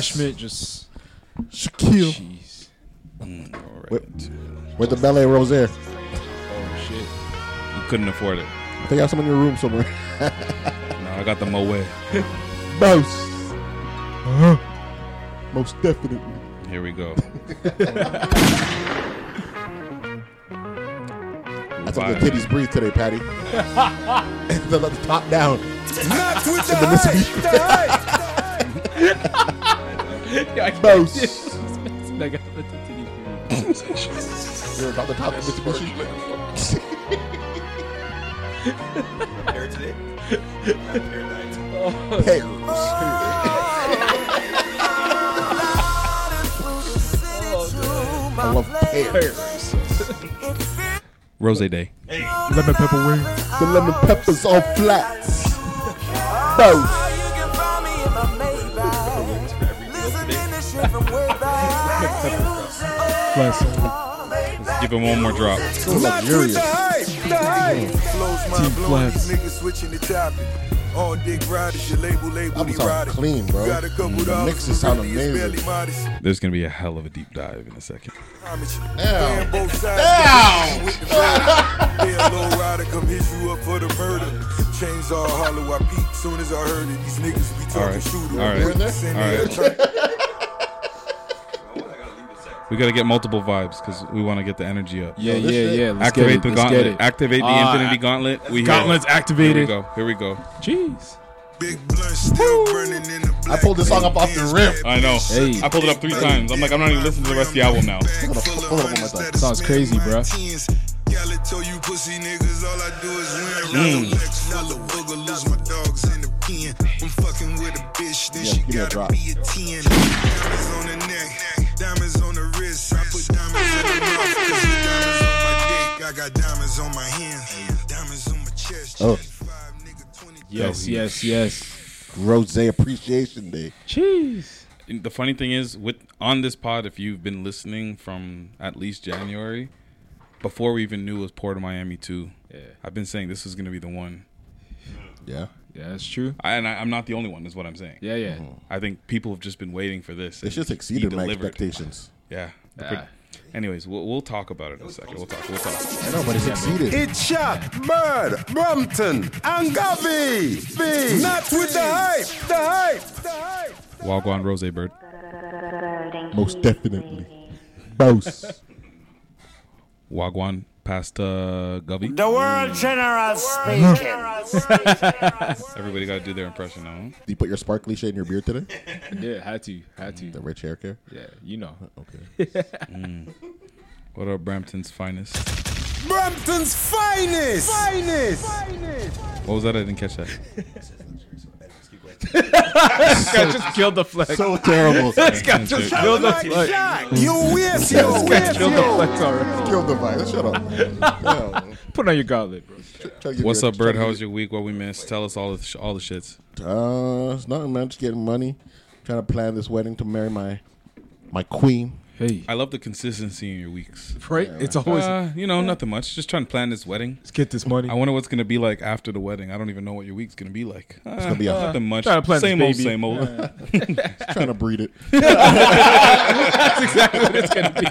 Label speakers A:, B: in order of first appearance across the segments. A: Ashman just Shaquille.
B: Jeez. Mm, all right.
C: Where's the ballet rose there?
B: Oh shit. You couldn't afford it.
C: I think I have some in your room somewhere.
B: No, I got the Moet.
C: Most.
D: Uh-huh.
C: Most definitely.
B: Here we go.
C: That's how the titties breathe today, Patty. the, the top down.
D: Not with the height, the height.
C: Most.
A: Nigga,
C: You're about the top of Mitsubishi.
D: Here today. Here tonight.
C: Pairs. I love pears.
B: Rose Day.
A: Lemon pepper wing.
C: The lemon peppers are flat. Most.
A: Flash.
B: Give him one more drop.
C: So luxurious.
D: Flows
A: Team
D: mind blowing. These
A: Flats.
D: niggas switching the topic. All dick riders, your label label
C: Album
D: the
C: sound
D: rider.
C: clean, bro.
D: Got a couple
C: The
D: dollars,
C: mixes sound
D: really is barely
C: amazing.
D: modest.
B: There's gonna be a hell of a deep dive in a second.
D: Homage.
C: Ow.
D: Playing both sides.
C: Ow.
D: With the murder. They a low rider, come hit you up for the murder. Chains all hollow, I peep soon as I heard it. These niggas be
B: All
D: talking
B: right.
D: shooter.
B: All right.
D: We're in there?
B: All right.
D: Send me a track.
B: We gotta get multiple vibes because we want to get the energy up.
A: Yeah,
C: this
A: yeah,
C: shit-
A: yeah. Let's
B: Activate
A: get
B: the
A: it. Let's get
B: gauntlet.
A: it.
B: Activate the
A: Ah,
B: infinity gauntlet. We
A: Gauntlets
B: here. Here we
A: activated.
B: go. Here we go.
A: Jeez.
D: Big blunt still burning in the
C: I pulled this song up off the rim.
B: I know.
A: Hey.
B: I pulled it up three times. I'm like, I'm not even listening to the rest of the album now.
C: Hold up, hold up on my thigh.
A: Sounds crazy, bruh.
D: Y'all tell you pussy niggas, all I do is win. Rolex, full of booger, lose my dogs in the pen. I'm fucking with a bitch, then
C: Yeah,
D: she
C: give me a
D: gotta
C: drop.
D: be a 10. Diamonds on the neck, diamonds on the wrist. I put diamonds in the mouth, 'cause the diamonds on my dick. I got diamonds on my hand, diamonds on my chest.
C: Oh.
D: Five, nigga, 20.
A: Yes, yes, yes.
C: Rose Appreciation Day.
A: Jeez.
B: And The funny thing is, with on this pod, if you've been listening from at least January, before we even knew it was Port of Miami two,
A: Yeah.
B: I've been saying this is gonna be the one.
C: Yeah.
A: Yeah, that's true.
B: I, and I, I'm not the only one. Is what I'm saying.
A: Yeah, yeah.
B: I think people have just been waiting for this.
C: It's
B: and
C: Mm-hmm. just
B: he
C: exceeded my
B: delivered.
C: expectations.
B: Yeah. The
A: Yeah.
B: pro- Anyways, we'll, we'll talk about it in a second. We'll talk. We'll talk.
C: I know, but it's exceeded.
E: It's shot, Bird, Brompton, and Gavi. V.
D: Not with the hype, the hype, the hype.
B: Wagwan Rose Bird.
C: Most definitely. Most.
B: Wagwan Pasta Govey.
F: The world general speaking.
B: Everybody got to do their impression now. huh?
C: Did you put your sparkly shade in your beard today?
A: Yeah, had to. Had to.
C: The rich hair care?
A: Yeah, you know.
C: Okay.
B: Mm. What up, Brampton's finest?
E: Brompton's finest. Finest.
B: What was that? I didn't catch that.
A: guy just killed the flex.
C: So terrible.
B: Brampton's finest.
A: killed the flex.
E: You waste your waste
A: Killed the flex already.
C: Kill the vibe. Shut up. Yo,
A: Put on your goblet, bro.
C: try to get
B: What's
C: your-
B: up, Bird?
C: try
B: How
C: to
B: was your week? What we missed? Tell us all the sh- all the shits.
C: get- Uh, it's nothing, man. Just getting money. Trying to plan this wedding to marry my my queen.
A: Hey.
B: I love the consistency in your weeks.
A: Right? It's always,
B: Uh, you know, nothing much. Just trying to plan this wedding.
A: let's get this money.
B: I wonder what's gonna be like after the wedding. I don't even know what your week's gonna be like. it's
C: gonna be a-
B: nothing much.
A: Trying to plan this
B: same old,
A: baby.
B: same old.
C: Just trying to breed it.
A: That's exactly what it's going to be.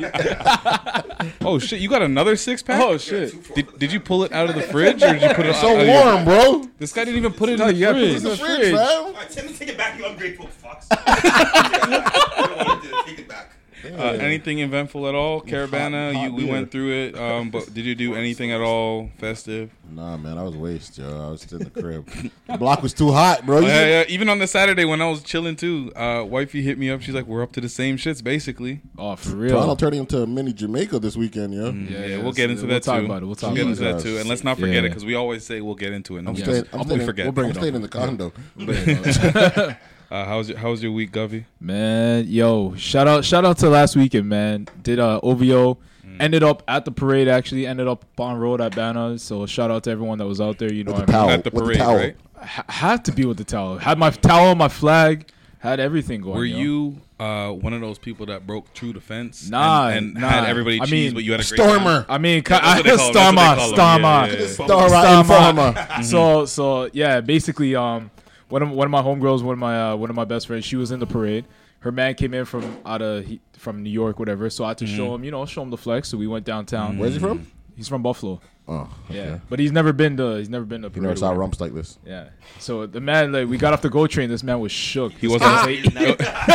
B: Oh shit! You got another six pack?
A: Oh, shit.
B: Did, did you pull it out of the fridge or did you put it?
C: So
B: out of your-
C: warm, bro.
B: This guy didn't even put it
A: No,
B: in
A: you
B: the
A: gotta put this in the
B: fridge.
C: Fridge,
A: fridge.
C: fam.
F: Alright, Tim, take it back, you ungrateful fucks. take it back.
B: Uh, anything eventful at all? Caravana,
C: hot
B: you, we
C: beer.
B: went through it. Um, but did you do anything at all festive?
C: Nah, man, I was waste, yo. I was in the crib. the block was too hot, bro. You-
B: Yeah, yeah, even on the Saturday when I was chilling too, uh, wifey hit me up. She's like, "We're up to the same shits, basically."
A: Oh, for
C: Toronto
A: real. Mm,
C: turned into a mini Jamaica this weekend, yo.
B: Yeah,
A: yeah,
B: we'll get into
A: we'll
B: that
A: talk
B: too.
A: about it. We'll talk
B: get
C: about
B: into
C: it.
B: that too, and let's not forget it
A: Yeah.
B: because we always say we'll get into it. No, I'm
C: Staying- I'm
B: I'm
C: staying,
B: gonna forget.
C: We'll bring
B: I'm
C: I'm staying in the condo.
B: Uh, how's your How's your week, Govey?
A: Man, yo, shout out shout out to last weekend, man. Did uh OVO
B: Mm.
A: ended up at the parade actually, ended up on road at Banner. So shout out to everyone that was out there, you know.
C: With the
A: what I mean?
C: towel.
B: At the
C: with
B: parade,
C: the towel.
B: right?
A: Ha- had to be with the towel. Had my towel, my flag, had everything going.
B: Were
A: yo.
B: you uh, one of those people that broke through the fence?
A: Nah,
B: and, and
A: nah.
B: had everybody
A: I
B: cheese,
A: mean,
B: but you had a great
C: Stormer.
A: I mean, ca-
B: That's what they call 'em. That's what
A: Starma,
B: they call 'em. Yeah,
A: Starma.
B: yeah, yeah.
C: Star Informer.
A: So so yeah, basically um one of one of my homegirls, one of my uh, one of my best friends, she was in the parade. her man came in from out of he, from New York, whatever. So I had to
B: Mm-hmm.
A: show him, you know, show him the flex. So we went downtown. Mm-hmm.
C: Where's he from?
A: He's from Buffalo.
C: Oh, okay.
A: Yeah, but he's never been to he's never been to.
C: You never
A: Peru.
C: saw rumps like this.
A: Yeah. So the man, like, we got off the go train. This man was shook.
B: He wasn't.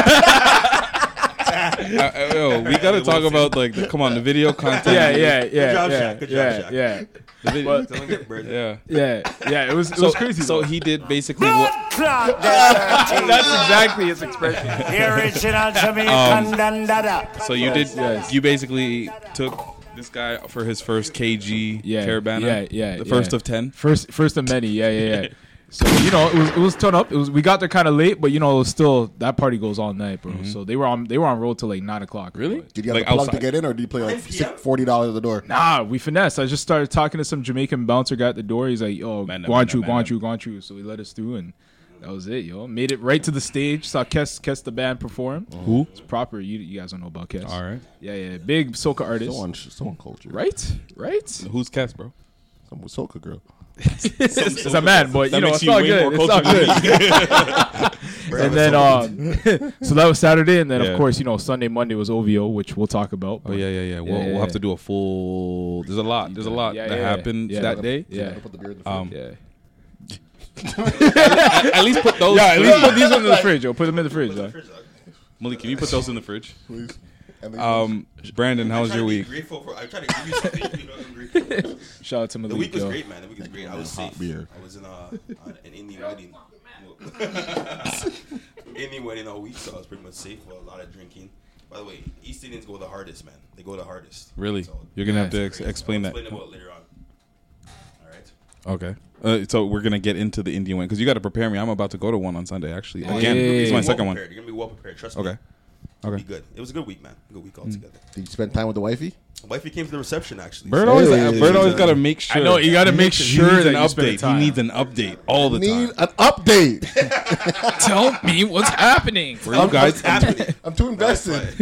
B: Uh, uh, yo, we gotta talk about like the come on the video content.
A: Yeah, yeah, yeah,
G: job,
A: yeah,
G: Shaq. Good job,
A: yeah,
G: Shaq.
A: yeah,
B: The video-
G: Don't get birds.
B: yeah.
A: yeah, yeah. It was it
B: So
A: was crazy.
B: So
A: though.
B: he did basically what
A: that's exactly his expression.
F: Original
A: Um,
F: Jamaican dandada.
B: So you did.
A: yes.
B: You basically took this guy for his first KG
A: Yeah,
B: Carabana.
A: yeah, yeah, yeah.
B: The first of ten.
A: First, first of many. Yeah, yeah, yeah. so you know, it was it was turned up. It was we got there kind of late, but you know, it was still that party goes all night, bro. So they were on they were on road till like nine o'clock.
B: Mm-hmm. Really?
A: But-
C: Did you have
B: Like
C: to plug
B: outside.
C: to get in, or did you play like
G: 9
C: six- forty dollars at the door?
A: Nah, we finessed. I just started talking to some Jamaican bouncer guy at the door. He's like, "Yo,
B: Man up, man
A: Guanchu,
B: up, man up.
A: Guanchu, Guanchu." So he let us through, and that was it. Yo, made it right to the stage. Saw Kes, Kes the band perform.
B: Who?
A: It's proper. You you guys don't know about Kes.
B: All right.
A: Yeah, yeah. Big soca artist.
C: So on, so uncultured.
A: Right, right.
B: Who's Cass, bro?
C: Some soca girl.
A: It's a man, but you know
B: makes
A: it's
B: you
A: all
B: way
A: good.
B: more
A: It's all
B: cultured
A: good. and then um, so that was Saturday, and then
B: Yeah.
A: of course you know Sunday, Monday was OVO, which we'll talk about.
B: Oh yeah, yeah, yeah. We'll,
A: yeah,
B: we'll have
A: yeah.
B: to do a full. There's a lot. There's a lot
A: Yeah,
B: that
A: yeah,
B: happened
A: yeah.
B: that day.
A: yeah,
C: Put the beer in the
B: Um,
A: yeah.
B: At, at least put those.
A: Yeah, at least put these ones in the fridge. Yo, put them in the fridge. dog.
B: Malik, can you put those in the fridge?
C: fridge, please. And then-
B: Um, Brandon, how was your week?
G: Grateful for. I tried to give you something. You know, I'm grateful. The
A: Shout out to Malik.
G: week was
A: yo.
G: great, man. The week was great. I was
C: Hot
G: safe.
C: beer.
G: I was in a on an Indian wedding. Indian wedding all week, so I was pretty much safe for a lot of drinking. By the way, East Indians go the hardest, man. They go the hardest.
B: Really?
G: So-
B: You're gonna have
A: Yeah.
B: to ex- explain
G: I'll
B: that.
G: Explain about later on. All right.
B: Okay. Uh, so we're gonna get into the Indian one because you got to prepare me. I'm about to go to one on Sunday. Actually, again,
A: yeah, yeah,
B: it's
A: yeah.
B: my
G: You're
B: second
G: well
B: one.
G: prepared. You're gonna be well prepared. Trust me.
B: Okay.
G: It'll
B: Okay.
G: Be good. It was a good week, man. Good week
A: Mm.
G: altogether.
C: did you spend time with the wifey?
G: Wifey came to the reception actually.
B: Bird
G: so-
B: always,
C: Hey.
B: Bird always got to make sure.
A: I know you got to make sure that you spend the
B: update.
A: time.
B: He needs an update all the
C: Need
B: time.
C: an update.
A: Tell me what's happening.
B: Were you guys?
G: happening?
C: I'm too invested.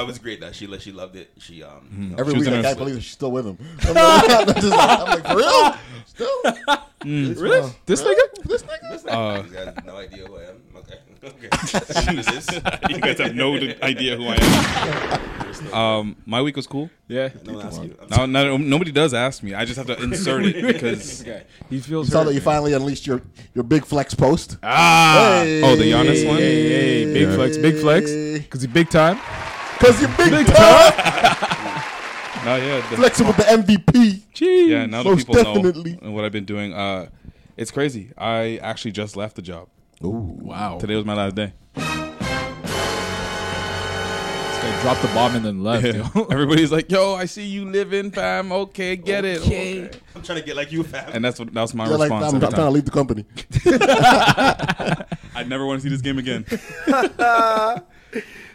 G: it was great. That she she loved it. She um. you know,
C: Every
B: Mm-hmm. She
C: week,
B: was in
C: I
B: her
C: can't
B: sleep.
C: believe she's still with him. I'm like, I'm just like, I'm like, for real? Still?
B: Mm.
A: Really? This nigga?
C: This nigga?
B: Uh,
G: you guys have no idea who I am. Okay. Okay. Who is this?
B: you guys have no idea who I am. Um, my week was cool.
A: Yeah.
G: No one asked you. I'm
B: Now, now, nobody does ask me. I just have to insert it because.
A: He feels.
C: You saw
A: hurt,
C: that you
A: man.
C: finally unleashed your, your big flex post.
A: Ah.
B: Oh, the Giannis
A: Hey,
B: one.
A: hey, hey, big flex, big flex, because he big time.
C: Because you're big, time.
B: No, yeah, the-
C: Flexing with the MVP.
A: Jeez.
B: yeah. Now that
C: Most
B: people
C: definitely.
B: know what I've been doing, uh, it's crazy. I actually just left the job.
C: Ooh.
A: Wow.
B: Today was my last day.
A: This guy dropped the bomb and then left. yo.
B: Everybody's like, "Yo, I see you living, fam. Okay, get it." Okay.
G: I'm trying to get like you, fam.
B: And that's what that was my
C: You're like,
B: response.
C: I'm, I'm
B: every
C: trying
B: time.
C: to leave the company.
B: I never want to see this game again.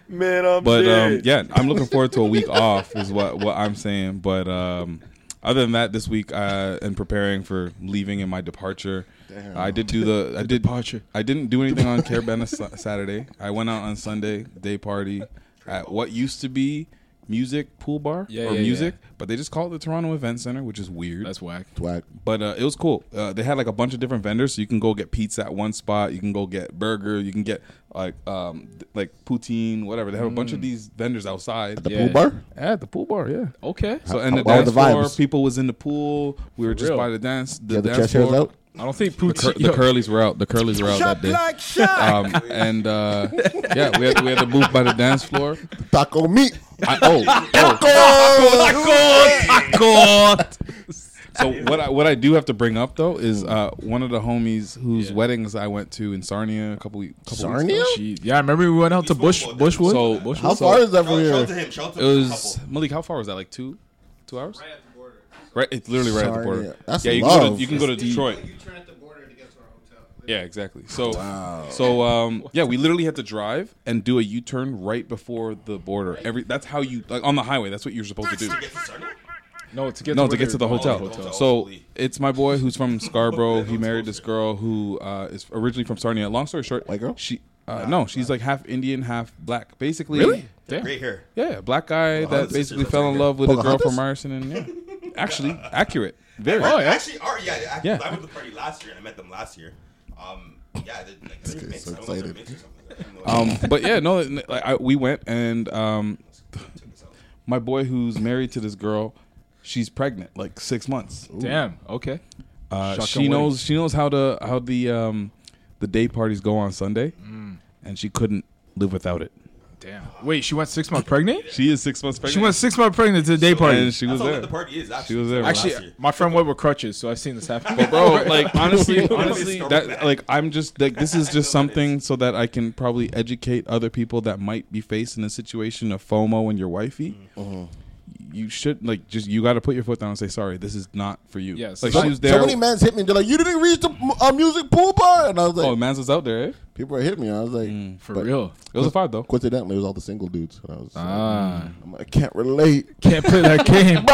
G: man, I'm
B: But um, yeah, I'm looking forward to a week off, is what what I'm saying. But um, other than that, this week uh, in preparing for leaving and my departure, I did do the I did
A: departure.
B: I didn't do anything on Carabana Sa- Saturday. I went out on Sunday day party at what used to be music pool bar
A: Yeah,
B: or
A: yeah,
B: music, but they just call it the Toronto Event Center, which is weird.
A: That's whack.
C: Twat.
B: But uh, it was cool. Uh, they had like a bunch of different vendors, so you can go get pizza at one spot. You can go get burger. You can get like um th- like poutine, whatever. They have a bunch of these vendors outside
C: The
B: yeah.
A: Mm. Yeah.
C: pool bar?
B: at the pool bar. Yeah.
A: Okay.
B: So and the
C: how are
B: dance
C: the
B: floor,
C: vibes?
B: people was in the pool. We were just
A: real?
B: by the dance. The
C: You have the
B: dance
C: chest
B: floor.
C: hairs out?
A: I don't think
B: The, cur-
A: Poochie.
B: the curlies were out. The curlies were out that day.
E: like shot.
B: Um, and uh, yeah, we had we had the booth by the dance floor.
C: Taco meat.
B: I, oh, oh, So what I what I do have to bring up though is uh, one of the homies whose weddings I went to in Sarnia a couple weeks. Couple
C: Sarnia?
B: Weeks
A: Jeez. Yeah, I remember we went out to Bush
G: football.
A: Bushwood.
B: So-
A: Bushwood.
C: How far is that from
G: Shout, shout out to
C: here?
G: him. Shout out to
B: ago. It was
G: couple.
B: Malik. How far was that? Like two, two hours? Right at the border. Right, it's literally right at the
C: Sarnia.
B: border.
C: That's
B: yeah, you can go
C: love.
B: to, you can go to Detroit.
H: turn at the border to get to our hotel.
B: Yeah, exactly. So,
C: Oh.
B: so um, yeah, we literally had to drive and do a U turn right before the border. Every that's how you like on the highway. That's what you're supposed to do.
A: no, to get
B: no,
A: to,
B: to
A: where
B: get to the
A: they're-
B: hotel.
A: oh, hotel.
B: So it's my boy who's from Scarborough. he married this girl who uh, is originally from Sarnia. Long story short,
C: White girl?
B: She uh, no, she's like half Indian, half black. Basically, Yeah.
G: Great hair.
B: Yeah, black guy that
G: sisters,
B: basically
G: that's
B: fell
G: right
B: in
G: there.
B: love with a girl
C: Pocahontas?
B: from Ryerson, and yeah, actually accurate, very.
A: Oh, yeah.
G: Actually, are yeah, yeah. I,
B: Yeah.
G: I went to the party last year and I met them last year. Um, yeah, they're, like, they're
C: guy's
G: mixed.
C: so
G: I don't know if they're
C: excited.
G: mixed or something.
B: Um, but yeah, no, like I, we went and um, my boy who's married to this girl, she's pregnant, like six months.
A: Damn. Okay.
B: Uh,
A: Shuck
B: she
A: and
B: knows she knows how to how the um, the day parties go on Sunday,
A: Mm.
B: and she couldn't live without it.
A: Damn. Wait, she went six months pregnant.
B: She is six months pregnant.
A: She went six months pregnant to the day
B: and
A: party.
B: she was
G: That's how
B: there.
G: lit the party is. Actually,
B: She was there.
G: Last
A: Actually,
G: year.
A: my friend went with crutches, so I've seen this happen. But
B: bro like honestly honestly
G: Honestly,
B: that like i'm just like this is just something so that i can probably educate other people that might be facing a situation of fomo and your wifey
G: Mm. Uh-huh.
B: you should like just you got to put your foot down and say sorry this is not for you
A: Yes.
B: like
A: So-
B: she was
C: So
B: there
C: many mans hit me. They're like, "You didn't reach the m- uh, music pool bar," and I was like,
B: oh man's was out there eh? it
C: "People hit me." And I was like,
A: Mm, for
C: but
A: real,
B: was a five though
C: Coincidentally, it was all the single dudes. And I was, "Mm,
A: ah,
C: I'm like, I can't relate.
A: can't play that game.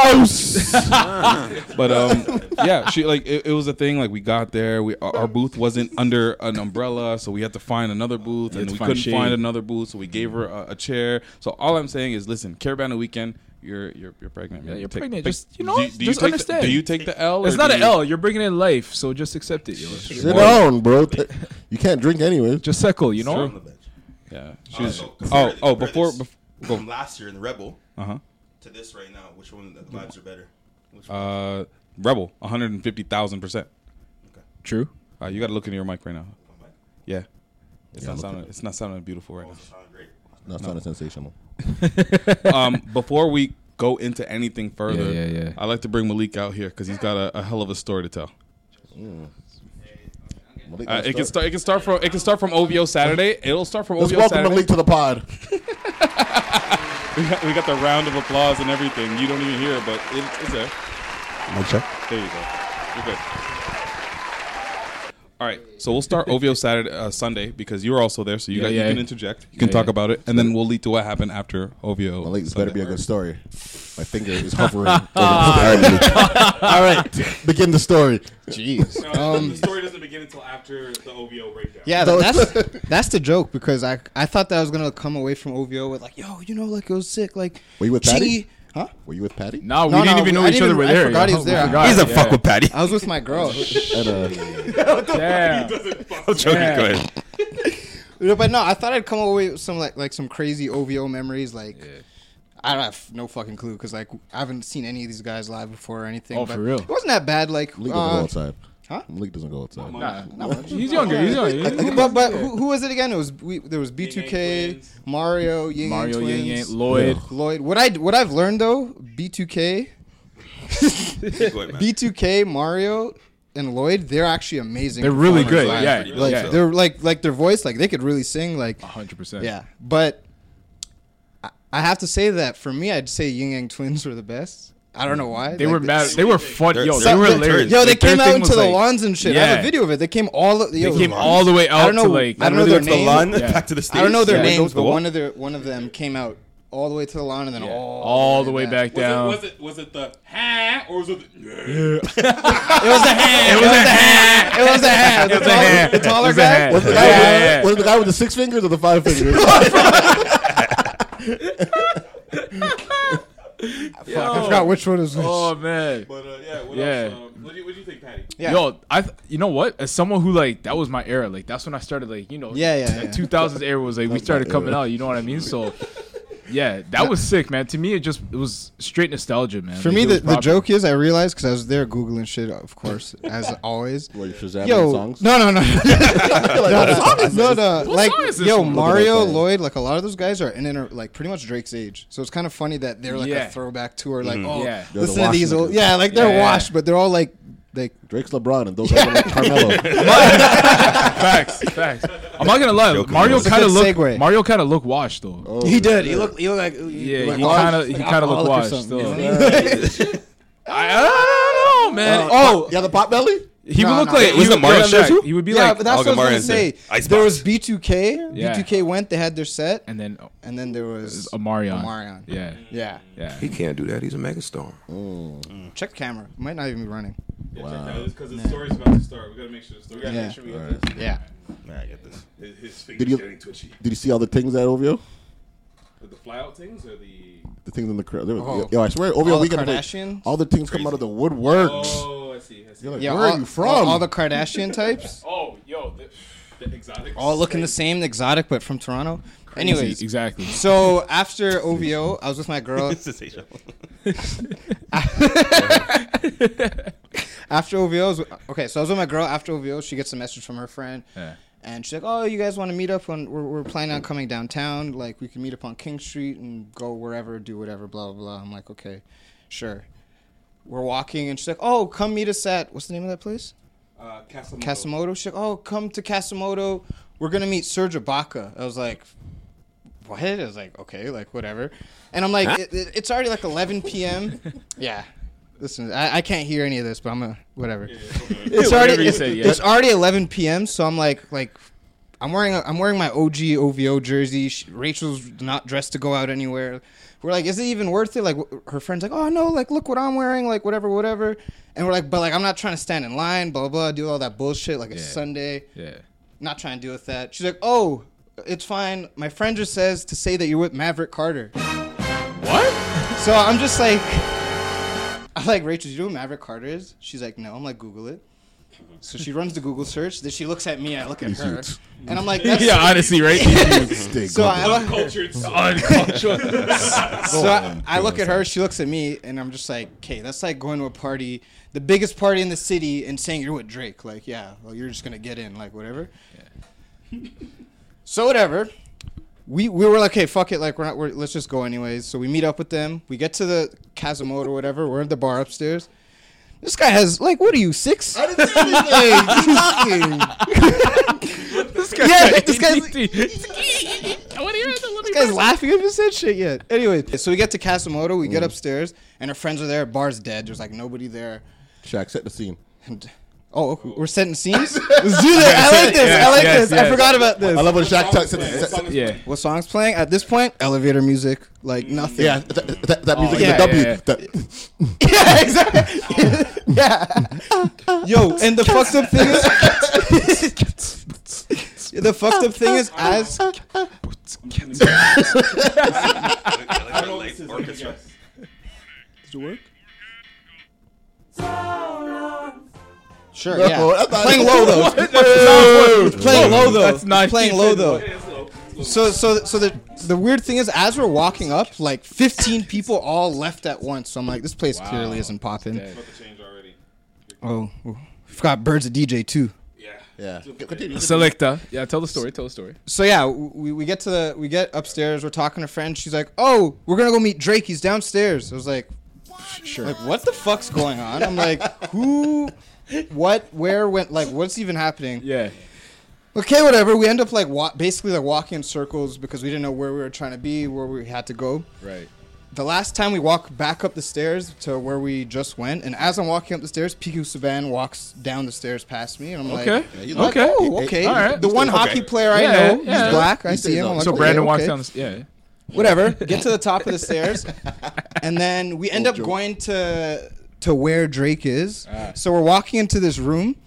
B: but um yeah she like it, it was a thing like we got there we our our booth wasn't under an umbrella so we had to find another booth
A: had
B: and
A: to
B: we
A: find
B: couldn't
A: shade.
B: find another booth so we gave her a, a chair so all i'm saying is listen caravan weekend you're you're, you're pregnant man.
A: you're
B: Take-
A: pregnant.
B: take-
A: Just, you know,
B: do, do
A: just
B: take
A: understand.
B: the, do you take the l
A: It's
B: or
A: not
B: do
A: an
B: you-
A: L. You're bringing in life, so just accept it. Yo.
C: Sit down, bro. T- you can't drink anyway.
A: Just settle, you
G: on the
A: know.
G: bench.
B: yeah she was,
G: Uh, so
B: oh
G: compare-
B: oh
G: compare
B: before,
G: this.
B: before
G: from last year in the Rebel
B: uh-huh
G: to this right now, which one the vibes are better? Which one?
B: uh rebel 150000 percent
A: True.
B: uh, you got to look into your mic right now
G: Mike?
B: yeah it's
C: Yeah,
B: not
C: look
B: sounding it's not sounding beautiful right now
G: Sound great.
C: Not sounding sensational.
B: um, before we go into anything further,
A: Yeah, yeah, yeah.
B: I like to bring Malik out here because he's got a, a hell of a story to tell.
C: Malik,
B: Uh,
C: let's
B: it can
C: start-
B: start. It can start from. It can start from OVO Saturday. It'll start from
C: Let's
B: OVO
C: welcome
B: Saturday.
C: Malik to the pod.
B: We got, we got the round of applause and everything. You don't even hear it, but it, it's there. There you go. You're good. All right, so we'll start OVO Saturday uh, Sunday because you were also there, so you
A: Yeah,
B: got,
A: yeah.
B: you can interject, you can
A: Yeah,
B: talk
A: yeah.
B: about it, and then we'll lead to what happened after OVO.
C: Malik, this better
B: Sunday.
C: be a good story. My finger is hovering. over the story. All right, begin the story. Jeez.
B: the story doesn't begin until after the OVO
I: Um,
B: breakdown.
I: Yeah, but that's that's the joke because I I thought that I was gonna come away from OVO with like, yo, you know, like it was sick, like
C: Were you with
I: she-
C: Patty?
I: Huh?
C: Were you with Patty?
A: Nah, we
I: No,
A: didn't
I: no,
A: even
I: we-
A: know
I: I
A: each
I: didn't
A: other
I: even-
A: were
I: I
A: there.
I: forgot
A: yo.
I: he was
A: We
I: there.
A: forgot.
I: He's
A: Yeah.
E: Patty.
I: I was with my girl.
C: At, uh,
A: Damn.
E: I'm joking.
A: Yeah.
E: Go ahead.
I: No, but no, I thought I'd come away with some like like some crazy OVO memories. Like, I don't have no fucking clue because like I haven't seen any of these guys live before or anything.
A: Oh,
I: but
A: for real?
I: It wasn't that bad. Like,
C: Malik doesn't go
I: uh,
C: outside.
I: huh?
C: Malik doesn't go outside.
A: Nah, he's younger. He's younger.
I: but but who, who was it again? It was we, there was B2K, Mario, Ying
A: Mario,
I: Twins,
A: Yang, Lloyd.
I: Lloyd. What I what I've learned though, B2K,
G: Go ahead, man.
I: B2K, Mario, and Lloyd, they're actually amazing.
A: They're really
I: performers
A: good.
I: live.
A: Yeah,
G: Like,
I: Like
A: yeah.
I: they're like like their voice, like they could really sing. Like
A: Hundred percent.
I: yeah, but I, I have to say that for me, I'd say Ying Yang Twins were the best. I don't know why
A: They
I: Like,
A: were
I: the-
A: mad. They were fun. Yo,
G: they're-
A: they were
G: they're-
A: hilarious.
I: Yo, they
A: Their
I: came out
A: thing was
I: into the
A: like-
I: lawns and shit. I have
A: Yeah.
I: a video of it. They came all. Yo,
A: They came all the way
I: I
A: out
I: don't know.
A: to like.
I: I don't know
A: literally
I: their
A: up to
I: name.
G: Lawn,
A: Yeah.
G: back to the stage.
I: I don't know their
A: Yeah.
I: names, but
G: What?
I: one of their one of them came out all the way to the lawn and then all,
A: all the way back down.
B: Was it was it the ha or was it
I: It was a hand. It was a hand. It was a hand.
A: It was a hand.
I: The
A: It
I: taller
A: was a
I: guy.
A: hand.
C: Was it the guy,
A: Yeah.
C: with, was it the guy with the six fingers or the five fingers?
A: Mm.
I: I forgot which one was which.
A: Oh man.
B: But uh, yeah, what
A: Yeah.
B: else? Um, what, do you, what do you think, Patty?
I: Yeah.
A: Yo, I th- you know what? As someone who like that was my era. Like that's when I started like you know.
I: Yeah, yeah,
A: that
I: yeah.
A: 2000s era was like we started coming out. You know what I mean? So. Yeah, that was sick, man. To me, it just it was straight nostalgia, man.
I: For
A: Like,
I: me,
A: it
I: the,
A: was
I: the
A: proper.
I: joke is I realized because I was there googling shit, of course, as always.
C: Were you Shazamming
I: Yo,
C: songs?
I: no, no, no, no, no,
C: Like,
I: no. uh, like,
A: song is this
I: yo,
A: one?
I: Mario,
C: Look at that.
I: Lloyd, like a lot of those guys are in and are, like pretty much Drake's age, so it's kind of funny that they're like
A: Yeah.
I: a throwback to or like, oh,
A: Yeah.
C: Mm-hmm. They're the
I: listen to these
C: wash
I: old,
C: niggas.
I: yeah, like they're
A: Yeah.
I: washed, but they're all like, like
C: Drake's LeBron and those are like Carmelo.
A: facts, facts. I'm not gonna lie,
G: Joking
A: Mario
G: was-
A: kind of
I: It's a good
A: looked
I: segue. Oh,
A: Mario kind of looked washed though.
I: he did, he looked, he looked like,
A: Yeah, he
I: like
A: kind of he kind of
I: alcoholic or
A: looked washed.
I: something,
A: Still.
I: you know?
A: I, I don't know, man. oh,
C: yeah, the pot belly.
A: he would
I: No,
A: look
I: no.
A: like
I: Wait,
A: he
G: wasn't
A: would,
G: Mario
A: yeah,
G: on there
A: that's-
G: too?
A: He would be
I: yeah,
A: like,
I: but that's what I was
G: Algamar
I: gonna
G: is there.
I: say.
G: Icebox.
I: There was B2K.
A: Yeah.
I: B2K went. They had their set, and,
A: and then oh,
I: then there was
A: Omarion.
I: Omarion.
A: Yeah,
I: Yeah. Mm.
A: yeah.
E: He can't do that. He's a megastar.
I: Check the camera. Might not even be running.
B: Because the story's about to start. We gotta make sure the story.
I: Yeah. make sure
B: we get this.
I: Yeah.
G: Nah, I get this.
B: His
C: Did
B: fingers
C: you-
B: getting twitchy.
C: Did you see all the things at OVO?
B: The flyout things or the?
C: The things in the crowd. There was-
I: Oh.
C: Yo, I swear, OVO
I: All the
C: weekend. like,
I: Kardashians?
C: all the things come out of the woodworks.
B: Oh, I see. I see.
C: You're like,
I: Yeah.
C: where
I: all,
C: are you from?
I: All, all the Kardashian types.
B: Oh, yo, the, the Exotic.
I: all looking the same, exotic, but from Toronto. Anyways,
A: exactly.
I: so after OVO, I was with my girl. after OVOs, okay, so I was with my girl after OVO. She gets a message from her friend,
A: Yeah.
I: and she's like, "Oh, you guys want to meet up? On we're, we're planning on coming downtown. Like, we can meet up on King Street and go wherever, do whatever, blah blah." blah. I'm like, "Okay, sure." We're walking, and she's like, "Oh, come meet us at what's the name of that place?"
B: Uh, Casamoto.
I: Kasamoto. She's like, "Oh, come to Kasamoto. We're gonna meet Serge Ibaka." I was like, "What?" I was like, "Okay, like whatever." And I'm like, it, it- "It's already like 11 p.m." yeah. Listen, I, I can't hear any of this, but I'm a whatever. It's already
A: whatever you
I: it's,
A: say, yeah.
I: it's already 11 p.m. So I'm like like I'm wearing a, I'm wearing my OG OVO jersey. She, Rachel's not dressed to go out anywhere. We're like, is it even worth it? Like wh- her friend's like, oh no, like look what I'm wearing, like whatever, whatever. And we're like, but like I'm not trying to stand in line, blah blah, blah do all that bullshit. Like it's
A: Yeah.
I: Sunday,
A: Yeah.
I: not trying to deal with that. She's like, oh, it's fine. My friend just says to say that you're with Maverick Carter.
A: What?
I: So I'm just like, I'm like, Rachel, do you know who Maverick Carter is? She's like, no. I'm like, Google it. So she runs the Google search. Then she looks at me. I look at her, and I'm like, that's,
A: Yeah, honestly, right?
C: Stay
I: So I look,
B: Cultured.
I: so I, I look at her. She looks at me, and I'm just like, okay, that's like going to a party, the biggest party in the city, and saying you're with Drake. Like, yeah, well, you're just gonna get in, like whatever. so whatever. We, we were like, hey, fuck it, like we're not, we're, let's just go anyways. So we meet up with them. We get to the Casamode or whatever. We're at the bar upstairs. This guy has like, what are you six? I didn't say anything. this guy, yeah, this guy's this guy's laughing. I haven't said shit yet. Anyway, so we get to Casamoto. We get upstairs, and our friends are there. Bar's dead. There's like nobody there.
C: Shaq, set the scene.
I: And oh, we're setting scenes. Let's do that. I like this. I like
A: yes,
I: this. I
A: yes.
I: forgot about
C: I
I: this.
C: love when Shaq talks. Set, set,
A: yeah.
I: What song's playing at this point? Elevator music, like nothing.
C: yeah, that, that, that music
I: yeah,
C: in the W.
A: yeah, yeah.
C: That,
I: yeah, exactly. yeah. Yo, and the fucked up thing is, the fucked up thing is, as
G: I don't like orchestra.
I: sure,
C: No,
I: yeah,
C: that's not-
I: playing low though, playing low though,
A: That's not-
I: playing low though. So so so the the weird thing is, as we're walking up, like 15 people all left at once. So I'm like, this place clearly isn't popping.
A: dead.
I: Oh, oh. forgot Birds of DJ too.
C: yeah. Continue.
A: Selecta. Yeah, tell the story. Tell the story.
I: So yeah, w- we, we get to the we get upstairs. We're talking to friends. She's like, "Oh, we're gonna go meet Drake. He's downstairs." I was like, "Sure." Like, what the fuck's going on? I'm like, who, what, where, when? Like, what's even happening?
A: Yeah.
I: okay, whatever. We end up like wa- basically like walking in circles because we didn't know where we were trying to be, where we had to go.
A: Right.
I: The last time we walked back up the stairs to where we just went, and as I'm walking up the stairs, Piku Savan walks down the stairs past me, and I'm
A: Okay.
I: like,
C: you
A: okay.
I: Oh, okay.
A: All right.
I: The one hockey player I
A: Yeah,
I: know,
A: yeah.
I: he's black. I
C: He
I: see
C: stays
I: him.
C: up.
I: I'm like,
A: So
I: okay,
A: Brandon walks
I: okay.
A: down. The, yeah.
I: Whatever. Get to the top of the stairs, and then we end up
C: joke. Ah.
I: going to to where Drake is. So we're walking into this room,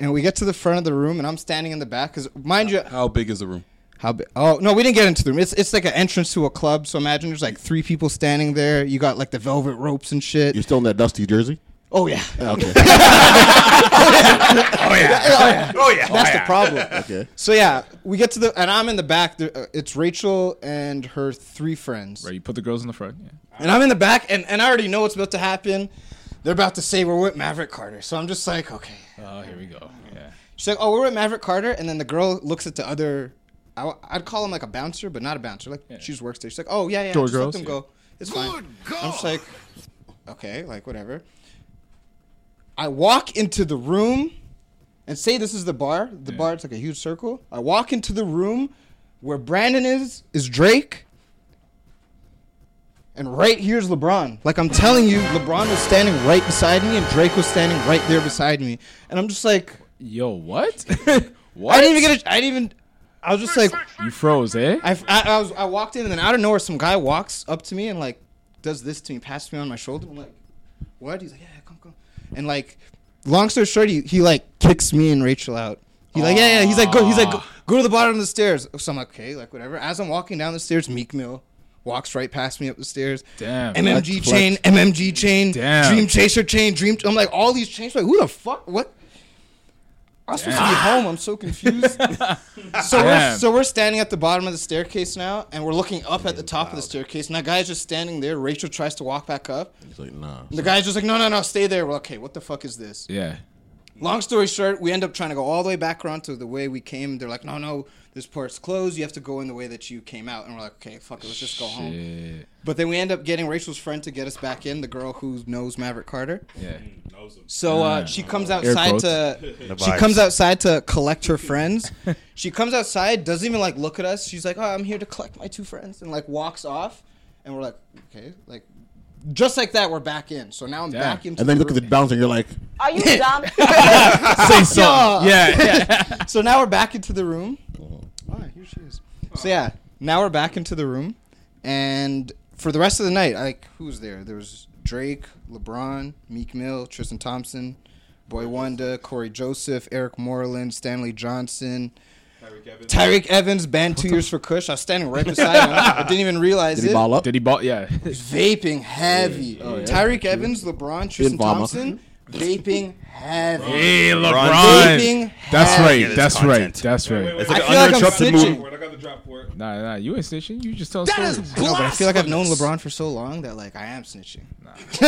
I: and we get to the front of the room, and I'm standing in the back because, mind you,
B: How big is the room?
I: how big? Oh no, we didn't get into the room. It's it's like an entrance to a club. So imagine there's like three people standing there. You got like the velvet ropes and shit.
C: You're still in that dusty jersey?
I: oh yeah, Oh,
C: Okay. Oh,
I: that's the problem.
C: okay.
I: Oh, So yeah, we get to the and I'm in the back. There- uh, It's Rachel and her three friends,
A: Right. You put the girls in the front. Yeah.
I: and I'm in the back, and, and I already know what's about to happen. They're about to say we're with Maverick Carter, so I'm just like, okay.
A: Oh, here we go. Yeah.
I: She's like, oh, we're with Maverick Carter, and then the girl looks at the other. I, would call him like a bouncer, but not a bouncer. Like she she's works there. She's like, oh yeah, yeah,
A: Door
I: just
A: girls,
I: let them
A: yeah.
I: go. It's fine. I'm just like, okay, like whatever. I walk into the room, and say this is the bar. The bar, it's like a huge circle. I walk into the room where Brandon is. Is Drake. And right here's LeBron. Like I'm telling you, LeBron was standing right beside me, and Drake was standing right there beside me. And I'm just like,
A: Yo, what? what?
I: I didn't even get a. I didn't even. I was just like,
A: You froze, eh?
I: I, I, I was. I walked in, and then out of nowhere, some guy walks up to me and like does this to me, passes me on my shoulder. I'm like, what? He's like, yeah, come, come. And like, long story short, he, he like kicks me and Rachel out. He's like, yeah, yeah. He's like, go. He's like, go, go to the bottom of the stairs. So I'm like, okay, like whatever. As I'm walking down the stairs, Meek Mill walks right past me up the stairs.
A: Damn.
I: MMG
C: Flex,
I: chain, MMG chain,
A: Damn.
I: Dream Chaser chain, Dream. I'm like all these chains. Like who the fuck? What? I'm supposed to be home. I'm so confused. so we're,
A: Damn.
I: so we're standing at the bottom of the staircase now, and we're looking up at the top of the staircase. And that guy's just standing there. Rachel tries to walk back up.
C: He's like, nah.
I: The guy's just like, no, no, no, stay there. We're like, okay, what the fuck is this?
A: Yeah.
I: Long story short, we end up trying to go all the way back around to the way we came. They're like, no, no, this part's closed. You have to go in the way that you came out. And we're like, okay, fuck it, let's just go home.
A: Shit.
I: But then we end up getting Rachel's friend to get us back in, the girl who knows Maverick Carter.
A: Yeah. Ah.
I: So uh, she comes
A: Air
I: outside
A: quotes.
I: to she
J: vibes.
I: comes outside to collect her friends. she comes outside, doesn't even like look at us. She's like, "Oh, I'm here to collect my two friends," and like walks off. And we're like, "Okay, like." Just like that, we're back in. So now I'm
A: Damn.
I: back into.
C: And then you look at the bouncer, you're like,
K: Are you dumb?
A: Say something. Yeah.
I: the. So now we're back into the room. Ah, here she is. So yeah, now we're back into the room, and for the rest of the night, like who's there? There was Drake, LeBron, Meek Mill, Tristan Thompson, Boy Wanda, Corey Joseph, Eric Moreland, Stanley Johnson,
G: Tyreek Evans.
I: Tyreek Evans banned two years for Kush. I was standing right beside him. I didn't even realize
C: did he
I: it.
C: ball up?
A: Did he ball? Yeah.
I: Vaping heavy.
A: Oh,
I: Tyreek Evans, LeBron, Tristan
C: bomb up.
I: Thompson, vaping heavy.
A: hey,
I: Vaping
A: That's
I: heavy.
A: right. That's right.
J: content.
A: That's right.
I: I feel like I'm
J: uninterrupted
I: snitching.
G: I got the drop for it.
A: Nah, nah. You ain't snitching. You just tell
I: That is
A: stories.
I: No, but I feel like I've known LeBron for so long that like I am snitching.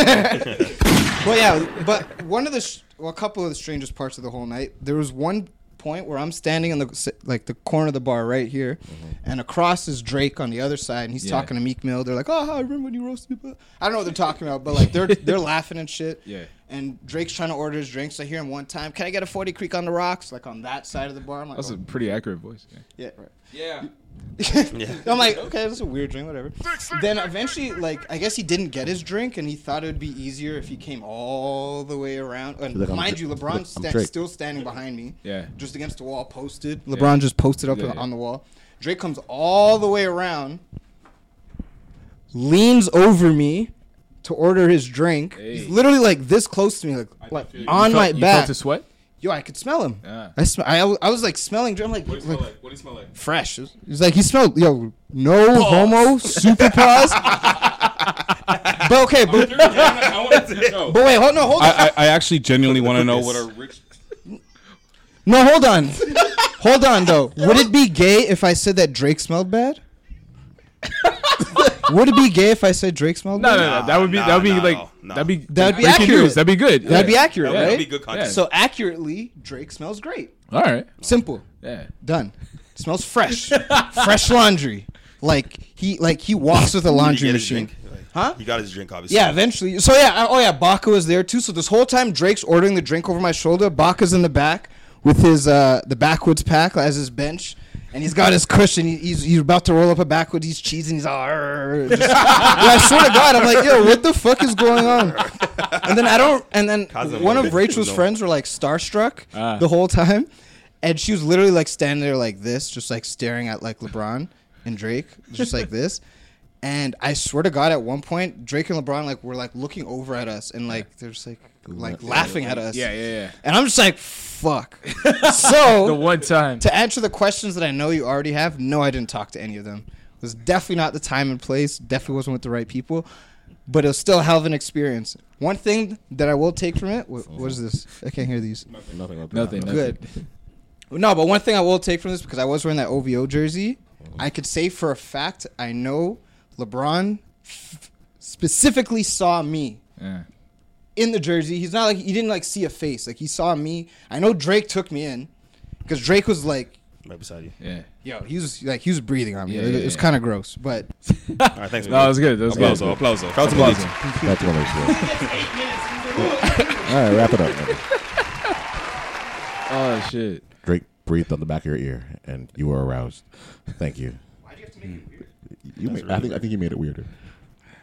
I: well, yeah, but one of the sh- well, a couple of the strangest parts of the whole night. There was one point where I'm standing in the like the corner of the bar right here, and across is Drake on the other side, and he's
A: Mm-hmm. Yeah.
I: talking to Meek Mill. They're like, "Oh, I remember when you roasted." But I don't know what they're talking about, but like they're they're laughing and shit.
A: Yeah.
I: And Drake's trying to order his drinks. I hear him one time. Can I get a forty creek on the rocks? Like on that side of the bar. I'm like,
A: That's a
I: oh,
A: pretty accurate voice.
I: yeah,
A: Yeah.
I: right.
G: Yeah.
I: I'm like, okay, that's a weird drink, whatever. Then eventually, like, I guess he didn't get his drink, and he thought it would be easier if he came all the way around. And
C: Look, I'm
I: mind
C: Dra-
I: you,
C: look, I'm
I: LeBron's sta-
C: Drake.
I: still standing behind me.
A: Yeah.
I: Just against the wall, posted. LeBron just posted up
A: Yeah, yeah.
I: on the wall. Drake comes all the way around, leans over me to order his drink. He's
A: Hey.
I: literally like this close to me, like, like
G: feel you.
I: on
A: You
I: my
A: felt- you
I: back.
A: felt the sweat.
I: Yo, I could smell him.
A: Yeah.
I: I, sm- I, I was like smelling. drink. I'm like,
G: What do you
I: like
G: smell like? What do you smell like?
I: fresh. He's like, he smelled, yo, no homo, super paws. but okay, but,
G: Dude, I want to know.
I: but wait, hold no, hold on,
B: I, I, I actually genuinely want to know what
G: What a
B: our
G: rich.
I: no, hold on, hold on though. Would it be gay if I said that Drake smelled bad? Would it be gay if I said Drake smelled bad?
A: No, no, no. That would be.
J: Nah,
A: that would be
J: nah,
A: like.
J: no, no.
A: That'd be.
I: That'd be
A: breaking
I: accurate.
A: news. That'd be good.
I: That'd be
A: Yeah.
I: accurate,
A: That would
I: right?
J: be good content.
I: So accurately, Drake smells great.
A: All right.
I: Simple,
A: Yeah.
I: done. Smells fresh, fresh laundry. Like he, like he walks with a laundry
J: get his
I: machine.
J: drink? Like,
I: Huh?
J: He got his drink, obviously.
I: Yeah, eventually. So yeah, I- oh yeah, Baca was there too. So this whole time Drake's ordering the drink over my shoulder. Baca's in the back with his uh the backwoods pack as his bench. And he's got his cushion. He- He's, he's about to roll up a backwoods. He's cheesing. He's all. "Arr," just- Yeah, I swear to God, I'm like, yo, what the fuck is going on? And then I don't. And then
J: Cosmo.
I: one of Rachel's
J: No.
I: friends were like starstruck the whole time, and she was literally like standing there like this, just like staring at like LeBron and Drake, just like this. And I swear to God, at one point, Drake and LeBron like were like looking over at us and like they're just like like laughing at us.
A: Yeah. Yeah. Yeah.
I: And I'm just like, fuck.
A: The
I: so
A: one time.
I: to answer the questions that I know you already have, no, I didn't talk to any of them. It was definitely not the time and place. Definitely wasn't with the right people. But it was still a hell of an experience. One thing that I will take from it. What, what is this? I can't hear these.
C: nothing. Up
A: Nothing. nothing.
I: Good. No, but one thing I will take from this because I was wearing that OVO jersey, I could say for a fact I know LeBron f- specifically saw me
A: Yeah.
I: in the jersey. He's not like he didn't like see a face. Like he saw me. I know Drake took me in because Drake was like,
J: Right beside you.
A: Yeah.
I: yo, he was like he was breathing on me.
A: Yeah,
I: it,
A: yeah,
I: it was
A: yeah.
I: kind of gross, but
J: All right, thanks.
A: No, that was good. That was
J: applause,
A: good.
J: applause, applause.
A: Applause.
C: That's what I was All right, wrap it up. man.
A: Oh shit.
C: Drake breathed on the back of your ear, and you were aroused. Thank you. You made, I think I think you made it weirder.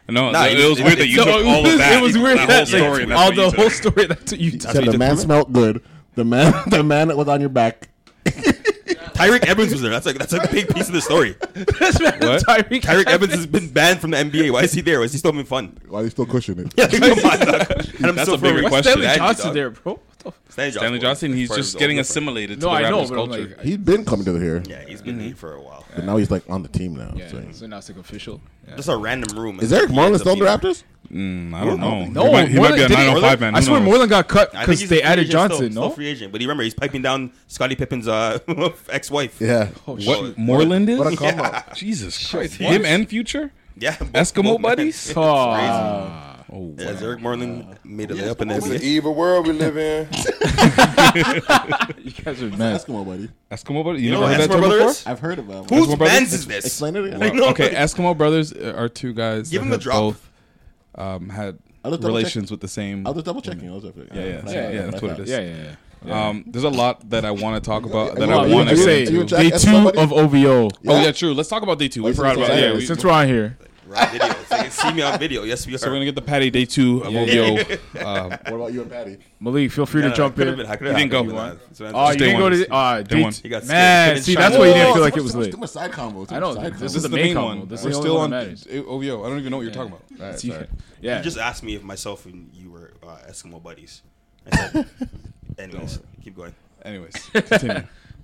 A: Oh,
B: no.
J: Nah,
B: it, it was
J: it-
B: weird that you
A: No,
B: took all of
A: was-
B: that.
A: It was
B: that
A: weird.
B: whole
A: That's like-
B: story, and that's
A: all
B: what you
A: the
B: took.
A: whole story. That's what you.
C: You
J: what
C: said
J: you
C: the
J: took
C: man
J: from it?
C: smelled good. The man, the man that was on your back.
J: Tyreek Evans was there. That's like that's like a big piece of the story.
A: This man,
B: What?
A: Tyreek.
J: Tyreek Evans has been banned from the NBA. Why is he there? Why is he still having fun?
C: Why are they still cushing it?
J: Yeah, come on, dog. And I'm
B: That's
J: so
B: a bigger
J: for-
A: Why
B: question.
A: Stanley
J: Stanley
A: Johnson
J: dog.
A: there, bro? What the f-
J: Stanley Johnson.
B: Stanley Johnson, he's
J: Part
B: just
J: of
B: getting
J: the old
B: assimilated to
A: No,
B: the Mm-hmm.
A: I know,
B: Raptors
A: but I'm
B: culture.
A: like,
C: He's been coming to the here,
J: Yeah, he's been here for a while.
C: but now he's like on the team now.
A: yeah.
C: so-
A: So now it's like official. Yeah.
J: Just a random room.
C: Is Eric Marlon still on the Raptors?
B: Mm, I
G: I
B: don't
G: don't
B: know.
G: know.
B: he
G: No,
B: might, he
G: Moreland-
B: might be a
G: did he-
B: 905 man.
G: I
B: Who
G: swear
B: knows?
A: Moreland got cut
G: I think
A: 'cause
G: he's a
A: they
G: free
A: added
G: agent, still-
A: Johnson,
G: Still
A: no?
G: free agent, but he remember he's piping down Scottie Pippen's uh, ex-wife.
B: Yeah.
G: Oh,
B: What,
G: shit.
B: Moreland is? What a
G: Yeah.
B: come-up. Jesus Christ.
G: What?
B: Him and Future?
G: Yeah,
B: Eskimo
G: both men.
B: buddies?
G: It's crazy.
B: Ah. Oh,
G: yeah, Zurich Moreland made a layup in
K: It's an
G: the
K: evil world we live in.
G: you
A: guys are
B: mad.
C: Eskimo buddy.
B: Eskimo buddy? You,
G: You
B: never
G: know
B: heard that
G: Eskimo
B: term before?
G: brothers?
C: I've heard of them.
G: Whose
B: Eskimo brothers?
G: bands is this?
C: Explain it again.
B: Well,
C: I know.
B: okay, Eskimo brothers are two guys
C: Give
B: that
C: him the
B: have
C: drop.
B: both um, had
C: I was double
B: relations
C: check-
B: with the same.
C: I was double checking. I was double checking.
B: Yeah, yeah,
C: Yeah, yeah,
B: yeah, yeah, that's
C: yeah,
B: what it
C: yeah.
B: is.
C: Yeah, yeah,
A: yeah.
B: Um, there's a lot that I want to talk about.
A: Are
B: That
A: you-
B: I
A: are you
B: want to
A: gonna say day two of OVO?
B: Oh yeah, true. Let's talk about day two.
A: Oh,
B: We
A: since
B: forgot about
A: it's- yeah,
B: yeah. we-
A: since we're on here.
G: Raw video. So you can see me on video. Yes, we are.
B: So we're gonna get the Patty day two of
G: Yeah.
B: OVO. Um,
G: What
C: about you and Patty?
A: Malik, feel free
G: No,
A: to
G: no,
A: jump
G: could've
A: in.
G: been- I could've
A: You didn't
G: happened
A: go.
G: if you wanted. So that's-
A: Oh, you
G: Just day
A: didn't go
G: one.
A: to the. Uh,
G: Day one. He got
A: date.
G: scared.
A: Man,
G: Couldn't
A: see,
G: shine.
A: that's why you didn't
B: Whoa,
A: feel
B: so
A: like
B: much-
A: it was
B: so much-
A: late.
B: so much
C: side combo,
A: I know.
C: side
A: This,
C: combo.
A: is the main combo. This is
B: We're
A: the only
B: still
A: one
B: on
A: that matters.
B: uh, OVO. I don't even know what you're talking about. All right,
A: See,
B: sorry.
A: Yeah.
G: You just asked me if myself and you were uh, Eskimo buddies. I said, anyways, keep going.
B: Anyways,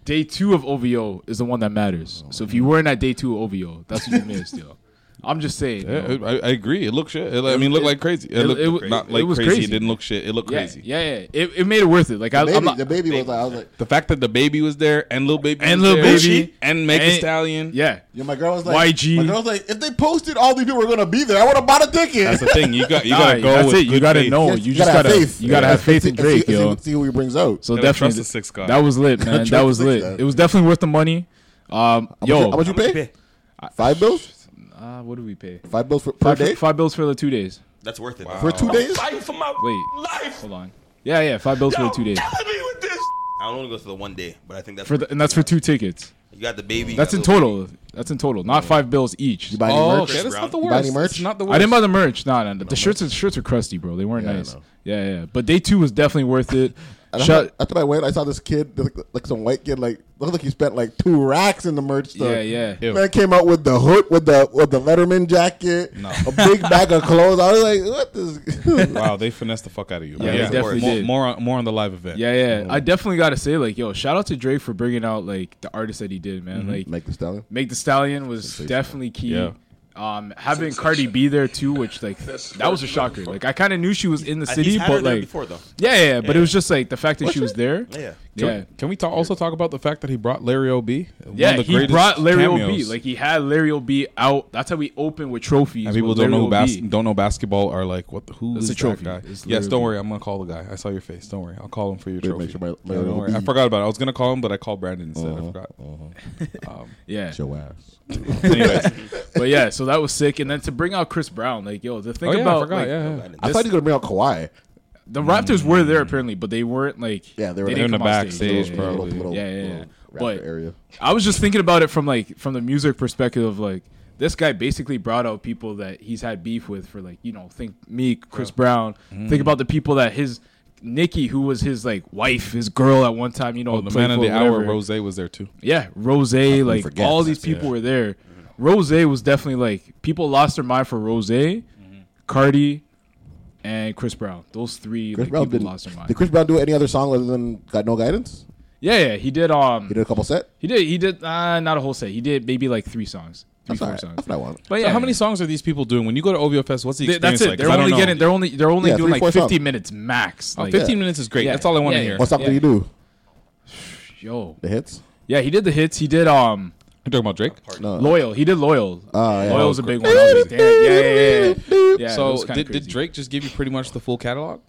A: day two of OVO is the one that
C: Oh,
A: matters. so if you weren't at day two of OVO, that's what you missed, yo. I'm just saying.
B: Yeah,
A: yo.
B: it- I, I agree. It looked shit. It- I mean, it looked like crazy. It, looked
A: w-
B: not
A: it
B: like
A: was
B: crazy.
A: crazy.
B: It didn't look shit. It looked
A: Yeah,
B: crazy.
A: Yeah, yeah. It, it made it worth it. Like I,
C: The
A: I'm
C: baby,
A: not,
C: the baby was like, I was like,
B: The fact that the baby was there and little baby
A: and
B: was
A: little
B: there,
A: baby
B: and Megan
A: and-
B: Stallion.
A: Yeah,
C: yeah, my girl was like,
A: YG.
C: My girl was like, if they posted all these people were gonna be there, I would have bought a ticket.
B: That's the thing. You got you
A: Nah,
B: gotta go.
A: that's
B: with
A: it. You
B: good
A: gotta
B: faith.
A: know. You just gotta- you gotta have faith in
C: And see-
A: Drake,
C: and see-
A: yo.
C: See what he brings out.
A: So
B: Yeah,
A: definitely,
B: trust the sixth guy.
A: That was lit, man.
C: Oh. Trust
A: that
C: the
A: was
C: sixth
A: lit.
C: guy.
A: It was definitely worth the money. Um,
C: How much
A: yo,
C: you- how much you pay? Five bills.
A: Uh, what do we pay?
C: Five bills for, per
A: Five,
C: day.
A: five bills for the two days.
G: That's worth it.
C: For two days?
A: Wait, hold on. Yeah, yeah, five bills for the two days
G: I don't want to go to the one day, but I think that's
A: for the, and that's for two tickets.
G: You got the baby, you
A: That's
G: got
A: in
G: the little
A: total. That's in total, not five bills each. You
C: buy
B: Oh, okay, that's not the
C: You buy
B: worst.
C: any merch?
B: It's not the worst.
A: I didn't buy the merch. Nah, nah, the shirts. Are, shirts are crusty, bro. They weren't
C: Yeah, I
A: nice.
C: know.
A: Yeah, yeah. But day two was definitely worth it.
C: And
A: Shut.
C: after, after I went, I saw this kid, like, like some white kid, like looked like he spent like two racks in the merch store.
A: Yeah, yeah. Ew.
C: Man came out with the hood, with the with the Letterman jacket, a big bag of clothes. I was like, what this?
B: Wow, they finessed the fuck out of you.
A: Yeah,
B: man.
A: they definitely
B: more,
A: did.
B: More on, more on the live event. Mm.
A: Yeah, yeah. I definitely gotta say, like, yo, shout out to Drake for bringing out like the artist that he did, man.
C: Mhm.
A: Like,
C: Make the Stallion?
A: Mm-hmm. Make the Stallion was definitely key.
B: Yeah.
A: Um, having Cardi B there too, which like that was a shocker. Like, I kind of knew she was in the
G: Uh, He's
A: city,
G: had her
A: but
G: there
A: like,
G: before, though.
A: yeah, yeah, yeah, But it
G: Yeah.
A: was just like the fact that
G: Was
A: she was
G: she?
A: there.
G: Yeah.
B: Can,
A: yeah.
B: can we talk, also talk about the fact that he brought Larry O.B.? One
A: Yeah,
B: of the
A: he
B: greatest
A: brought Larry O.B.
B: cameos.
A: Like he had Larry O.B. out. That's how we opened with trophies.
B: and people
A: with
B: don't know
A: Larry
B: who bas-
A: O.B..
B: don't know basketball are like what the, who
A: It's
B: is
A: a trophy.
B: that guy?
A: It's
B: yes, don't
A: literally-
B: worry. I'm gonna call the guy. I saw your face. Don't worry. I'll call him for your
C: Wait,
B: trophy.
C: make sure my-
B: Yeah,
C: my
B: don't
C: little
B: worry. I
C: bee.
B: forgot about. it. I was gonna call him, but I called Brandon instead.
C: Uh-huh,
B: I forgot. Um,
A: Yeah.
C: Your ass.
B: anyways,
A: but yeah, so that was sick. And then to bring out Chris Brown, like, yo, the thing
B: Oh, yeah, I
A: about
B: forgot.
A: like,
B: Yeah, yeah.
C: I thought he was gonna bring out Kawhi.
A: The Raptors were there apparently, but they weren't like
C: Yeah, they were
A: didn't
B: Mm. in the
A: come on
B: backstage,
A: stage.
B: probably.
A: Yeah,
C: Little-
A: yeah, yeah.
C: little Raptor
A: but
C: area.
A: I was just thinking about it from like from the music perspective of like this guy basically brought out people that he's had beef with for like you know think Meek, Chris Brown.
C: Mm-hmm.
A: Think about the people that his Nikki, who was his like wife, his girl at one time. You know,
B: oh, the
A: played
B: man of
A: for
B: the hour,
A: whatever.
B: Rose, was there too.
A: Yeah, Rose, like
C: forget. Mm-hmm.
A: all these people were there. Rose was definitely like people lost their mind for Rose,
C: Mm-hmm.
A: Cardi, and Chris Brown. Those three
C: Chris
A: like,
C: Brown
A: people
C: did.
A: lost their mind.
C: Did Chris Brown do any other song other than "Got No Guidance"?
A: Yeah, yeah, he did. Um,
C: He did a couple set.
A: he did. He did uh, not a whole set. He did maybe like three songs, three
C: That's
A: four
C: all right.
A: songs.
C: That's what I want.
A: But
B: So
A: yeah,
B: how many songs are these people doing when you go to OVO Fest? What's the
A: Th-
B: experience
A: that's it.
B: like? 'Cause
A: they're
B: I don't
A: only
B: know.
A: getting. They're only. They're only
C: Yeah,
A: doing
C: three,
A: like
C: four songs.
A: 15 minutes max.
B: Oh,
A: Like,
B: 15 minutes is great. That's all I want to
A: Yeah,
B: hear.
C: What song
A: Yeah.
C: did he do?
A: Yo,
C: The hits?
A: yeah, he did the hits. He did um
B: You talking about Drake?
C: No.
A: loyal. He did loyal.
C: Ah, yeah.
A: Loyal's a big one. I was like, damn, yeah, yeah, yeah, yeah. yeah that was
B: so
A: kinda
B: did, did
A: crazy.
B: Drake just give you pretty much the full catalog?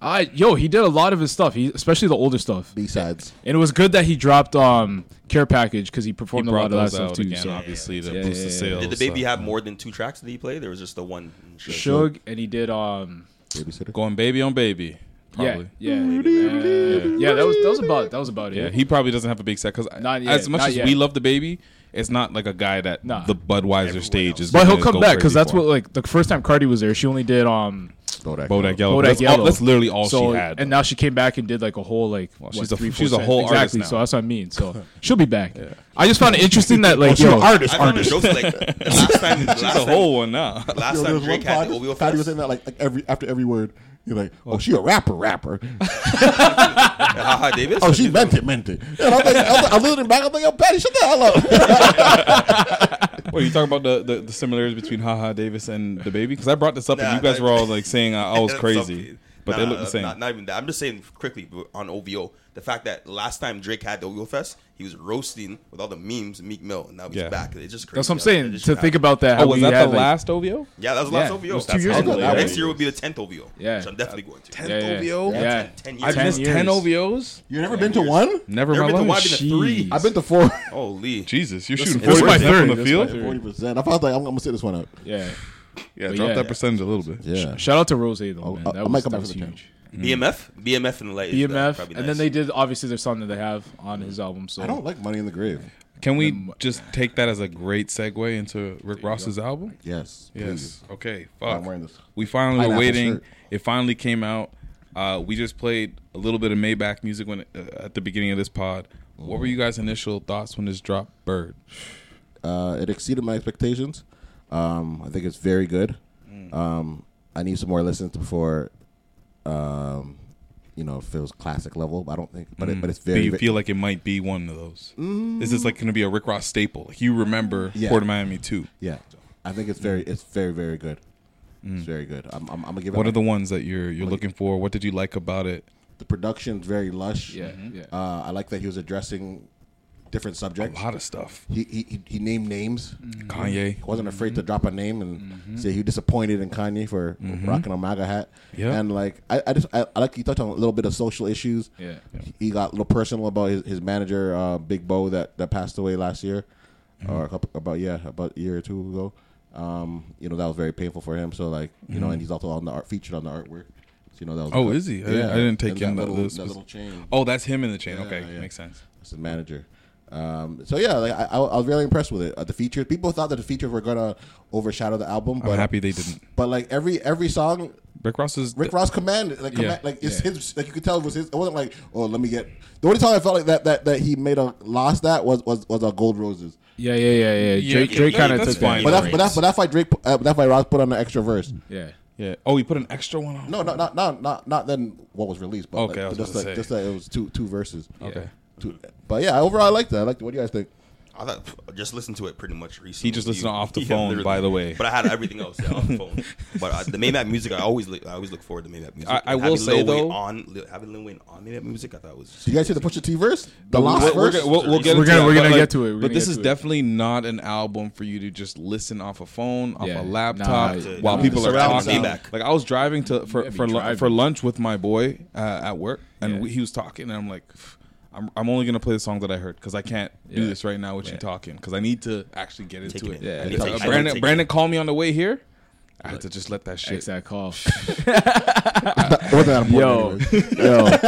A: Uh, yo, he did a lot of his stuff, he, especially the older stuff.
C: B sides.
A: And it was good that he dropped um Care Package because he performed
B: He
A: a lot
B: brought
A: of that
B: those
A: stuff
B: out
A: too.
B: again,
A: so.
B: obviously, to
A: Yeah,
B: boost the
A: yeah, yeah.
B: sales.
G: Did the baby
B: so-
G: have more than two tracks that he played? There was just the one.
A: Suge, and he did um
C: Babysitter.
B: going baby on baby? Probably.
A: yeah, yeah, uh, yeah. That was that was about that was about it.
B: Yeah, he probably doesn't have a big set because
A: Not yet,
B: as much
A: not
B: as
A: yet.
B: we love the baby, it's not like a guy that
A: Nah.
B: the Budweiser stage is.
A: But
B: gonna
A: he'll come
B: go
A: back
B: crazy
A: because that's
B: for.
A: what like the first time Cardi was there, she only did um
C: Bodak.
B: Bodak Yellow.
A: Bodak
B: that's, all-
A: Yellow.
B: that's literally all
A: So-
B: she had.
A: and now she came back and did like a whole like what,
B: she's a-
A: three,
B: she's
A: four
B: a whole
A: cents?
B: artist
A: exactly.
B: now.
A: So that's what I mean. So she'll be back. I just found it interesting that like
C: she's
A: yo,
C: an artist,
G: I found the jokes like the last time. The
B: She's
G: last
B: a
G: time,
B: whole one now.
G: Last
C: Yo,
G: time
C: there's
G: Drake
C: one
G: had the
C: pod-
G: OVO
C: Patty was
G: Fest.
C: saying that like, like every after every word. You're like, oh, she a rapper, rapper.
G: Haha Davis.
C: oh, she meant it, meant it. And I'm like, I'm, I'm listening back. I'm like, yo, Patty, shut the hell up.
B: Wait, you talk about the, the, the similarities between Haha Davis and the baby? Because I brought this up and you guys were all like saying I, I was crazy, but they look the same.
G: Not, not even that. I'm just saying quickly but on OVO. The fact that last time Drake had the OVO Fest, he was roasting with all the memes Meek Mill, and now he's
B: Yeah.
G: back. It's just crazy.
A: That's what I'm
G: how
A: saying.
G: it
A: To
G: just
A: think
G: happened.
A: about that.
B: Oh,
A: how
B: was
A: we
B: that
A: had,
B: the
A: like-
B: last OVO?
G: Yeah, that was last
A: Yeah,
G: OVO.
A: it was two
G: That's
A: years
G: how-
A: ago.
G: Next
A: That was-
G: year will be the 10th OVO.
A: Yeah.
G: So I'm definitely going to.
A: Yeah, yeah,
G: Yeah.
A: Yeah.
G: Ten- ten years.
A: I've missed ten OVOs.
C: You've never been to one?
B: Never,
G: Never
B: in
G: been to
B: my
G: one,
B: life.
G: been to three.
A: Jeez.
C: I've been to four.
G: Holy.
B: Jesus, you're shooting
A: This is
B: forty
A: my
B: percent from
A: third.
B: the
A: This is my
B: field.
A: third.
C: 40%. I thought like, I'm, I'm going to sit this one out.
A: Yeah.
B: Yeah,
A: But
B: drop
A: yeah.
B: that percentage a little bit.
C: Yeah.
A: Shout out to Rose though. Man.
C: I'll-
A: That
C: I might
A: was,
C: come
A: that
C: back
A: was
C: for the
A: huge.
G: BMF? BMF and Light. is, uh,
A: BMF,
G: probably
A: E and
G: nice.
A: then they did obviously their song that they have on his album. So
C: I don't like Money in the Grave.
B: Can we just take that as a great segue into Rick Ross's album?
C: Yes.
B: Yes. Okay.
C: I'm
B: Fuck.
C: wearing this.
B: We finally were
C: Pineapple
B: waiting.
C: shirt.
B: It finally came out. Uh, we just played a little bit of Maybach music when uh, at the beginning of this pod. What were you guys' initial thoughts when this dropped? Bird.
C: Uh, it exceeded my expectations. Um, I think it's very good.
B: Mm.
C: Um, I need some more listens before, um, you know, it feels classic level. I don't think, but it, but it's
B: Do
C: very.
B: Mm. you feel like it might be one of those? Is this like going to be a Rick Ross staple? Like you remember
C: Yeah.
B: Port of Miami too?
C: yeah, I think it's very, it's very, very good. It's very good. I'm, I'm, I'm gonna give it.
B: What are
C: like,
B: the ones that you're you're looking for? What did you like about it?
C: the production's very lush.
A: Yeah, yeah.
C: Uh, I like that he was addressing different
B: A
C: subjects.
B: lot of stuff.
C: He he, he, he named names.
B: Kanye.
C: He wasn't afraid to drop a name and say he disappointed in Kanye for rocking a MAGA hat.
B: Mm-hmm. Yeah.
C: And like I, I just I, I like you touched on a little bit of social issues.
A: Yeah.
C: He got a little personal about his, his manager, uh, Big Bo that, that passed away last year.
B: Mm-hmm.
C: Or a couple about yeah, about a year or two ago. Um, you know, that was very painful for him. So like, you know, and he's also on the art featured on the artwork. So, you know that was
B: Mm-hmm. Oh, is he? I, I didn't take
C: And
B: him
C: that
B: that
C: little,
B: list.
C: that little chain.
B: Oh, that's him in the chain. okay,
C: yeah.
B: makes sense.
C: as the manager. Um, so yeah, like, I, I was really impressed with it. Uh, the features, people thought that the features were gonna overshadow the album, but
B: I'm happy they didn't.
C: But like every every song,
B: Rick Ross is
C: Rick Ross commanded, like, command,
B: Yeah.
C: like it's
A: Yeah.
C: his, like you could tell it was his. It wasn't like oh let me get. The only time I felt like that that that he made a lost that was was was a Gold Roses.
A: Yeah, yeah, yeah, yeah. Drake,
B: yeah,
A: Drake
B: yeah,
A: kind of
B: that's
A: took that.
B: fine.
C: But that's but that's but that's why Drake pu- uh, that's why Ross put on an extra verse.
A: yeah,
B: Yeah. Oh, he put an extra one on.
C: No, no, not not not not then what was released, but
B: Okay, I
C: like,
B: was
C: just
B: about
C: like
B: to say.
C: just like it was two two verses.
B: Okay.
C: Two, but yeah, overall I liked that. I liked. it. What do you guys think?
G: I thought, pff, just listened to it pretty much recently.
B: He just listened
G: You-
B: off the
G: Yeah,
B: phone,
G: literally.
B: by the way.
G: But I had everything else yeah, on the phone. But uh, the Maybach music, I always, look I always look forward to Maybach music.
B: I- I
G: And
B: will
G: having
B: say,
G: Lil Wayne
B: though-
G: on Lil- having Lil Wayne on Maybach music, I thought was.
C: Do you guys hear the Pusha T verse? The last
B: We're, we're
C: verse.
B: gonna, we'll, we'll get
A: We're
B: into
A: gonna-
B: that,
A: we're
B: but,
A: gonna
B: like,
A: get to it. We're
B: but
A: gonna
B: this
A: get
B: is
A: to it.
B: definitely not an album for you to just listen off a phone, off
A: Yeah.
B: a laptop,
A: Nah,
B: while
A: nah.
B: people are
G: Surround
B: talking.
G: sound.
B: Like I was driving to for
A: be
B: for, lu-
A: driving.
B: for lunch with my boy uh, at work, and
A: Yeah.
B: we, he was talking, and I'm like, I'm, I'm only gonna play the song that I heard because I can't do
A: Yeah.
B: this right now with you talking because I need to actually get into
G: Take
B: it.
G: it in. Yeah. I need
B: It's
G: to
B: like,
G: take- I need to
B: Brandon,
G: take
B: Brandon called me on the way here. I had to just let that shit.
A: takes that call.
C: It wasn't that important
A: Yo.
C: anyways.
A: Yo,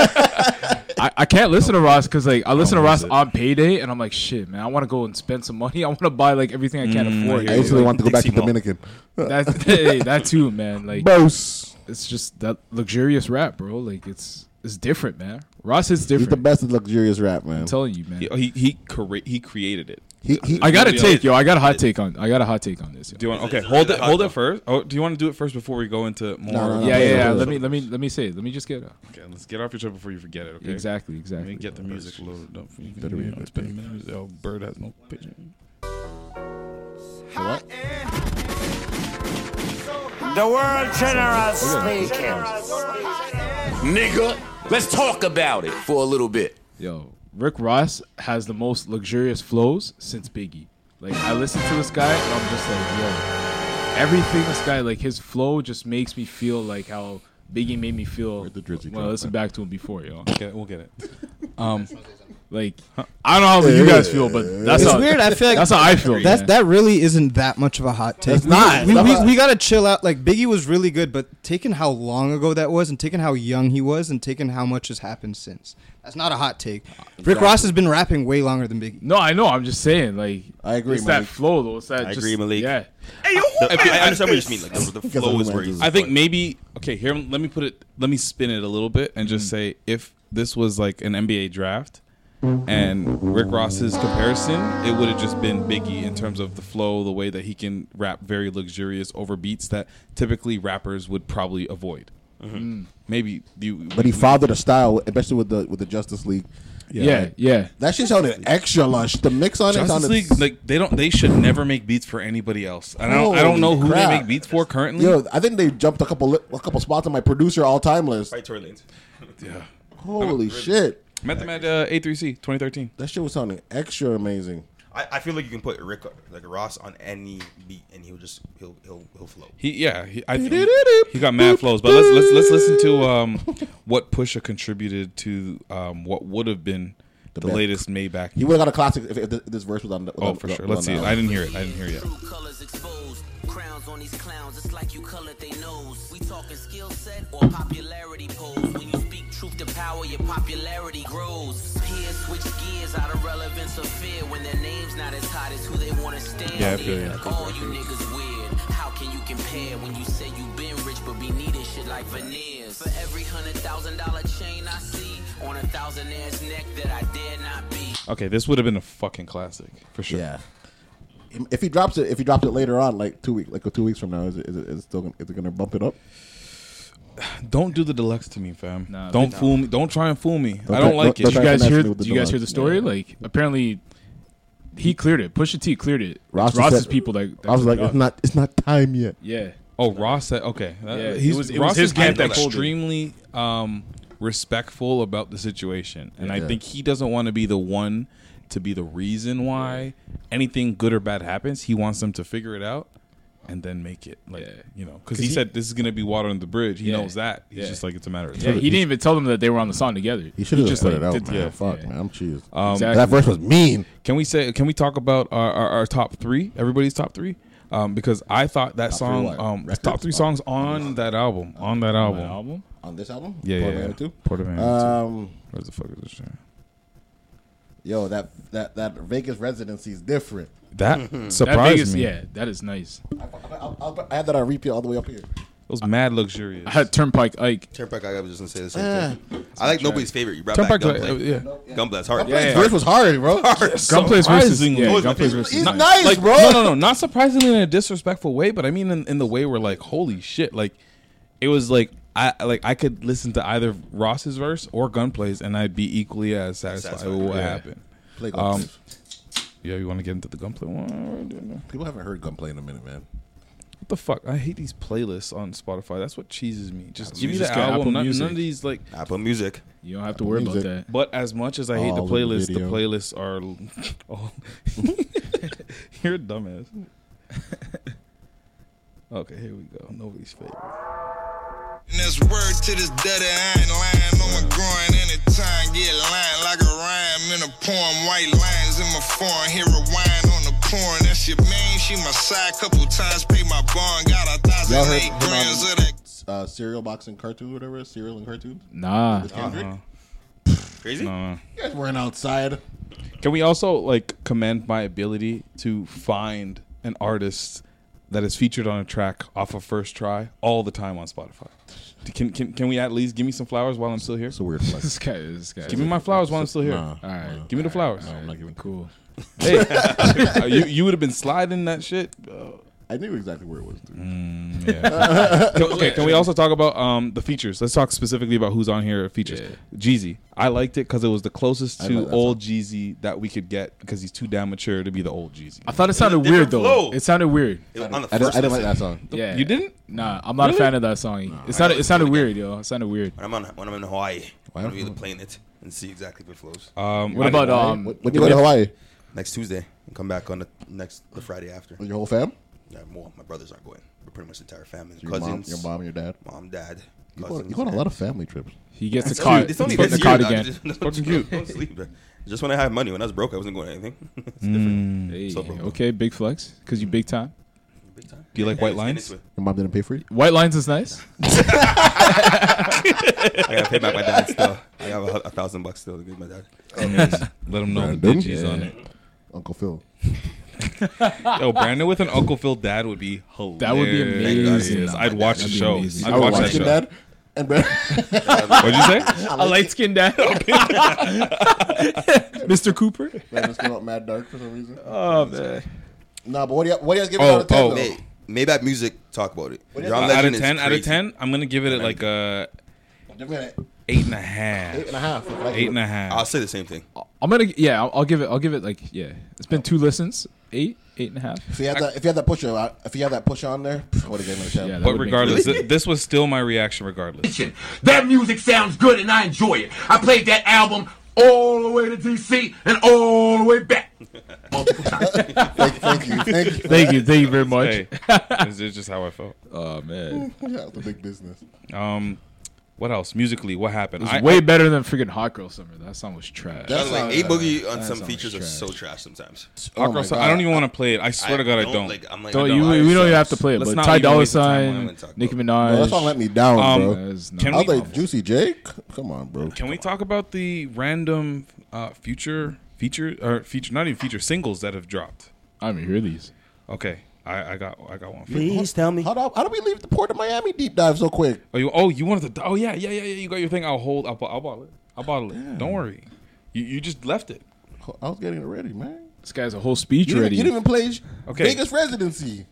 A: I, I can't listen to Ross because like I listen to Ross on payday, and I'm like, shit, man, I want to go and spend some money. I want to buy like everything I can
B: Mm,
A: afford.
C: I instantly
A: Like,
C: want to go back to
G: Dixie Mall.
C: Dominican.
A: that's hey, that too, man. Like
C: Boss.
A: it's just that luxurious rap, bro. Like it's it's different, man. Ross is
C: He's
A: different.
C: the best at luxurious rap, man.
A: I'm telling you, man.
B: He he he, crea- he created it.
C: He, he,
A: I got a
B: Yo.
A: take, yo. I got a hot take on. I got a hot take on this. Yo.
B: Do you want?
G: Is it-
B: Okay,
G: is it
B: hold
G: a
B: it.
G: hot
B: Hold it
G: dog?
B: first. Oh, do you want to do it first before we go into more?
C: no, no.
A: Yeah, yeah, yeah.
C: Yeah.
A: Let me, let me, let me say. it. Let me just get it.
B: Okay, let's get off your trip before you forget it. Okay.
A: Exactly,
B: Let me
A: exactly.
B: get the music loaded up. for you. You know, It's been a minute. Oh, bird has no picture.
F: The world generous speaking.
K: Nigga, let's talk about it for a little bit.
A: Yo, Rick Ross has the most luxurious flows since Biggie. Like I listen to this guy and I'm just like, yo, everything this guy like his flow just makes me feel like how Biggie made me feel
C: the Drizzy
A: when I
C: drop
A: listened back to him before, yo.
B: Get it, we'll get it. Um,
A: Like I don't know how you guys feel, but that's
I: It's
A: how
I: weird. I feel like
A: that's how I feel.
I: That's
A: man.
I: that really isn't that much of a hot take.
C: That's not.
I: We, we,
C: That's not.
I: we gotta chill out. Like Biggie was really good, but taking how long ago that was, and taking how young he was, and taking how much has happened since, that's not a hot take. Rick Ross has been rapping way longer than Biggie.
A: No, I know. I'm just saying. Like
C: I agree,
A: It's that
C: Malik.
A: flow though. It's that.
G: I
A: just,
G: agree, Malik.
A: Yeah.
G: The- I, I understand what you just mean. Like the, the flow is where he's.
B: I think maybe okay. Here, let me put it. Let me spin it a little bit and
G: Mm-hmm.
B: just say if this was like an NBA draft and Rick Ross's comparison, it would have just been Biggie in terms of the flow, the way that he can rap very luxurious over beats that typically rappers would probably
G: Mm-hmm.
B: avoid. Mm. Maybe you,
C: but he fathered a style, especially with the with the Justice League.
A: Yeah, yeah.
C: That shit sounded extra lush. The mix on it
B: Justice
C: sounded
B: League, like they don't, they should never make beats for anybody else. And I don't, I don't know
C: Holy
B: who
C: crap.
B: they make beats for currently.
C: Yo, I think they jumped a couple li- a couple spots on my producer all time list.
G: Right, Tory Lanez.
B: yeah.
C: Holy shit.
B: Met them at uh, A3C 2013.
C: That shit was sounding extra amazing.
G: I, I feel like you can put Rick like Ross on any beat and he'll just he'll he'll he'll flow.
B: He yeah, he, I think he got mad flows. But let's let's let's listen to um what Pusha contributed to um what would have been the,
C: best.
B: latest Maybach.
C: He would have got a classic if, if this verse was on. The,
B: Oh, for sure. Let's see. it. I didn't hear it. I didn't hear it yet.
L: colors exposed. Crowns on these clowns, it's like you colored they nose. We talking skill set or popularity pose. When you speak truth to power, your popularity grows. Peers switch gears out of relevance or fear when their name's not as hot as who they want to stand.
B: Yeah, I feel
L: near.
B: you.
L: All you niggas weird. How can you compare when you say you been rich but be needing shit like veneers? For every hundred thousand dollar chain I see on a thousandaires neck that I dare not be.
B: Okay, this would have been a fucking classic for sure.
C: Yeah. If he drops it, if he drops it later on, like two week, like two weeks from now, is it, is it, is it still gonna, is it gonna bump it up?
B: Don't do the deluxe to me, fam.
A: Nah,
B: don't
A: they-
B: fool me. Don't try and fool me.
A: Don't
B: I don't
A: try-
B: like
A: don't-
B: it.
A: Did you guys hear? Did you guys hear the story? Like apparently, he cleared it. Pusha T cleared it. Ross
C: said-
A: Ross's people that. that
C: I was
A: took
C: like,
A: it
C: it's
A: off.
C: not, it's not time yet.
A: Yeah.
B: Oh, Ross said okay. Uh,
A: Yeah,
B: he's,
A: it was- it was
B: Ross
A: his
B: is
A: camp
B: being
A: that pulled it.
B: extremely um, respectful about the situation, and I
A: Yeah.
B: think he doesn't want to be the one to be the reason why anything good or bad happens. He wants them to figure it out and then make it. Like you know, because
A: 'Cause
B: he,
A: he-
B: said this is going to be water on the bridge. He
A: Yeah.
B: knows that. He's
A: Yeah.
B: just like it's a matter of
A: Yeah,
B: time.
A: he didn't even tell them that they were on the song together.
C: He should have just
A: just
C: put
A: like,
C: it out,
A: did-
C: man.
A: yeah.
C: Fuck, man, I'm cheese.
B: Um,
A: Exactly.
C: That verse was mean.
B: Can we say? Can we talk about our, our, our top three? Everybody's top three. Um, because I thought that
C: Top three
B: song,
C: what?
B: um,
C: Records?
B: top three songs on that album, on
A: Oh
B: that album,
A: album,
C: on this album.
B: yeah,
C: Portland
B: yeah, yeah.
C: Avenue Two?
B: Port of Man.
C: Um,
B: Where's the fuck is this? shit?
C: Yo, that that that Vegas residency is different.
B: That surprised
A: Vegas-
B: me.
A: Yeah, that is nice.
C: I, I had that on repeat all the way up here.
B: It was mad luxurious.
A: I had Turnpike Ike. Uh,
G: Turnpike Ike, I was just gonna say the same
C: Ah.
G: thing. I like nobody's favorite. You brought
B: Turnpike
G: back
B: Ike,
G: Gunplay.
B: uh,
G: yeah. Gunplay's hard.
C: Gunplay's verse was hard, bro.
B: Gunplay's versus- yeah,
G: Always my
B: Gunplay's
G: favorite.
B: versus-
C: He's
B: not-
C: nice,
B: like,
C: bro.
B: No, no, no. Not surprisingly in a disrespectful way, but I mean in, in the way where like, holy shit, like it was like I like I could listen to either Ross's verse or Gunplay's and I'd be equally as satisfied,
G: Satisfied,
B: with what
G: yeah.
B: happened.
C: Play
B: um,
C: Gunplay's.
B: yeah, you want to get into the Gunplay one?
C: People haven't heard Gunplay in a minute, man.
B: What the fuck? I hate these playlists on Spotify. That's what cheeses me. Just
A: Apple
B: give me
A: Music,
B: the
A: get Apple
B: album. None,
A: Music.
B: none of these like
G: Apple Music.
A: You don't have to worry about that.
B: But as much as I hate
C: All
B: the
C: of the
B: playlists, the,
C: video.
B: playlists are. Oh. You're a dumbass. okay, here we go. Nobody's favorite.
D: And that's word to this daddy, I ain't lying on my groin anytime. Get lying like a rhyme in a poem. White lines in my form. Here a wine on the porn. That's your main. She my side. Couple times pay my bond. Got a
C: Y'all
D: thousand
C: heard
D: eight
C: him
D: grams
C: on
D: of that.
C: uh, cereal box and cartoon, whatever. Cereal and cartoons.
A: Nah.
C: With Kendrick.
G: Crazy.
B: Uh,
C: You guys weren't outside.
B: can we also like commend my ability to find an artist that is featured on a track off of first try all the time on Spotify? Can can, can we at least give me some flowers while I'm still here?
C: It's a weird flex.
A: This guy, this guy.
B: Give me my flowers while I'm still here.
C: Nah.
A: All right.
B: Give me the flowers.
A: I'm not giving cool.
B: Hey, you you would have been sliding that shit. uh,
C: I knew exactly where it was. Dude. Mm.
B: Can- okay, can we also talk about um, the features? Let's talk specifically about who's on here. Features, Jeezy. I liked it because it was the closest
C: I
B: to
C: like that
B: old Jeezy that we could get because he's too damn mature to be the old Jeezy.
A: I thought it sounded
G: different
A: weird though.
G: flow.
A: It sounded weird.
G: It was on the
C: I didn't,
G: first
C: I didn't like
G: listen.
C: that song.
A: Yeah.
B: You didn't?
A: Nah, I'm not a fan of that song. it sounded it sounded weird, yo. It sounded weird.
G: When I'm on when I'm in Hawaii,
C: Why
G: I'm
C: don't
G: really
C: you-
G: playing it and see exactly what flows.
B: Um,
A: What
B: I
A: about
B: didn't-
A: um?
C: When when you go to Hawaii,
G: Next Tuesday and come back on the next the Friday after.
C: with your whole fam,
G: Yeah, well, my brothers aren't going. We're pretty much the entire family.
C: your mom,
G: cousins,
C: your mom, and your dad.
G: mom, dad.
C: You go,
G: cousins,
C: you go on a lot of family trips.
A: He gets the
G: It's
A: card.
G: only- It's only
A: He's putting
G: this
A: the card
G: year,
A: again.
G: dog. Just- don't- don't sleep, bro. Just when I had money, when I was broke, I wasn't going to anything. it's
C: Mm.
B: Mm.
G: different.
A: Hey,
G: So, bro.
A: okay, big flex, cause you big time.
G: Big time.
B: Do you like
G: And
B: white
G: it's- and it's
B: lines?
G: with-
C: Your mom didn't pay for you.
A: White lines is nice.
G: I gotta pay back my dad still. I have a, hu- a thousand bucks still to give my dad.
B: Let him know the
C: Brandon?
B: Digis on it.
C: Uncle Phil.
B: Yo, Brandon with an Uncle Phil dad would be hilarious.
A: That would be amazing.
B: I'd watch the
A: That'd be
B: show.
A: amazing.
B: I'd
A: I would
B: watch
A: watch
B: that
A: it,
B: show.
C: your dad. And then
B: What'd you say?
A: A light skinned dad, Mr. Cooper.
C: man, this came out mad dark for some reason.
A: Oh man,
C: Nah, but what do you what do you guys give it
B: Oh,
C: out of ten?
B: oh.
C: though?
G: Hey, maybe at music, talk about it.
C: is
G: John
B: out
G: Legend
B: of
G: is
B: ten, out of
G: crazy.
B: ten, I'm gonna give it like a
C: Give me an
B: eight and a half.
C: Eight and a half.
B: Eight and a half.
G: I'll say the same thing.
A: I'm gonna yeah. I'll, I'll give it. I'll give it like yeah. It's been two listens. Eight, eight and a half.
C: If you had that, if you had that push, uh, if you had that push on there, I would have given it a ten.
B: but regardless, th- this was still my reaction. Regardless,
M: That music sounds good and I enjoy it. I played that album all the way to DC and all the way back. Multiple times.
C: thank you, thank you,
A: Thank you, thank you very much.
B: Hey, this is just how I felt. Oh man,
C: yeah, the big business.
B: Um, what else musically? What happened?
A: It was
B: I-
A: way
B: I-
A: better than freaking Hot Girl Summer. That song was trash.
G: That was like A Boogie on
A: That
G: some
A: song
G: features
A: was
G: are
A: trash.
G: so trash sometimes.
B: Hot
C: Oh
B: Girl Summer- I don't even want to play it. I swear to God, I don't.
G: Like, I'm like,
A: Don't
G: I
A: you?
G: I-
A: We don't even
G: so-
A: have to play it.
B: Let's
A: But
B: not
A: Ty
B: even
A: Dolla
B: waste the time on
A: Sign, Nicki Minaj.
C: No, that song let me down,
B: Um,
C: bro.
B: can
C: I
B: we-
C: like Juicy Jake. Come on, bro.
B: Can we talk about the random uh, future feature or feature? Not even feature singles that have dropped.
A: I haven't heard these.
B: Okay, I, I got I got one. For you.
C: Please tell me. How, do- how do we leave the port of Miami deep dive so quick?
B: Oh, you, oh, you wanted to? Oh, yeah, yeah, yeah, yeah. You got your thing. I'll hold. I'll, bo- I'll bottle it. I'll bottle it. Don't worry. You, you just left it.
C: I was getting it ready, man.
A: This guy has a whole speech
C: You didn't,
A: ready.
C: you didn't even play
B: Okay.
C: Vegas residency.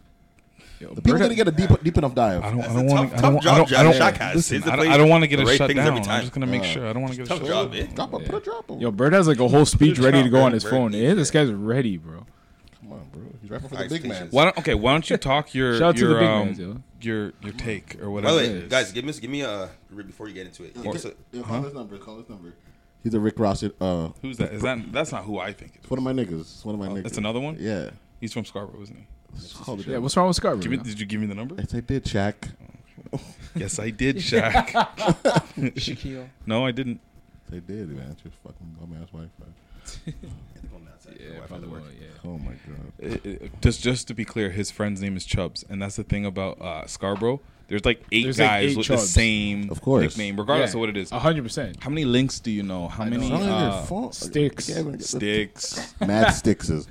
C: the people didn't get a deep, deep enough dive. I
B: don't, I don't want. I don't. I don't. I don't, listen, I don't, I don't want to get
A: the
B: it
A: right
B: shut
A: things every
B: down. I'm
A: time.
B: just gonna make sure. I don't want to get it shut down.
C: Drop a, put a drop
A: Yo, Bird has like a whole speech
B: Good
A: ready
B: job,
A: to go on
B: Bird.
A: his
B: Bird
A: phone. Yeah, this guy's ready, bro.
C: Come on, bro. He's rapping for the
G: Ice
C: big
G: Stations.
C: man.
B: Why don't, okay, why don't you talk your
A: Shout out to the
B: your
A: big
B: um,
A: guys, yo.
B: your your take or
G: By
B: whatever?
G: the
B: it
G: way,
B: is.
G: guys, give me give me a before you get into it. give us a-
C: Yo, call this number. Call this number. He's a Rick Ross. Uh,
B: Who's that? Is that that's not who I think it is.
C: It's one of my niggas. It's one of my niggas.
B: That's another one.
C: Yeah.
B: he's from Scarborough, isn't he?
C: Yeah,
A: what's wrong with Scarborough?
B: Give me, did you give me the number?
C: Yes, I did, Shaq.
B: Yes, I did, Shaq.
C: Shaquille.
B: No, I didn't.
C: They did, man. It's your fucking bum ass wife. man.
G: Yeah,
C: Oh my god.
B: It- it- Uh, just just to be clear, his friend's name is Chubbs, and that's the thing about uh, Scarborough. There's like eight
A: There's like
B: guys
A: eight
B: with the
A: Chubbs.
B: same
A: Of course.
B: nickname, regardless
A: Yeah,
B: of what it is.
A: 100%.
B: How many links do you know? How
A: I
B: many
A: know. It's not even
B: uh,
A: fault. Sticks. Yeah, but-
B: Sticks.
C: Mad sticks is.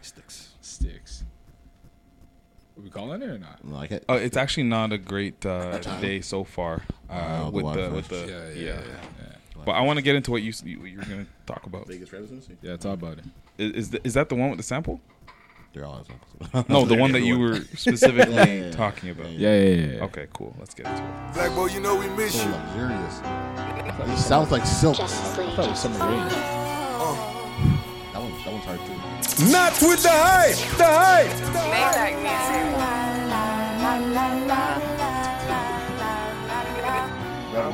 A: Sticks. Sticks. Are we calling it or not?
C: Like it.
B: Uh, it's actually not a great uh, day so far uh,
C: Wow, the
B: with the,
C: Wi-Fi.
B: with the
A: Yeah,
B: yeah.
A: yeah,
B: But I want to get into what you s- you- what you're going to talk about. Vegas
C: residency.
A: Yeah, talk about it.
B: Is is, th- is that the one with the sample?
C: They're all
B: no, the one that you were specifically
A: Yeah, yeah, yeah.
B: talking about.
A: Yeah, yeah, yeah, yeah.
B: Okay, cool. Let's get into it.
E: Black boy, Oh, you know we miss
C: So
E: you.
C: luxurious. It sounds like silk.
A: I thought it was summer rain.
C: That one, that one's hard too.
E: Oh. Not with the hype. The hype.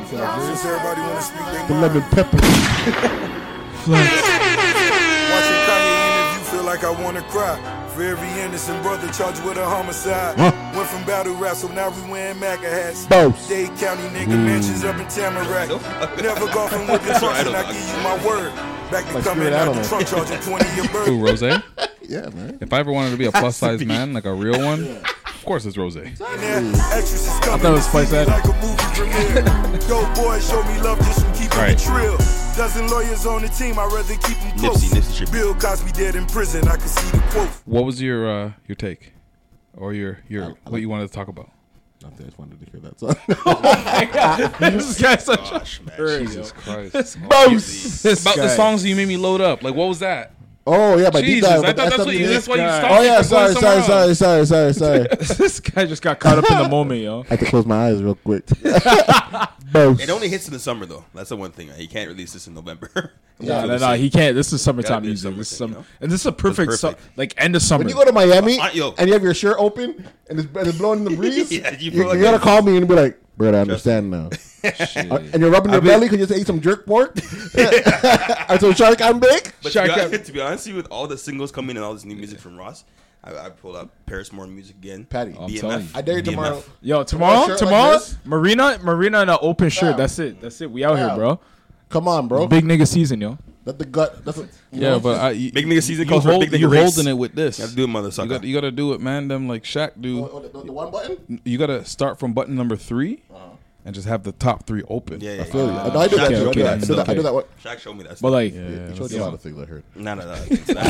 E: Since everybody want to speak their mind.
C: Lemon pepper.
E: Watching Kanye interview feel like I want to cry. For every innocent brother charged with a homicide.
C: Huh.
E: Went from battle rap, so now we wearing MAGA hats.
C: Both.
E: Dade County nigga mansions up in Tamarack. Never golfing with the
B: That's
E: trunks,
B: right,
E: and I
B: dog.
E: give you my word. Back to
B: Like
E: coming
B: Spirit
E: out the
B: Animal.
E: trunk charging 20 your bird.
B: Who, Rose?
C: yeah, man.
B: If I ever wanted to be a plus size man, like a real one, of course it's Rose.
E: Actresses
A: I
E: coming
A: thought it was Spice Adams.
E: like a movie premiere. Dope boys show me love just from keeping
B: Right.
E: it trill. Dozen lawyers on the team, I'd rather keep them close.
B: Nipsey, Nipsey Tripp.
E: Bill Cosby dead in prison, I can see the quote.
B: What was your uh, your take, or your your what you wanted to talk about?
C: Nothing. I just wanted to hear that song.
A: this guy's such
G: Gosh,
A: a
G: man.
A: bird,
B: Jesus
A: yo.
B: Christ!
A: This
B: About
A: mouse. This
B: the
A: guy.
B: songs that you made me load up. Like what was that?
C: Oh yeah, but deep
B: Jesus,
C: dive.
B: I
C: but
B: thought that's what you.
C: SWV.
B: That's why you
A: guy.
B: stopped.
C: Oh
B: me
C: yeah,
B: from
C: sorry,
B: going somewhere
C: sorry, sorry, sorry, sorry, sorry.
A: this guy just got caught up in the moment, yo.
C: I had to close my eyes real quick. Both.
G: It only hits in the summer though. That's the one thing. He can't release this in November.
A: Yeah, no, no, he can't. This is summertime
G: do
A: music. This is summer, and this is a perfect, su-
G: perfect.
A: like end of summer.
C: When you go to Miami
G: Uh, yo.
C: and you have your shirt open and it's, and it's blowing in the breeze,
G: Yeah,
C: you,
G: you feel
C: you
G: like
C: gotta
G: that.
C: call me and be like, "Bro, I understand now." Uh, and you're rubbing your belly because you just ate some jerk pork. I told Shark I'm big.
G: But to
C: Shark,
G: be,
C: I'm-
G: honest, to be honest with you, with all the singles coming and all this new music from Ross, I, I pulled up Paris Moore music again.
C: Patty,
A: I'm telling you.
C: I dare you tomorrow.
A: Yo,
C: Tomorrow,
A: tomorrow,
C: shirt
A: tomorrow,
C: like this?
A: Marina, Marina in an open shirt. That's it. That's it. We out
C: Yeah.
A: here, bro.
C: Come on, bro.
A: Big nigga season, yo.
C: Let the gut. That's what, you
B: Yeah,
C: know,
B: but I, you,
G: Big nigga season
B: you
G: comes for a
B: hold-
G: big nigga
B: you
G: race.
B: holding it with this.
G: You gotta do it, mother
B: You
G: sucker.
B: got, you got to do it, man. Them like Shaq do.
C: Oh, the, the- the one button.
B: You got to start from button number 3 and just have the top three open.
G: Yeah, yeah,
B: I
G: feel
C: yeah. you. Uh, no, I do that too. I do that. I do that- I do that one.
G: Shaq showed me that.
A: But like,
C: he showed you a lot of things I heard.
G: No, no, no. It's not-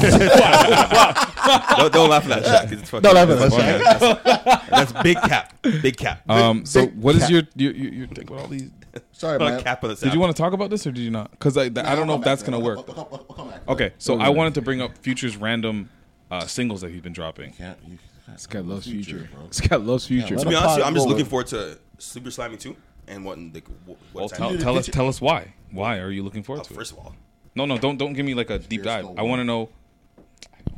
G: don't, don't laugh at that, Shaq. It's fucking,
C: Don't laugh at
G: that's
C: that,
G: fucking- That's, that's big cap. Big cap.
B: Um. So,
C: big
B: what is
C: cat.
B: your your your, your take with all these?
C: Sorry,
G: Put a
C: man.
G: cap on the
B: Did you want to talk about this or did you not? Because I, I don't know if that's gonna work. Okay, so I wanted to bring up Future's random uh, singles that he's been dropping.
C: Can't you?
A: this guy loves future. This guy loves future.
G: To be honest, with you, I'm just looking forward to Super Slimy 2. and what? and, Like, wh- what
B: Well,
G: time
B: tell,
G: period?
B: tell us tell us why. Why are you looking forward to it?
G: first of all.
B: no, no, don't don't give me like a deep dive. I want to know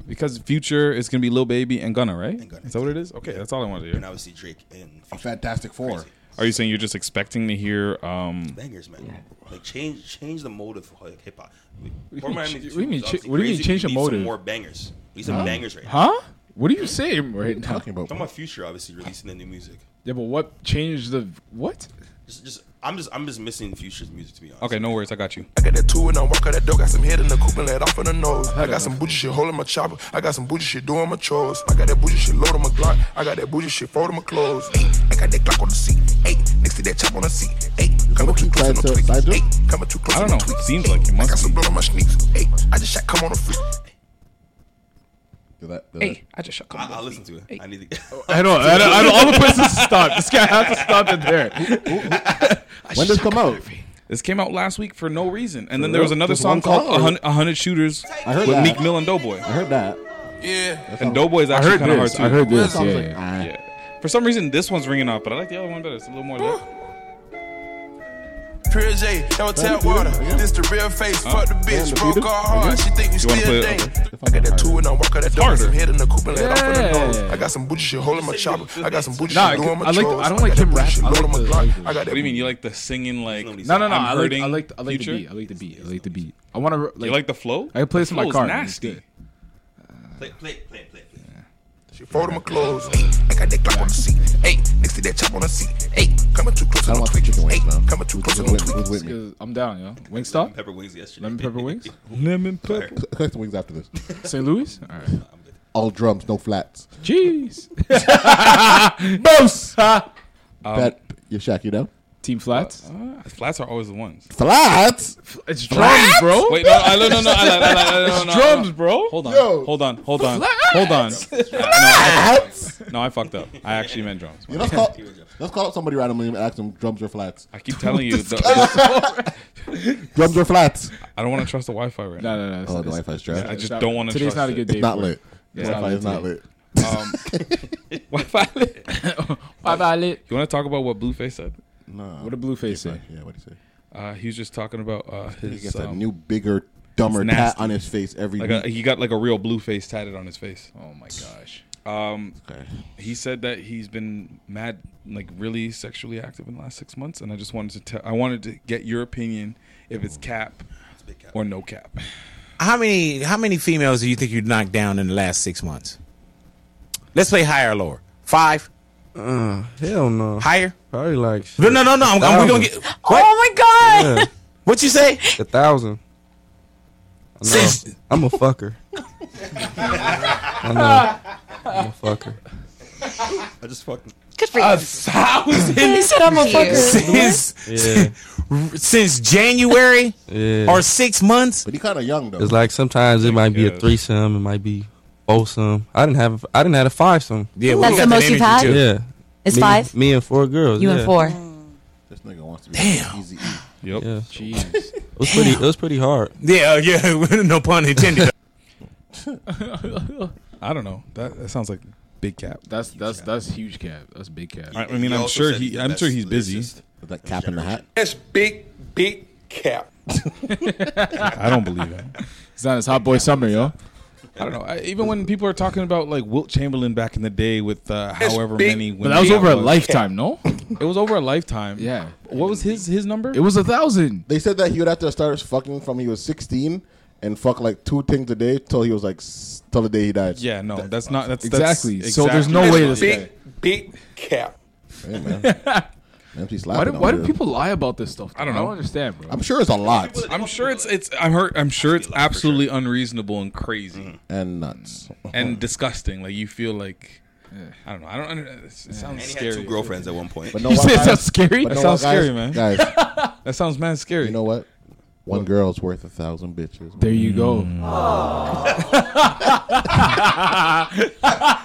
N: Because future is gonna be Lil Baby and Gunna, right? Is that what it is? Okay, that's all I wanted to hear.
G: And obviously Drake and
C: A fantastic four.
B: Are you saying you're just expecting to hear? Um,
G: bangers, man. Like change change the motive for like, hip hop.
A: What
G: Poor
A: do you
G: Miami
A: mean
G: Heat
A: ch- what do you mean cha- what
G: is obviously
A: do you mean
G: crazy.
A: change the
G: We need some
A: motive?
G: more bangers. We need some
A: Huh?
G: bangers right now.
A: Huh? What are you saying right now?
G: I'm talking about Future, obviously releasing the new music.
A: Yeah, but what changed the what?
G: Just, just I'm just I'm just missing Future's music to be honest.
B: okay, no worries, I got you.
D: I got that two and I'm walking that dough. Got some head in the coop and let off in the nose. I got some bougie shit holding my chopper. I got some bougie shit doing my chores. I got that bougie shit load on my Glock. I got that bougie shit folding my clothes. Ay, I got that Glock on the seat. Ay, next to that chop on the seat. Ay, coming too close and no tweaks. Ay, coming too close
B: I
D: and
B: don't
D: no
B: know. It seems like it
D: I got
B: must
D: some
B: be.
D: blood on my sneaks. Ay, I just shot come on a freak.
C: Do that, do
D: Ay,
B: I just shut.
G: I, I'll listen to it. I need to.
A: I don't. I don't. I don't all the places to stop. This guy has to stop it there.
C: when does it come out?
B: This came out last week for no reason, and
C: For
B: then there was
C: real?
B: another
C: Just
B: song
C: one
B: called
C: song,
B: "A
C: or-
B: Hun- "A Hundred Shooters"
C: I heard
B: with
C: that.
B: Meek Mill and Doughboy. I
C: heard that.
B: Yeah,
C: That
B: and
C: sounds-
B: Doughboy's
A: I
B: actually
A: heard
B: kind of hard.
A: this,
B: too.
A: I heard this,
B: Sounds
A: yeah,
B: like- yeah. For some reason, this one's ringing off, but I like the other one better. It's a little more. lit.
D: Pure J, don't tap water. This the real face.
B: Huh?
D: Fuck the
B: Damn,
D: bitch. Broke
B: Nikita?
D: her heart. She think we
B: You wanna
D: still
B: play uh, it?
D: dating. I got that two and I'm walking that door. Some head in the coop and let off in the nose. I got some booty shit holding my chopper. I got some booty
B: Nah, I
D: shit doing
B: could-
D: my
B: I like-
D: chores.
B: I don't like
D: got
B: him
D: that booty
B: rap-
D: shit
B: I
D: loading
B: like
D: my
B: the-
D: Glock.
B: like the-
D: I got
B: What
D: that
B: do you mean? You like the singing? Like
A: No, no, no.
B: I'm
A: i like. I
B: hurting
A: like. I like the
B: Future?
A: beat. I like the beat. I like the beat. I want to. Like,
B: you like the flow?
A: I can play this in
B: The
A: my
B: flow's
A: car.
B: nasty.
A: Nasty.
G: Play, play, play, play, play.
D: She folded my clothes. I got that Glock on the seat. Hey, next to that chop on the seat. Hey, coming too close.
A: I don't
D: I'm on
A: want
D: tweet.
A: chicken
D: Hey,
A: wings, man.
D: coming too close. I'm on tweet.
A: I'm down, yo. Wingstop.
G: Pepper wings yesterday.
A: Lemon pepper wings.
B: Lemon
A: pepper.
C: Collect the wings after this.
A: St. Louis. All right.
C: All drums, no flats.
A: Jeez.
C: Boss.
A: Um,
C: Pat, you Shaq, you know?
A: Team flats.
B: Flats are always the ones.
C: Flats.
A: It's drums, bro.
B: Wait, no, I, no, no, no, I, I, I, I, no,
A: It's
B: no,
A: drums,
B: no.
A: bro.
B: Hold on,
A: Yo.
B: hold on, hold on, hold on. No, I, no, I fucked up. I actually meant drums.
C: You know, let's, call, let's call up somebody randomly and ask them drums or flats.
B: I keep telling you, the-
C: drums or flats.
B: I don't want to trust the Wi-Fi right
A: No,
B: now.
A: no, no. it's-
C: Oh, the
A: it's-
C: Wi-Fi's trash.
B: I just don't want to.
A: Today's
B: trust
A: not a
B: it.
A: good day.
C: It's not
A: for
C: lit.
A: it.
C: Yeah. Wi-Fi is not lit.
B: Um, Wi-Fi lit.
A: Wi-Fi lit.
B: You want to talk about what Blueface said?
C: No.
A: What did Blueface say?
C: Yeah, what do you say?
B: Uh, he was just talking about uh,
C: He
B: his
C: gets a
B: um,
C: new, bigger, dumber
B: It's nasty.
C: tat on his face every
B: like
C: week.
B: a, he got like a real blue face tatted on his face. Oh my gosh. Um, he said that he's been mad, like really sexually active in the last six months, and I just wanted to tell, I wanted to get your opinion if it's cap, or no cap.
O: How many how many females do you think you knocked down in the last six months? Let's play higher or lower. Five.
J: Uh, hell no.
O: Higher?
J: Probably like.
O: No, no, no, no. I'm, I'm, we gonna get. Oh
J: my God. Yeah.
O: What you say?
J: A thousand. I know. I'm a fucker. I know. I'm a fucker.
G: I just fucking.
O: Good for you. A thousand.
J: He said I'm a fucker.
O: Since,
J: Yeah.
O: since January
J: Yeah.
O: or six months.
C: But he kind of young though.
J: It's like sometimes it might be a threesome, it might be foursome. I didn't have I didn't have a fivesome.
O: Yeah, well, That's you got the that most you've energy, had? too.
J: Yeah,
O: It's
J: me,
O: five?
J: Me and four girls.
O: You
J: yeah.
O: and four.
C: This nigga wants to be Damn. easy.
B: Yep.
J: Yeah.
A: Jeez.
J: It was pretty. It was pretty hard.
O: Yeah, uh, yeah. no pun intended.
B: I don't know. That, that sounds like big cap.
A: That's that's that's huge cap. That's big cap.
B: I, I mean, I'm sure he, I'm sure he's busy.
C: That cap in the hat.
J: That's big, big cap.
B: I don't believe it.
A: It's not his hot boy summer, yo.
B: I don't know. I, even when people are talking about like Wilt Chamberlain back in the day with uh,
A: That's
B: however
A: big.
B: many,
A: But
B: women
A: that was
B: he
A: over a lifetime, no?
B: It was over a lifetime.
A: Yeah.
B: What was his his number?
A: It was a thousand.
C: They said that he would have to start fucking from he was 16 and fuck like two things a day till he was like s- till the day he died.
B: Yeah, no, that's, not that's
A: Exactly.
B: that's-
A: So there's no
B: That's
A: way this
B: big.
A: guy-
J: Big cap.
C: Hey, man. Empty
A: Why do,
C: slapping.
A: why
C: on
A: do
C: it.
A: people lie about this stuff? though?
B: I don't know.
A: I don't understand, bro.
C: I'm sure it's a lot
B: I'm sure it's it's I'm hurt, I'm sure it's absolutely unreasonable and crazy
C: Mm-hmm. and nuts
B: and disgusting. Like you feel like I don't know. I don't. under- It s- it sounds
G: And he
B: scary.
G: had two girlfriends at one point.
C: But know what, guys? But
B: That
C: know what, guys?
B: sounds scary, man.
C: Guys.
B: that sounds man scary. You
C: know what? One girl's worth a thousand bitches.
A: There you go.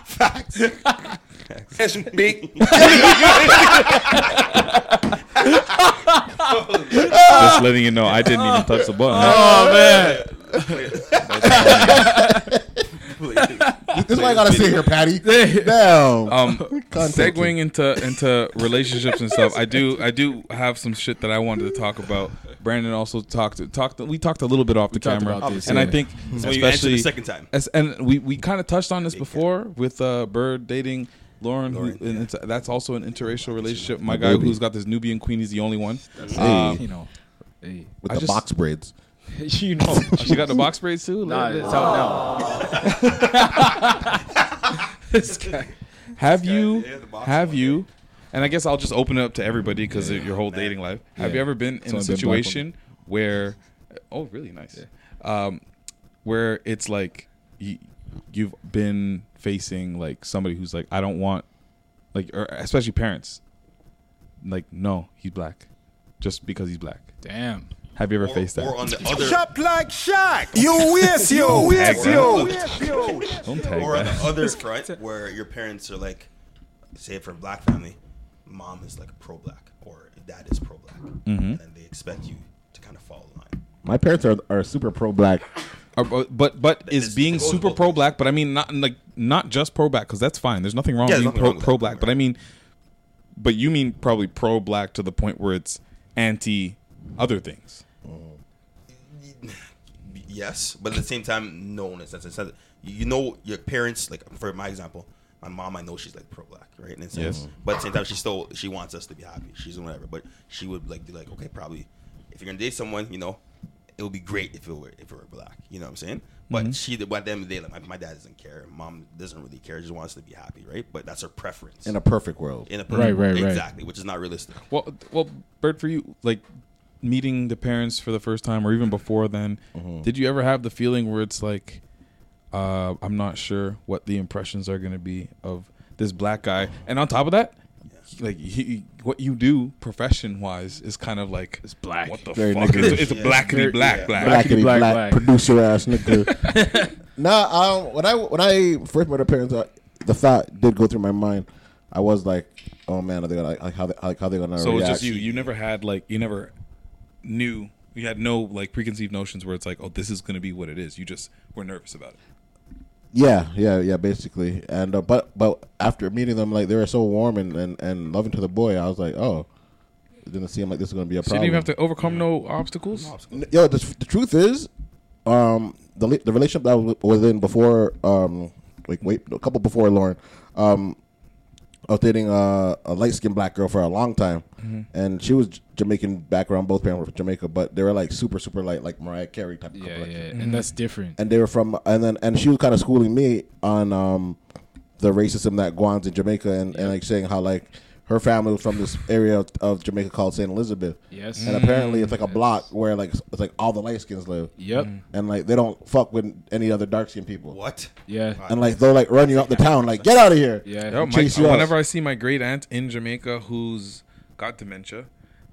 P: Facts.
J: That's big.
B: Just letting you know, I didn't even touch
G: Oh,
B: the button.
A: Oh man.
B: That's-
C: This why I gotta sit here, Patty. Damn.
B: Um,
C: Content.
B: segueing into into relationships and stuff, I do I do have some shit that I wanted to talk about. Brandon also talked talked we talked a little bit off the
G: talked
B: camera,
G: about this,
B: and I
G: yeah.
B: think
G: So you
B: especially
G: answered the second time.
B: as- and we we kind of touched on this before with uh, Bird dating. Lauren, who- and it's, that's also an interracial relationship. My
C: My
B: guy
C: baby.
B: who's got this Nubian queen, he's the only one.
C: That's-
A: uh,
B: Um,
C: Hey. You know, hey. With
B: I
C: the box braids.
A: you know,
B: she got the box braids too.
A: Nah,
B: Look at
A: it's out
B: this.
A: now.
B: this guy. Have you?
A: yeah, the box
B: Have you? And I guess I'll just open it up to everybody because of your whole dating life. Have
A: Yeah.
B: you ever been
A: It's
B: in a
A: only been black
B: situation where? Oh, really nice. Um, where it's like you, you've been facing like somebody who's like, I don't want, like, or especially parents, like, no, he's black, just because he's black.
A: Damn.
B: Have you ever faced that?
G: or on the
D: Shop like Shaq. You waste you.
B: Tag
D: Waste
B: that.
D: you.
B: Don't tag
G: or on the
B: that.
G: other front where your parents are like, say for a black family, mom is like pro black or dad is pro black,
B: Mm.
C: Mhm.
G: and they expect you to kind of follow the line.
C: My parents are, are super pro black.
B: Or, but but, but is being super pro black. But I mean, not like not just pro black because that's fine. There's nothing wrong
G: Yeah,
B: with
G: there's
B: being
G: nothing
B: pro,
G: wrong with
B: pro black. But I mean, but you mean probably pro black to the point where it's anti other things.
G: Yes, but at the same time, no. In a sense, in a sense, you you know your parents. Like for my example, my mom, I know she's like pro black, right? In a sense,
B: Yes.
G: but at the same time, she still she wants us to be happy. She's whatever, but she would like be like, okay, probably if you're gonna date someone, you know, it would be great if it were if it were black. You know what I'm saying? But
B: Mhm.
G: she, but at the end of the day, like my, my dad doesn't care. Mom doesn't really care. Just wants to be happy, right? But that's her preference.
C: In a perfect world.
G: In a perfect,
B: Right,
G: right,
B: right,
G: right,
B: right.
G: exactly, which is not realistic.
B: Well, well, Bird, for you, like meeting the parents for the first time, or even before then, did you ever have the feeling where it's like, uh, I'm not sure what the impressions are going to be of this black guy, and on top of that. Like he, what you do profession wise is kind of like it's black. What the
C: Very
B: fuck?
C: niggerish.
B: It's, it's a blackity black black
C: Blackity black, Produce your ass, nigga. nah, um, when I when I first met her parents, I, the thought did go through my mind. I was like, oh man, are they gonna like, like how they like how they gonna
B: So it's
C: react?
B: just you. You never had like you never knew you had no like preconceived notions where it's like oh this is gonna be what it is. You just were nervous about it.
C: Yeah, yeah, yeah, basically. And uh, but but after meeting them, like they were so warm and and, and loving to the boy, I was like, oh, it didn't seem like this was gonna be a
B: So you
C: problem.
B: didn't even have to overcome no obstacles.
C: Yo, the, the truth is, um, the li- the relationship that I wa- was in before, um, like wait, a couple before Lauren, um, I was dating a, a light skinned black girl for a long time,
B: Mhm.
C: and she was J- Jamaican background. Both parents were from Jamaica, but they were like super super light, like Mariah Carey type. Yeah, yeah,
B: Mm-hmm.
A: and Mhm. that's different.
C: And they were from, and then and she was kind of schooling me on um, the racism that go on in Jamaica, and, and like saying how like. Her family was from this area of, of Jamaica called Saint Elizabeth.
A: Yes.
C: and apparently it's
A: Mm.
C: like a block where like it's like all the light skins live.
A: Yep.
B: Mm.
C: And like they don't fuck with any other dark skinned people.
G: What?
A: Yeah.
C: And like they'll like run you out the town, like get out of here.
B: Yo,
C: And
B: my-
C: chase you out.
B: whenever I see my great aunt in Jamaica who's got dementia,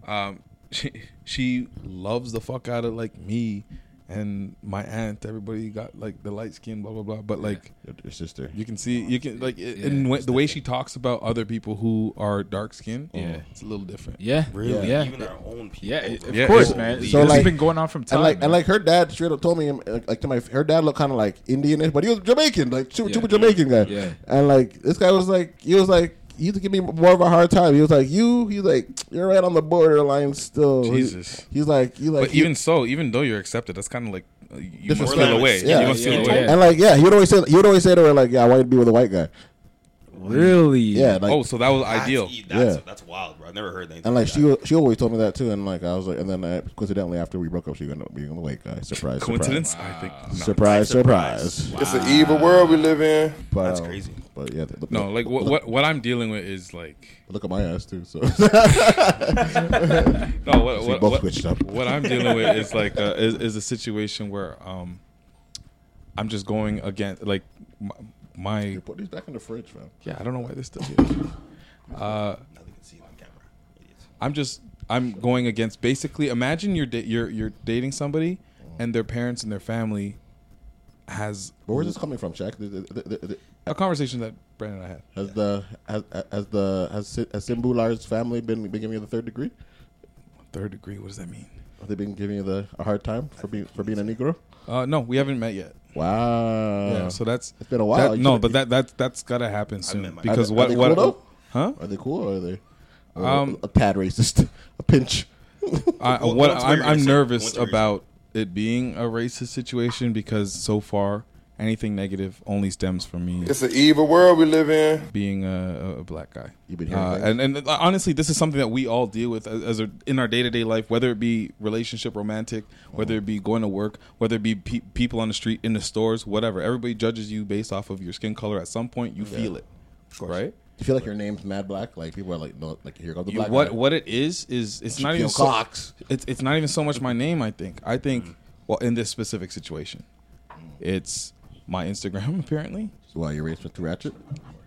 B: um, she she loves the fuck out of like me and my aunt. Everybody got like the light skin, blah blah blah. But like
C: your sister,
B: you can see you can like it,
A: Yeah,
B: and when- the way she talks about other people who are dark skinned.
A: Yeah.
B: it's a little different.
A: Yeah, yeah, Yeah, of course, man.
C: So
A: this
C: like,
A: has been going on from time.
C: and like,
A: man.
C: and like her dad straight up told me, like, like to my her dad looked kind of like Indianish, but he was Jamaican, like super,
A: Yeah.
C: super Jamaican guy.
A: Yeah.
C: And like this guy was like, he was like, he used to give me more of a hard time. He was like, you, he's like, you're right on the borderline still. He-
B: Jesus.
C: he's like, you like,
B: but even so, even though you're accepted, that's kind of like uh, you must
C: Disrespect.
B: feel away.
C: Yeah.
B: You must feel away.
C: And like, yeah, he would always say, he would always say to her, like, yeah, I want you to be with a white guy.
A: Really?
C: Yeah. Like,
B: oh, so that was
G: That's- e,
B: ideal.
G: That's,
C: Yeah.
G: that's wild, bro. I've never heard anything.
C: And like she she always told me that too, and like I was like, and then I, coincidentally after we broke up, she ended up being the white guy. Surprise,
B: Coincidence?
C: Surprise.
B: I think not.
C: Surprise, surprise.
Q: It's an evil world we live in.
C: But,
Q: That's
C: um,
Q: crazy.
C: But yeah, th-
B: No, like what, what what I'm dealing with is like
C: look at my ass too. So
B: no, what
C: See, both
B: what, what,
C: switched up.
B: what I'm dealing with is like uh, is, is a situation where um I'm just going against like my, my
C: put these back in the fridge, man.
B: yeah I don't know why this stuff here. Uh, I'm just I'm going against basically imagine you're da- you're you're dating somebody and their parents and their family
C: Mm.
B: has
C: But where's this coming from, Shaq? The- the- the- the-
B: a conversation that Brandon and I had.
C: Has the has, has the has, Si- has Simbular's family been been giving you the third degree?
B: Third degree? What does that mean?
C: Have they been giving you the a hard time for being for being a Negro?
B: Uh, no, we haven't met yet.
C: Wow.
B: Yeah, so that's
C: it's been a while.
B: that-
C: You
B: no,
C: should-
B: but that that that's gotta happen soon
C: Are
B: because
C: they-
B: what
C: are they
B: what
C: cool, though?
B: huh?
C: Are they cool or are they? or
B: Um,
C: a tad racist, a pinch.
B: I,
C: Well,
B: what
C: what's
B: I'm,
C: your
B: I'm
C: reason?
B: nervous
C: What's your
B: about it being a racist situation because so far anything negative only stems from me
R: It's an evil world we live in.
B: being a, a black guy. You've
R: been hearing
B: uh,
R: things?
B: and and honestly, this is something that we all deal with uh, as, as a, in our day to day life, whether it be relationship, romantic,
C: Uh-huh.
B: whether it be going to work, whether it be pe- people on the street, in the stores, whatever. Everybody judges you based off of your skin color. At some point, you
C: Yeah.
B: feel it, right?
C: You feel like your name's Mad Black? Like people are like, no, like here comes the
B: You-
C: black.
B: what
C: guy.
B: what it is is it's not
C: Shaquille
B: even so,
C: Cox. Mm.
B: It's it's not even so much my name. I think I think well in this specific situation, it's my Instagram apparently.
C: Well, Mm. you're racist to ratchet.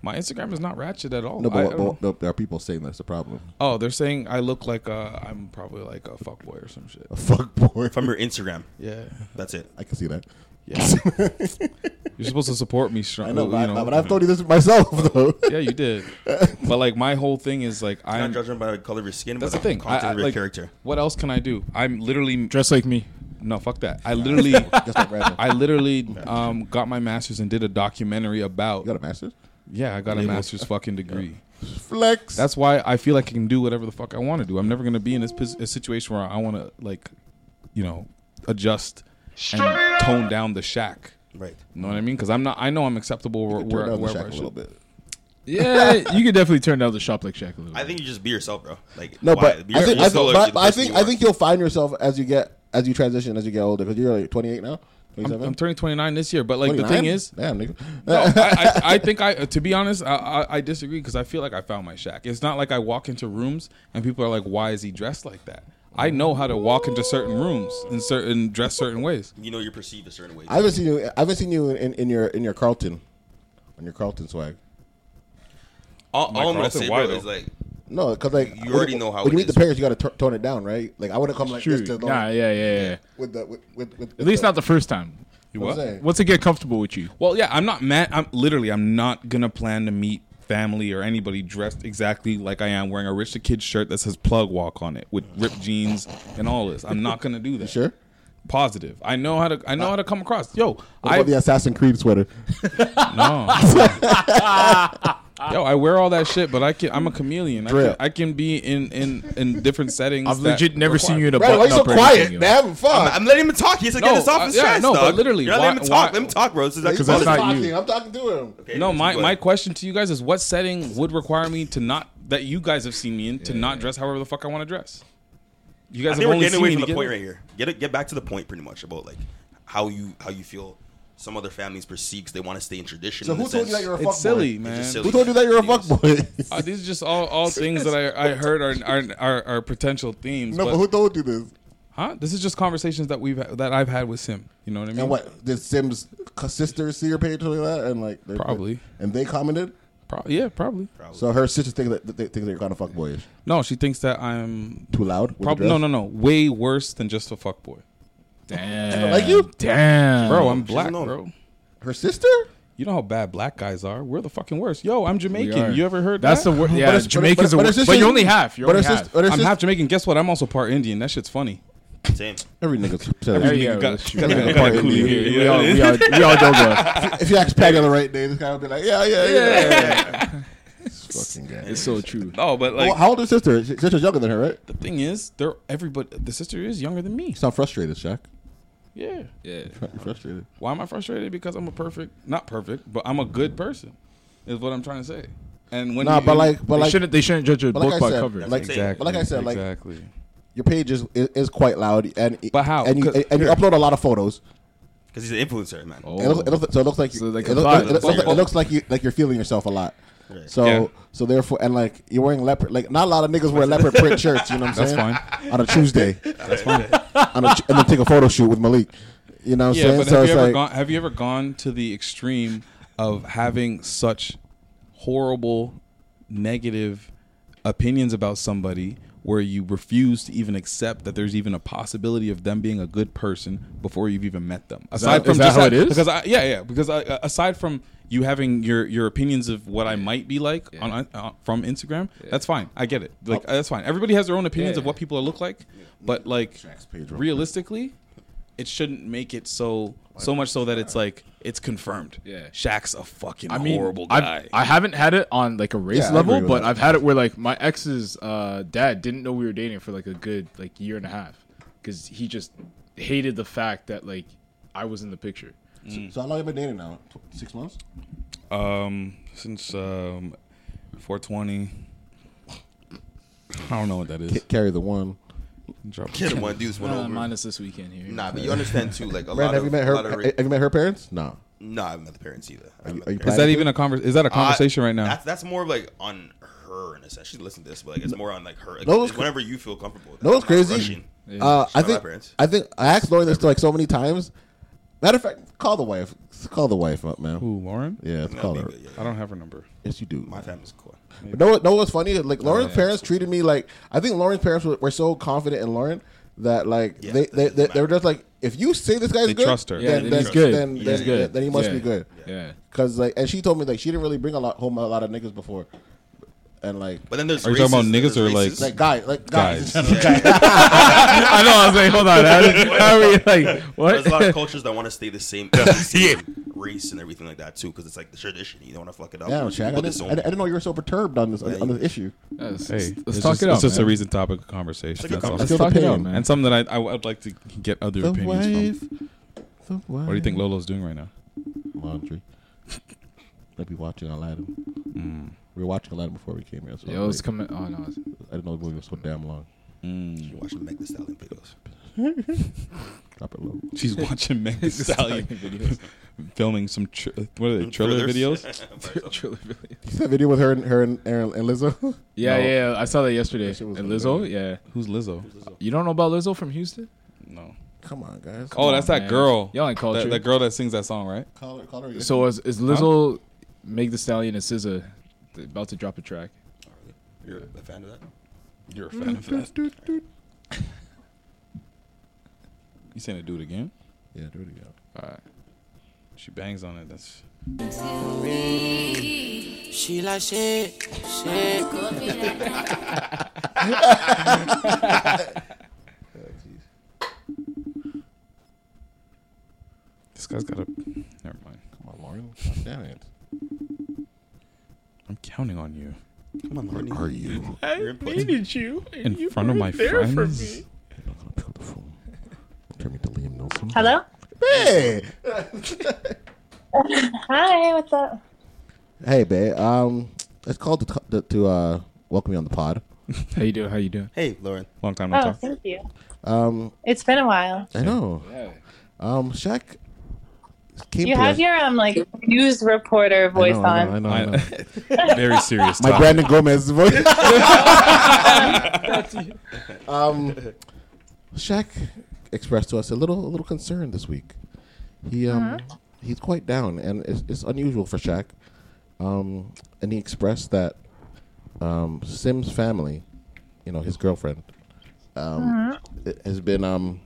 B: My Instagram is not ratchet at all.
C: No,
B: I-
C: but,
B: I
C: what, but,
B: don't-
C: but there are people saying that's a problem.
B: oh, they're saying I look like uh, I'm probably like a fuckboy or some shit. A
C: fuckboy
G: from your Instagram.
B: Yeah,
G: that's it.
C: I can see that.
B: Yeah, you're supposed to support me strong.
C: I know,
B: you
C: but I- but I've told you this myself, though.
B: yeah, you did. But like my whole thing is like
G: I'm
B: I'm
G: not judging by the color of your skin.
B: That's the
G: but
B: thing.
G: the
B: I,
G: content
B: I-
G: of your
B: like,
G: character.
B: What else can I do? I'm literally
A: dress like me.
B: No, Oh, fuck that. I literally,
A: Just like Brandon.
B: I literally um, got my master's and did a documentary about. You
C: got a master's?
B: Yeah, I got a
C: Labels.
B: master's fucking degree.
C: Flex.
B: That's why I feel like I can do whatever the fuck I want to do. I'm never gonna be in this pos- a situation where I want to like, you know, adjust and tone down the shack.
G: Right.
B: You know what I mean? Because I'm not. I know I'm acceptable where,
C: can
B: where,
C: turn down the
B: wherever
C: shack
B: I
C: a
B: should.
C: little bit.
A: Yeah, you could definitely turn down the shop like Shaq a little.
G: I think you just be yourself, bro. Like
C: No,
G: why?
C: but
G: Be
C: I think,
G: yourself.
C: I,
G: Just go
C: but, but
G: like the
C: I
G: person
C: think
G: you
C: I
G: are.
C: think you'll find yourself as you get as you transition as you get older because you're like 28 now,
B: I'm,
C: 27.
B: I'm turning 29 this year, but like the
C: 29?
B: thing is,
C: Damn, nigga.
B: no, I, I, I think I, to be honest, I, I, I disagree because I feel like I found my shack. It's not like I walk into rooms and people are like, "Why is he dressed like that?" I know how to walk into certain rooms and certain dress certain ways.
G: You know you're perceived a certain way.
C: I haven't seen you. I haven't seen you in, in your in your Carlton, on your Carlton swag.
G: All, all I'm gonna
B: Carlton,
G: say,
B: why
G: bro,
B: though?
G: is like
C: No, because like
G: You already know how
C: when you
G: it
C: meet
G: is.
C: the parents, you got to tone it down, right? Like I wouldn't come like
A: Shoot.
C: this. To
A: Nah, yeah, yeah, yeah.
C: With the with, with, with
A: At least not the first time.
B: You what? What I'm saying.
A: Once it get comfortable with you,
B: Well, yeah, I'm not mad. I'm literally, I'm not gonna plan to meet family or anybody dressed exactly like I am wearing a Rich the Kid shirt that says Plug Walk on it with ripped jeans and all this. I'm not gonna do that.
C: sure. Uh,
B: Positive. I know how to. I know how to come across. Yo,
C: What
B: I
C: about the Assassin Creed sweater?
B: No. Yo, I wear all that shit, but I can. I'm a chameleon. I can,
C: Drip.
B: I can be in in in different settings.
A: I've
B: that
A: legit never seen you in a
B: require-
A: Brad, why you button-up so or quiet, anything, yo? man? Having fun.
G: I'm, I'm letting him talk. He has to
B: No,
G: get this off
B: uh,
G: his
B: yeah,
G: chest.
B: no, but
G: dog.
B: literally,
G: you're not letting
B: why-
G: him talk.
B: why-
G: Let him talk, bro. This is
C: Because
G: actually-
C: that's not you. I'm talking to him.
B: no, my my question to you guys is, what setting would require me to not that you guys have seen me in to not dress however the fuck I want to dress? You guys
G: I
B: have
G: think we're
B: only
G: getting
B: seen
G: away
B: me
G: from the
B: together.
G: point right here. Get it, get back to the point, pretty much about like how you how you feel. Some other families perceive 'cause they want to stay in tradition.
C: So
G: in
C: who
G: the
C: told you
G: sense-
C: that you're a fuckboy?
B: It's silly, man.
G: just silly.
C: Who told you that you're a fuckboy?
B: Uh, these are just all, all things that I, I heard are, are, are, are potential themes.
C: No, but who told you this?
B: Huh? This is just conversations that we've that I've had with Sim. You know what I mean?
C: And what did Sims sisters see your page or something like that? And like they-
B: Probably.
C: And they commented.
B: Probably. Yeah, probably.
C: So her sisters think that they think that you're kind of fuckboyish.
B: No, she thinks that I'm
C: too loud.
B: Prob- no, no, no. Way worse than just a fuckboy.
A: Damn.
C: like you?
A: Damn.
B: Bro, I'm
A: She
B: black,
A: doesn't know.
B: bro.
C: Her sister?
B: You know how bad black guys are. We're the fucking worst. Yo, I'm
A: are.
B: Jamaican. You ever heard
A: That's
B: that?
A: the wor- But yeah, it's- but- Jamaicans but- are but wor- it's just- but you're only half. You're
B: but
A: only
B: it's
A: half.
B: just- but it's I'm half Jamaican. Guess what? I'm also part Indian. That shit's funny.
G: Same.
C: Every nigga's
B: Every
C: Yeah,
B: nigga
C: that's
B: got,
C: true.
B: got,
C: Yeah,
B: got,
C: part
B: a coolie
C: Indian.
B: here.
C: We
B: Yeah.
C: all- we all- we all don't go. If you ask Patty on the right day, this guy would be like, yeah, yeah, yeah.
B: It's
C: fucking
A: It's so true.
B: No, but like
C: Well, how old is sister? She- Sister's younger than her, right?
B: the thing is, they're everybody. The sister is younger than me.
C: You sound frustrated, Shaq.
B: Yeah. Yeah.
C: You're frustrated.
B: Why am I frustrated? Because I'm a perfect, not perfect, but I'm a good person. Is what I'm trying to say. And when
C: Nah,
B: you-
C: but like, but
B: They
C: like,
B: shouldn't- they shouldn't judge a
C: but like
B: book
C: I
B: by
C: said,
B: cover.
C: Like,
B: Exactly,
C: But like I said, like,
B: exactly.
C: your page is, is is quite loud, and
B: But how?
C: And you,
B: 'Cause-
C: and you upload a lot of photos.
G: Because he's an influencer, man.
C: It looks, it looks, Oh. so it looks like,
G: So, like,
C: it,
G: a
C: looks,
G: lot
C: it,
G: of
C: looks,
G: photos.
C: it looks like you like you're feeling yourself a lot.
G: Right.
C: So
G: Yeah.
C: so therefore and like you're wearing leopard like not a lot of niggas wear leopard print shirts. You know what I'm
B: That's
C: saying?
B: fine.
C: On a Tuesday.
B: That's fine.
C: On a, t- and then take a photo shoot with Malik. You know what I'm
B: yeah,
C: saying?
B: but
C: so
B: have
C: it's
B: you ever
C: like
B: gone? Have you ever gone to the extreme of having such horrible, negative opinions about somebody where you refuse to even accept that there's even a possibility of them being a good person before you've even met them?
A: Is that- is that how it is?
B: Because I, yeah, yeah. Because I, uh, aside from you having your your opinions of what I might be like on uh, from Instagram, that's fine. I get it. Like that's fine. Everybody has their own opinions
A: Oh. Yeah.
B: of what people look like, but like
C: page real quick.
B: realistically, it shouldn't make it so so much so that it's like it's confirmed. Yeah, Shaq's a fucking
A: I mean,
B: horrible guy.
A: I've, I haven't had it on like a race
B: Yeah, I
A: level,
B: agree with
A: but
B: that.
A: I've had it where like my ex's uh, dad didn't know we were dating for like a good like year and a half because he just hated the fact that like I was in the picture.
C: So how long you been dating now? Tw- Six months.
B: um, since um, 420. I don't know what that is.
C: Carry the one.
B: Drop
G: Kid one dudes one over.
A: Uh, Minus this weekend here.
G: Nah, but you understand too. Like a
C: Brandon,
G: lot
C: have
G: of
C: you met
G: a lot
C: her?
G: of
C: Have you met her parents? No.
G: No, I haven't met the parents either. I haven't
C: you-
G: met the
C: are you
G: parents.
C: Is that planning even to? a
S: conver- is that a conversation right now?
G: That's, that's more of like on her in a sense. She listen to this, but like it's more on like her. Like,
C: No, it's cr-
G: whenever you feel comfortable. With
C: No,
G: that.
C: it's
G: I'm not
C: crazy.
G: rushing.
C: Uh,
G: She's
C: I
G: not my
C: think
G: parents.
C: I think I asked Lauren this like so many times. Matter of fact, call the wife. Call the wife up, man.
B: Who, Lauren?
C: Yeah, let's
B: That'd
C: call
B: be
C: her.
B: good, yeah, yeah. I don't have her number.
C: Yes, you do.
G: My family's cool.
C: But no, no, what's funny? Like
G: Oh,
C: Lauren's
G: yeah.
C: parents treated me like I think Lauren's parents were, were so confident in Lauren that like
G: Yeah,
C: they
G: that
C: they, they, they were just like if you say this guy's
B: They
C: good,
B: trust her. Yeah,
C: then,
B: they
C: then,
B: trust her.
C: then,
B: He's
C: then,
B: good.
C: then he must
B: Yeah.
C: be good.
B: Yeah.
C: Cause like, and she told me like she didn't really bring a lot home a lot of niggas before, and like.
G: But then there's
B: Are you talking about
G: races,
B: niggas
G: there's
B: or, like-
G: races.
C: Like guys, like guys.
G: Guys.
C: in general.
G: Yeah.
A: I know, I was like, hold on, how- how are we, like, what?
G: There's a lot of cultures that want to stay the same, the same race and everything like that too, because it's like the tradition. You don't want to fuck it up.
C: Damn, Shaq, I
G: People
C: didn't,
G: disown
C: I, didn't know you were so perturbed on this
G: Yeah,
C: on
G: you-
C: this issue.
A: Yeah, let's-
B: Hey,
A: let's- let's
B: it's
A: talk
B: just,
A: it
B: It's
A: out,
B: just
A: man.
B: a recent topic of conversation.
A: Let's
B: That's
A: feel
B: all.
A: the Let's talk it pain. out, man.
B: And something that I, I would like to get other
C: The
B: opinions
C: wife,
B: from.
C: the
B: What do you think Lolo's doing right now?
C: Laundry. Let me watching Aladdin.
B: Mm.
C: We were watching Aladdin before we came here. So
A: Yeah, it was coming- oh, no, it's-
C: I didn't know the movie was so damn long.
B: Mm.
G: You're watching Meg Thee Stallion videos.
C: Drop it low.
B: She's watching Meg Thee Stallion videos, filming some tr- what are they thriller
A: Thrillers?
B: videos?
A: Thriller videos.
C: You see that video with her and her and Aaron and Lizzo?
A: Yeah, yeah, I saw that yesterday.
C: That shit was
A: and Lizzo,
C: hilarious.
A: yeah.
B: Who's Lizzo?
A: You don't know about Lizzo from Houston?
B: No.
C: Come on, guys.
B: Oh, that's that girl.
A: Y'all ain't
B: That,
A: culture.
B: that girl that sings that song, right?
C: Call her, call her
A: So is, is Lizzo, Meg the Stallion, and SZA they're about to drop a track?
G: You're a fan of that?
B: You're a fan
C: Mm-hmm.
B: of that. You saying to do it again?
C: Yeah, do it again.
B: All right. She bangs on it. That's
D: She like shit, shit.
B: this guy's got a. Never mind.
C: Come on, Lauren. Damn it.
B: I'm counting on you.
G: Come on,
B: Where are you?
A: I needed you.
B: In you front of my weren't there for friends? me.
C: Turn me to Liam Nelson.
T: Hello?
C: Hey.
T: Hi, what's up?
C: Hey, babe. Um, it's called to, to, to uh welcome you on the pod.
A: How you doing? How you doing?
G: Hey, Lauren.
B: Long time
T: Oh, thank you.
C: Um,
T: It's been a while.
C: I know. Um, Shaq came
T: You
C: to
T: have
C: us-
T: your um like news reporter
C: I
T: voice
C: know,
T: on.
C: I know, I know, I know.
B: Very serious
C: My
B: topic.
C: Brandon Gomez voice. um, Shaq expressed to us a little a little concern this week. He um he's quite down, and it's, it's unusual for Shaq. Um, and he expressed that um, Sim's family, you know, his girlfriend, um, i- has been um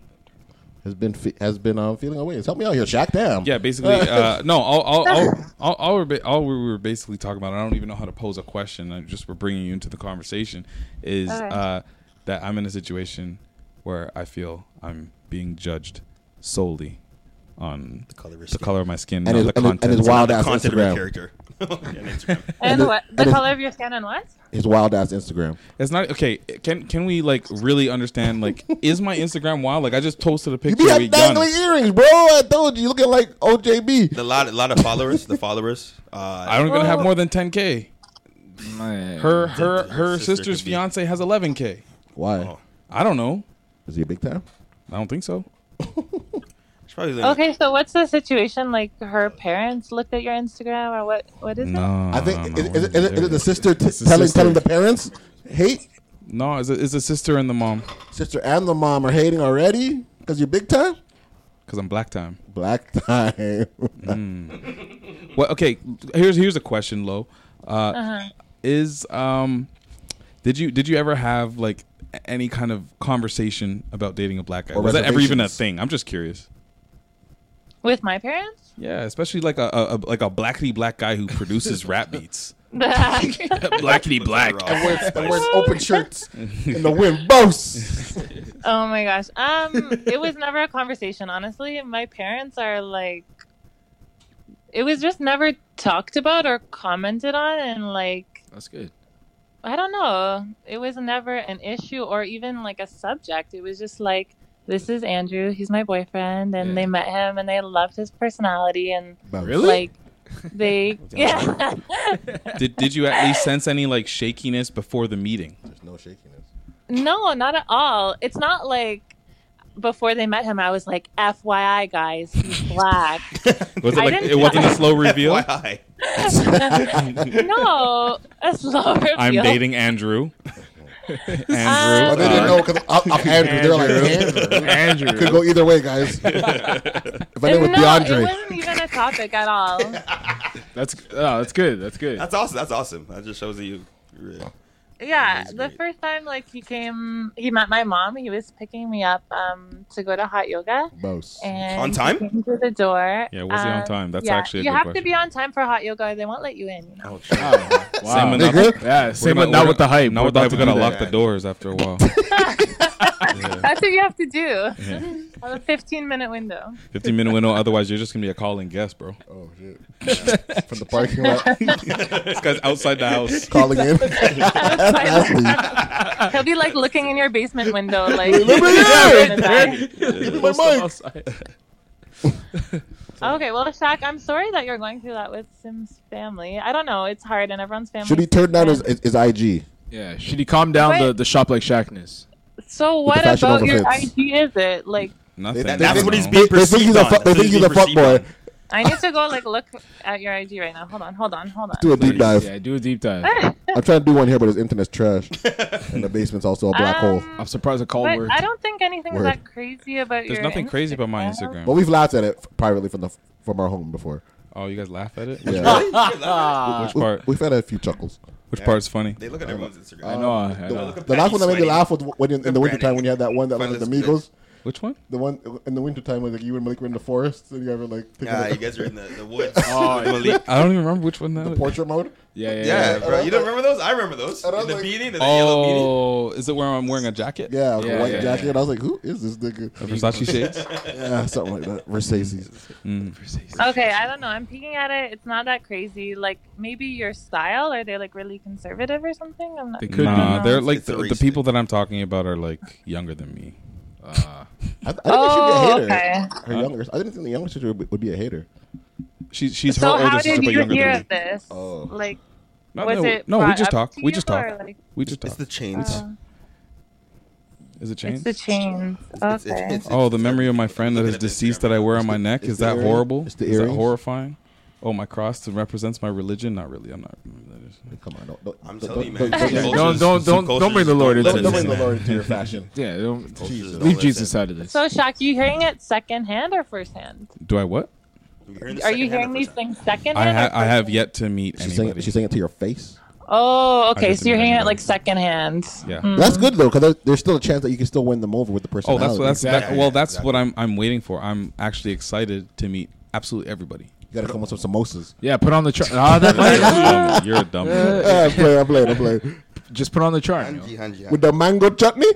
C: has been fe- has been um, feeling away. Help me out here, Shaq. Damn.
B: Yeah, basically, uh, no. All, all, all, all, all, we're ba- all we were basically talking about. I don't even know how to pose a question. I just we're bringing you into the conversation. Is
T: Okay.
B: uh, that I'm in a situation where I feel I'm being judged solely on the color, the color of my skin,
C: And his-
B: not the
C: and his- and
B: content,
C: his wild ass
G: Content of your
C: Instagram.
G: character.
T: And
C: And
T: what?
C: it-
T: The
C: and it-
T: color of your skin and what?
C: His wild ass Instagram.
B: It's not okay. Can can we like really understand? Like, is my Instagram wild? Like, I just posted a
C: You
B: picture.
C: be
B: of
C: having dangly
B: Rihanna.
C: earrings, bro. I told you, you looking like OJB.
G: The lot, lot of followers. The followers. Uh,
B: I don't even have more than 10k.
A: Man.
B: Her her her sister's fiance has 11k.
C: Why?
G: Oh.
B: I don't know.
C: Is he a big time?
B: I don't think so.
T: Okay, so what's the situation? Like her parents looked at your Instagram or what what is it?
B: No,
C: I think
B: no,
C: is, is,
B: we're
C: it- is, it- is it the sister t-
B: the
C: telling
B: sister.
C: telling the parents hate
B: No, it's a, it's a sister and the mom.
C: sister and the mom are hating already because you're big time.
B: Because I'm black time. Mm.
C: Black time.
B: Well, okay. Here's here's a question, Lo. Uh,
T: Uh-huh.
B: Is um, did you did you ever have like a- any kind of conversation about dating a black guy?
S: Or
B: Was that ever even a
S: reservations?
B: thing? I'm just curious.
T: With my parents?
B: Yeah, especially like a, a, a like a blackity black guy who produces rap beats.
T: Black.
B: blackity black.
C: and wears, and wears open shirts in the wind, boss.
T: Oh my gosh. Um, it was never a conversation. Honestly, my parents are like, it was just never talked about or commented on, and like,
A: That's good.
T: I don't know. It was never an issue or even like a subject. It was just like, this is Andrew. He's my boyfriend, and they met him and they loved his personality and
B: But Really?
T: like they yeah.
B: Did Did you at least sense any like shakiness before the meeting?
C: There's no shakiness.
T: No, not at all. It's not like before they met him, I was like, FYI, guys, he's black.
B: Was it
T: I
B: like
T: didn't-
B: it wasn't a slow reveal?
T: no, a slow reveal.
B: I'm dating Andrew. Andrew. uh,
C: Well, Oh, they didn't know because I'm, I'm Andrew. They're like Andrew. Could go either way, guys. if I
T: No,
C: name was
T: it
C: DeAndre,
T: wasn't even a topic at all.
A: That's oh, that's good. That's good.
G: That's awesome. That's awesome. That just shows that you. You're real.
T: Yeah, the first time like he came, he met my mom. He was picking me up um, to go to hot yoga.
C: Both.
T: And
B: On
T: he
B: time?
T: came to the door.
B: Yeah, was he on
T: Um,
B: time? That's
T: yeah.
B: actually a
T: you
B: good
T: have to
B: question.
T: be on time for hot yoga. They won't let you in. You know?
B: Oh,
A: Wow. Nigga. Yeah, same with- not with the hype.
B: Not
A: We're
B: with the
A: about to
B: hype. We're gonna
A: do
B: lock
A: that.
B: the doors after a while.
T: That's what you have to do.
B: Yeah.
T: On a 15 minute window.
B: Fifteen minute window. Otherwise, you're just gonna be a calling guest, bro.
C: Oh shit! From the parking lot.
B: this guy's outside the house
C: Calling in.
T: He'll be like looking in your basement window, like.
C: Let me in!
T: Give me my okay, well, Shaq, I'm sorry that you're going through that with Sim's family. I don't know. It's hard, and everyone's family.
C: should he turn down his, his, his IG?
A: Yeah, should he calm down the, the shop like Shackness?
T: So
C: With
T: what
C: the fashion
T: about your
C: overfits.
T: IG? Is it like?
A: Nothing.
C: They-
A: That's
C: they-
A: what he's
C: they-
A: being
C: They think he's
A: perceived
C: a
A: on.
C: fuck. They think
A: That's what he's
C: he's a fuck
A: being
C: boy.
T: I need to go like look at your IG right now. Hold on, hold on, hold on.
C: Do a deep dive.
A: Yeah, do a deep dive.
C: I'm trying to do one here, but his internet's trash, and the basement's also a black
T: Um,
C: hole.
A: I'm surprised it called
T: But I don't think anything's
C: Word.
T: that crazy about your. Insta-
B: crazy about my Instagram.
C: But we've laughed at it f- privately from the from our home before.
B: Oh, you guys laugh at it?
C: Yeah.
B: Which
C: We-
B: part?
C: We've had a few chuckles.
B: Which part's funny?
G: They look at everyone's Instagram.
B: I know, I- I
C: the,
B: know.
C: the last one that made me laugh was when in, in the wintertime when you had that one that
G: Fun
C: looked like the
G: is
C: Migos.
B: Which one?
C: The one in the wintertime when like, you and Malik were in the forest and you ever like. thinking
G: Yeah,
C: like-
G: you guys are in the, the woods.
C: Oh,
G: With Malik.
B: I don't even remember which one that
C: The
B: was.
C: portrait mode.
A: Yeah,
G: yeah, bro. You don't remember those? I remember those. In the beanie, the yellow beanie.
B: Oh, is it where I'm wearing a jacket?
C: Yeah,
B: a
C: with the white jacket. I was like, who is this nigga?
B: The Versace shades? Mm.
C: yeah, something like that. Versace's.
T: okay, I don't know. I'm peeking at it. It's not that crazy. Like maybe your style. Are they like really conservative or something? I'm not.
B: nah, they're like
G: It's a
B: the, the
G: race
B: people that I'm talking about are like younger than me. Uh,
C: I, I think
T: Oh,
C: she'd be a hater.
T: okay.
C: Her younger, I didn't think the younger sister would, would be a hater.
B: She, she's
T: so
B: her
T: how
B: older sister,
T: did
B: but
T: you
B: younger
T: hear
B: than me.
T: of this? Like,
B: No,
T: was
B: no,
T: it?
B: no, we
T: brought
B: just
T: up
B: talk.
T: to
B: We
T: you,
B: just talk.
T: or, like-
B: We just
G: It's
B: talk.
G: the chains.
T: Uh,
B: Is it
T: it's
B: chains?
T: the chains. Okay.
B: oh, the memory of my friend that is deceased that I wear on my neck.
C: it's
B: Is
C: the
B: that
C: earring.
B: horrible?
C: It's the
B: is that
C: earrings.
B: horrifying? Oh, my cross that represents my religion? Not really. I'm not.
C: Come on, don't. don't
G: I'm
C: don't-
G: telling you,
C: don't-
G: man.
C: don't-
G: Some
A: Don't
G: cultures-
A: don't
G: some
A: don't,
G: cultures
A: don't bring the Lord into
G: don't
A: this.
G: let
C: don't bring
G: it
C: the
G: in.
C: Lord into your fashion.
A: Yeah, don't
G: Cultures
A: Jesus.
G: don't
A: leave
G: let
A: Jesus
G: that-
A: out of this.
T: So Shaq, you hearing it secondhand or firsthand?
B: Do I what?
G: You're hearing the
T: Are you
G: secondhand
T: hearing
G: or
T: these things secondhand?
B: I,
T: or
B: ha- I
T: first-
B: have yet to meet
C: She's saying,
B: anybody.
C: she's saying it to your face.
T: Oh,
B: I
T: okay.
B: just
T: So you're
B: didn't
T: hearing
B: know.
T: it like secondhand.
B: Yeah.
T: Hmm.
C: That's good though, because there, there's still a chance that you can still win them over with the
B: Oh,
C: personality.
B: that's what that's that, well. That's
G: exactly.
B: what I'm I'm waiting for. I'm actually excited to meet absolutely everybody.
C: You gotta come with some samosas.
A: Yeah, put on the chart. Ah, that might.
B: You're a dummy.
C: Yeah, I play, I play, I play.
A: Just put on the chart. yo.
C: With the mango chutney.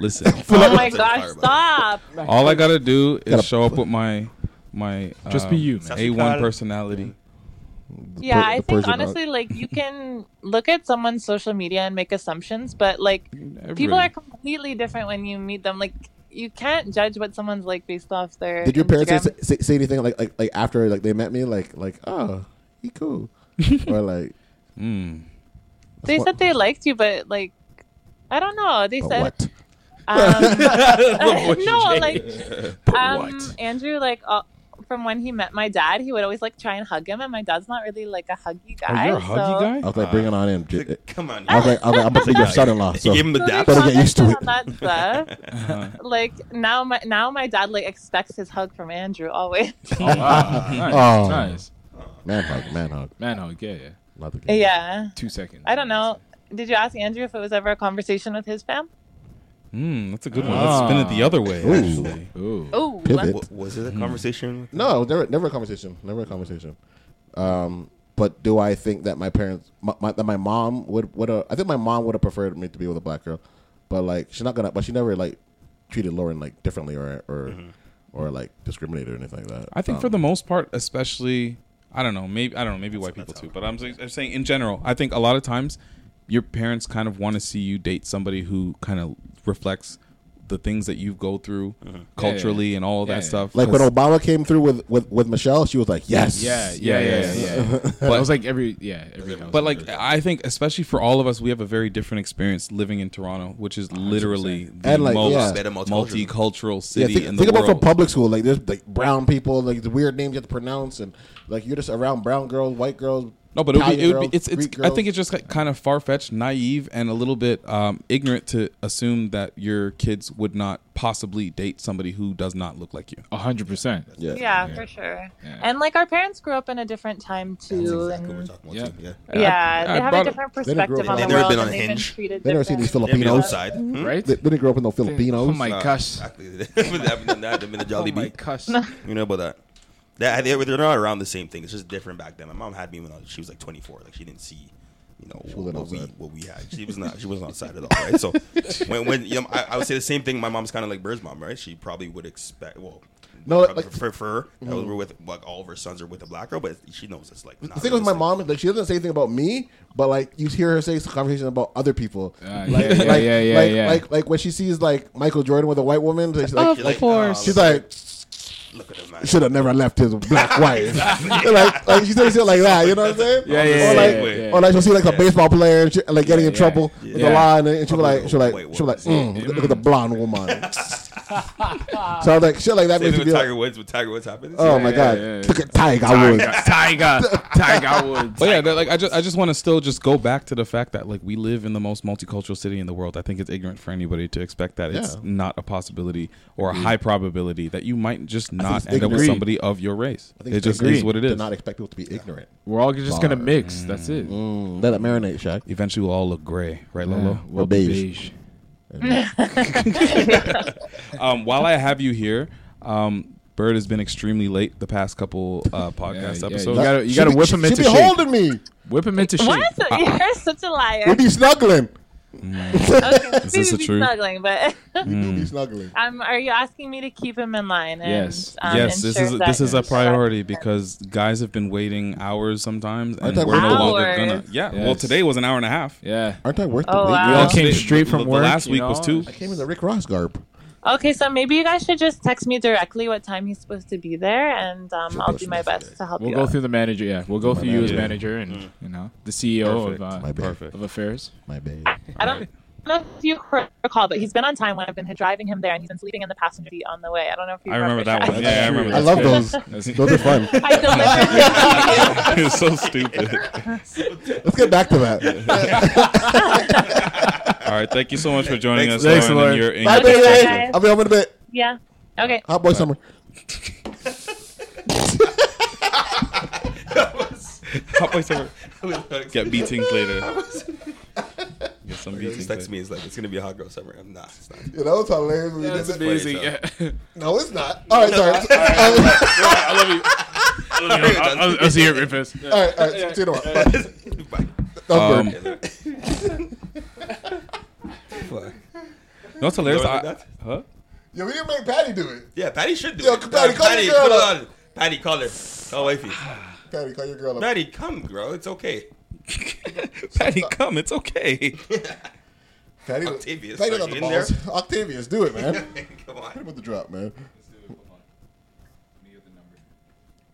B: Listen,
T: Oh my gosh! Stop.
B: all I gotta do is show up with my my um,
A: Just be you, man.
B: A one personality.
T: Yeah,
B: per-
T: I
B: the
T: think
B: person out.
T: honestly, like you can look at someone's social media and make assumptions, but like people
B: Everybody.
T: are completely different when you meet them. Like you can't judge what someone's like based off their.
C: Did your parents say,
T: Instagram.
C: say, say anything like, like like after like they met me like like oh he cool or like
B: mm.
T: They
C: what-
T: said they liked you, but like I don't know. They
C: But
T: said.
C: what?
T: Um,
B: What
T: no,
B: you
T: like
B: say. But
T: um,
B: what?
T: Andrew, like uh, from when he met my dad, he would always like try and hug him, and my dad's not really like a huggy guy.
B: Oh, you're a huggy
T: so-
B: guy? Uh.
C: I was like bring it on in. J-
G: Come on.
C: I was like, I was like I'm gonna be your son-in-law.
G: He
C: So
G: gave him the
T: So they
G: dap.
C: Better get used to
T: commented on
C: it.
T: that stuff. Like now, my now my dad like expects his hug from Andrew always.
A: Oh, wow. nice.
C: Oh.
A: nice.
C: Man hug, man hug.
A: Man, oh, yeah, yeah.
C: Not the game.
T: yeah,
A: Two seconds.
T: I don't know. Did you ask Andrew if it was ever a conversation with his fam?
B: Mm, that's a good one. Let's spin it the other way.
C: Ah. Ooh.
B: Actually.
A: Ooh.
T: Oh,
C: Pivot. Hmm.
G: W- Was it a conversation?
C: No, never, never a conversation. Never a conversation. Um, but do I think that my parents, my, my, that my mom would, would have, I think my mom would have preferred me to be with a black girl, but like she's not gonna, but she never like treated Lauren like differently or or or like discriminated or anything like that.
B: I think
C: Um,
B: for the most part, especially I don't know, maybe I don't know, maybe white people too, but I'm, saying- I'm saying in general, I think a lot of times your parents kind of want to see you date somebody who kind of reflects the things that you go through
A: Mm-hmm.
B: culturally and all of that stuff.
C: Like when
B: 'Cause-
C: Obama came through with, with, with Michelle, she was like, "Yes,
A: Yeah, yeah, yeah, yeah.
B: But-
A: But it was like every yeah, every house.
B: But like, I think especially for all of us, we have a very different experience living in Toronto, which is literally the
C: And, like,
B: most
C: yeah.
G: Better multiculturalism.
B: multicultural
C: Yeah,
B: city
C: think
B: in the
C: think about
B: world.
C: from public school. Like there's like brown people, like the weird names you have to pronounce, and like you're just around brown girls, white girls.
B: no, but it would be,
C: Italian
B: it would be
C: girls,
B: it's, it's
C: Greek
B: I
C: girls.
B: think it's just like kind of far fetched, naive, and a little bit um, ignorant to assume that your kids would not possibly date somebody who does not look like you.
A: hundred percent.
T: Yeah, for sure. And like our parents grew up in a different time too. and
G: Yeah, yeah.
T: Yeah, they have a
C: brought-
T: different
C: they didn't grow
T: perspective
C: up
T: on the
C: in-
T: world, and they've been treated
C: They never seen
T: different.
C: these Filipinos,
G: outside, hmm?
A: Right?
C: They, they didn't grow up with no Filipinos.
A: Oh my gosh. Oh
G: Exactly. I've been that. I've been to Jollibee.
A: my gosh.
G: You know about that. That they, they're not around the same thing. It's just different back then. My mom had me when I was, she was like 24. Like she didn't see, you know,
C: wasn't
G: what, we
C: outside.
G: what we had. She was not. She wasn't outside at all. Right. So when when you know, I, I would say the same thing. My mom's kind of like Bird's mom, right? She probably would expect. Well,
C: No,
G: probably
C: like-
G: prefer that
C: Mhm.
G: we're with like all of her sons are with a black girl, but she knows it's like.
C: The thing with my mom is like she doesn't say anything about me, but like you hear her say some conversation about other people.
A: Ah,
C: like,
A: yeah, yeah,
C: like,
A: yeah, yeah,
C: like,
A: yeah.
C: like like when she sees like Michael Jordan with a white woman, she's like,
A: Of
C: like,
A: course.
C: she's like. Should have never left his black wife. like, like she says shit like that, you know what I'm saying?
A: Yeah,
C: or
A: yeah,
C: like,
A: yeah, yeah, yeah.
C: or like she'll see like a baseball player and she, like getting in
A: yeah,
C: trouble with
A: yeah.
C: the
A: Yeah.
C: law, and, then she'll be like, she'll like, she'll be like,
G: woman.
C: mm, look at the blonde woman. so I'm like, shit like that makes
G: Same thing
C: me
G: with
C: be like,
G: Tiger Woods. With Tiger Woods happened.
C: oh my god, look at Tiger Woods.
A: Tiger, Tiger Woods.
B: But yeah, that- like I just I just want to still just go back to the fact that like we live in the most multicultural city in the world. I think it's ignorant for anybody to expect that it's
A: Yeah.
B: not a possibility or a
A: Agreed.
B: high probability that you might just
A: think
B: not
A: it's
B: end up with
A: ignorant.
B: somebody of your race.
A: I think
B: It
A: it's
B: just
A: ignorant
B: is what it
A: to
B: is.
C: not expect people to be ignorant.
A: We're all just gonna
C: Bar.
A: mix. That's it.
C: Let it marinate, Shaq.
B: Eventually, we'll all look gray, right,
A: Yeah,
B: Lolo?
A: we'll Or be beige.
B: um, while I have you here, um, Bird has been extremely late the past couple uh, podcast
A: yeah, you
B: episodes.
A: gotta- you She gotta be- whip him she into be shape. holding me. Whip him into
T: What?
A: shape.
T: You're such a liar.
C: We be snuggling.
T: okay,
B: Is Mm.
T: we
B: this the
T: be
B: truth?
T: Snuggling, but
B: We do be
C: snuggling.
T: Um, are you asking me to keep him in line? And,
B: Yes,
T: um,
B: yes. This
T: ensure
B: is
T: that-
B: this is a priority because guys have been waiting hours sometimes, and
T: talking
B: we're no
T: about-
B: longer
T: Hours?
B: gonna. Yeah.
A: Yes.
B: Well, today was an hour and a half.
A: Yeah.
C: Aren't I worth
T: the Oh, wait? wow.
B: We all came
A: Today-
B: straight
A: the-
B: from
A: the
B: work.
A: last week was
B: was
A: two.
B: two.
C: I came in the Rick Ross garb.
T: Okay, so maybe you guys should just text me directly what time he's supposed to be there, and um, I'll do my best to help
A: We'll
T: you.
A: go
T: out.
A: through the manager. Yeah, we'll go
C: My
A: through you as
C: manager.
A: manager and you know the CEO
C: Perfect. My
A: of
C: bad.
A: uh,
C: Perfect.
A: of affairs.
C: My babe.
T: I don't know if you recall, but he's been on time when I've been driving him there, and he's been sleeping in the passenger seat on the way. I don't know if you
B: I remember that
T: that.
B: one. Yeah, I remember.
C: I
B: that.
C: love those. Those are fun.
T: I delivered
B: You're so stupid.
C: Let's get back to that.
B: All right, thank you so much for joining
C: Thanks,
B: us.
C: thanks,
B: Lauren,
C: Lauren.
B: and your- and
C: Bye,
B: your
C: baby.
B: perspective.
C: I'll be home in a bit.
T: Yeah. Okay.
C: Hot boy summer.
B: Hot boy summer. Get beatings later. Get some
G: beatings.
B: later.
G: Text me. It's like it's gonna be a hot girl summer. I'm not. It's not.
C: Yeah, that was hilarious. when we
G: That's
C: did that.
G: amazing, yeah.
C: No, it's not. All right, sorry.
A: I love you. I love you. I'll, I'll, I'll see you, Rufus.
C: All right, all right. See you tomorrow. Bye. That was
B: Um,
G: Fuck.
B: No, it's hilarious.
G: You know
B: I,
G: what I
B: huh?
C: Yo, we didn't make Patty do it.
G: Yeah, Patty should do
C: Yo,
G: it.
C: Patty, call
G: Patty,
C: your girl
G: put it
C: up.
G: on. Patty, call her. Call wifey.
C: Patty, call your girl up.
G: Patty, come, girl. It's okay.
B: Patty, come. It's okay.
C: Patty,
G: Octavius,
C: Patty
G: are
C: got the
G: you in
C: balls.
G: there?
C: Octavius, do it, man.
G: Come on.
C: Hit him with the drop, man.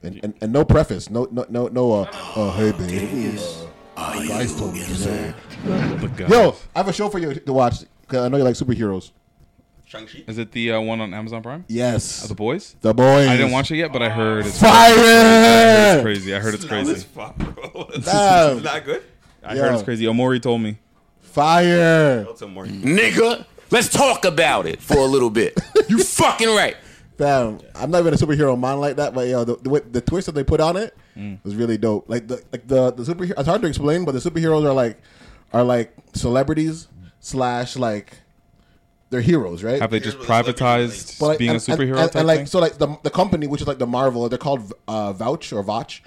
C: And, and, and no preface, no no no no. Uh, oh hey baby. Uh, my guys told me to say.
B: guys.
C: Yo, I have a show for you to watch. 'cause I know you like superheroes.
G: Shang-Chi?
B: Is it the uh, one on Amazon Prime?
C: Yes.
B: Uh, the boys.
C: The Boys.
B: I didn't watch it yet, but I heard it's
C: Fire!
B: Crazy. I heard it's crazy. I heard it's
G: Slow
B: crazy.
G: as fuck, bro. It's
C: Damn.
G: not good.
B: I
C: Yo.
B: heard it's crazy. Omori told me.
C: Fire.
K: Nigga, let's talk about it for a little bit. you fucking right.
C: Damn, I'm not even a superhero man like that, but yo, the, the, way- the twist that they put on it
K: Mm.
C: was really dope. Like the like the the superhero. It's hard to explain, but the superheroes are like are like celebrities slash like they're heroes, right?
B: Have they just privatized
C: But, like,
B: being
C: and-
B: a superhero
C: and, and,
B: type
C: and, like
B: thing?
C: so like the the company which is like the Marvel, they're called uh, Vouch or Vouch.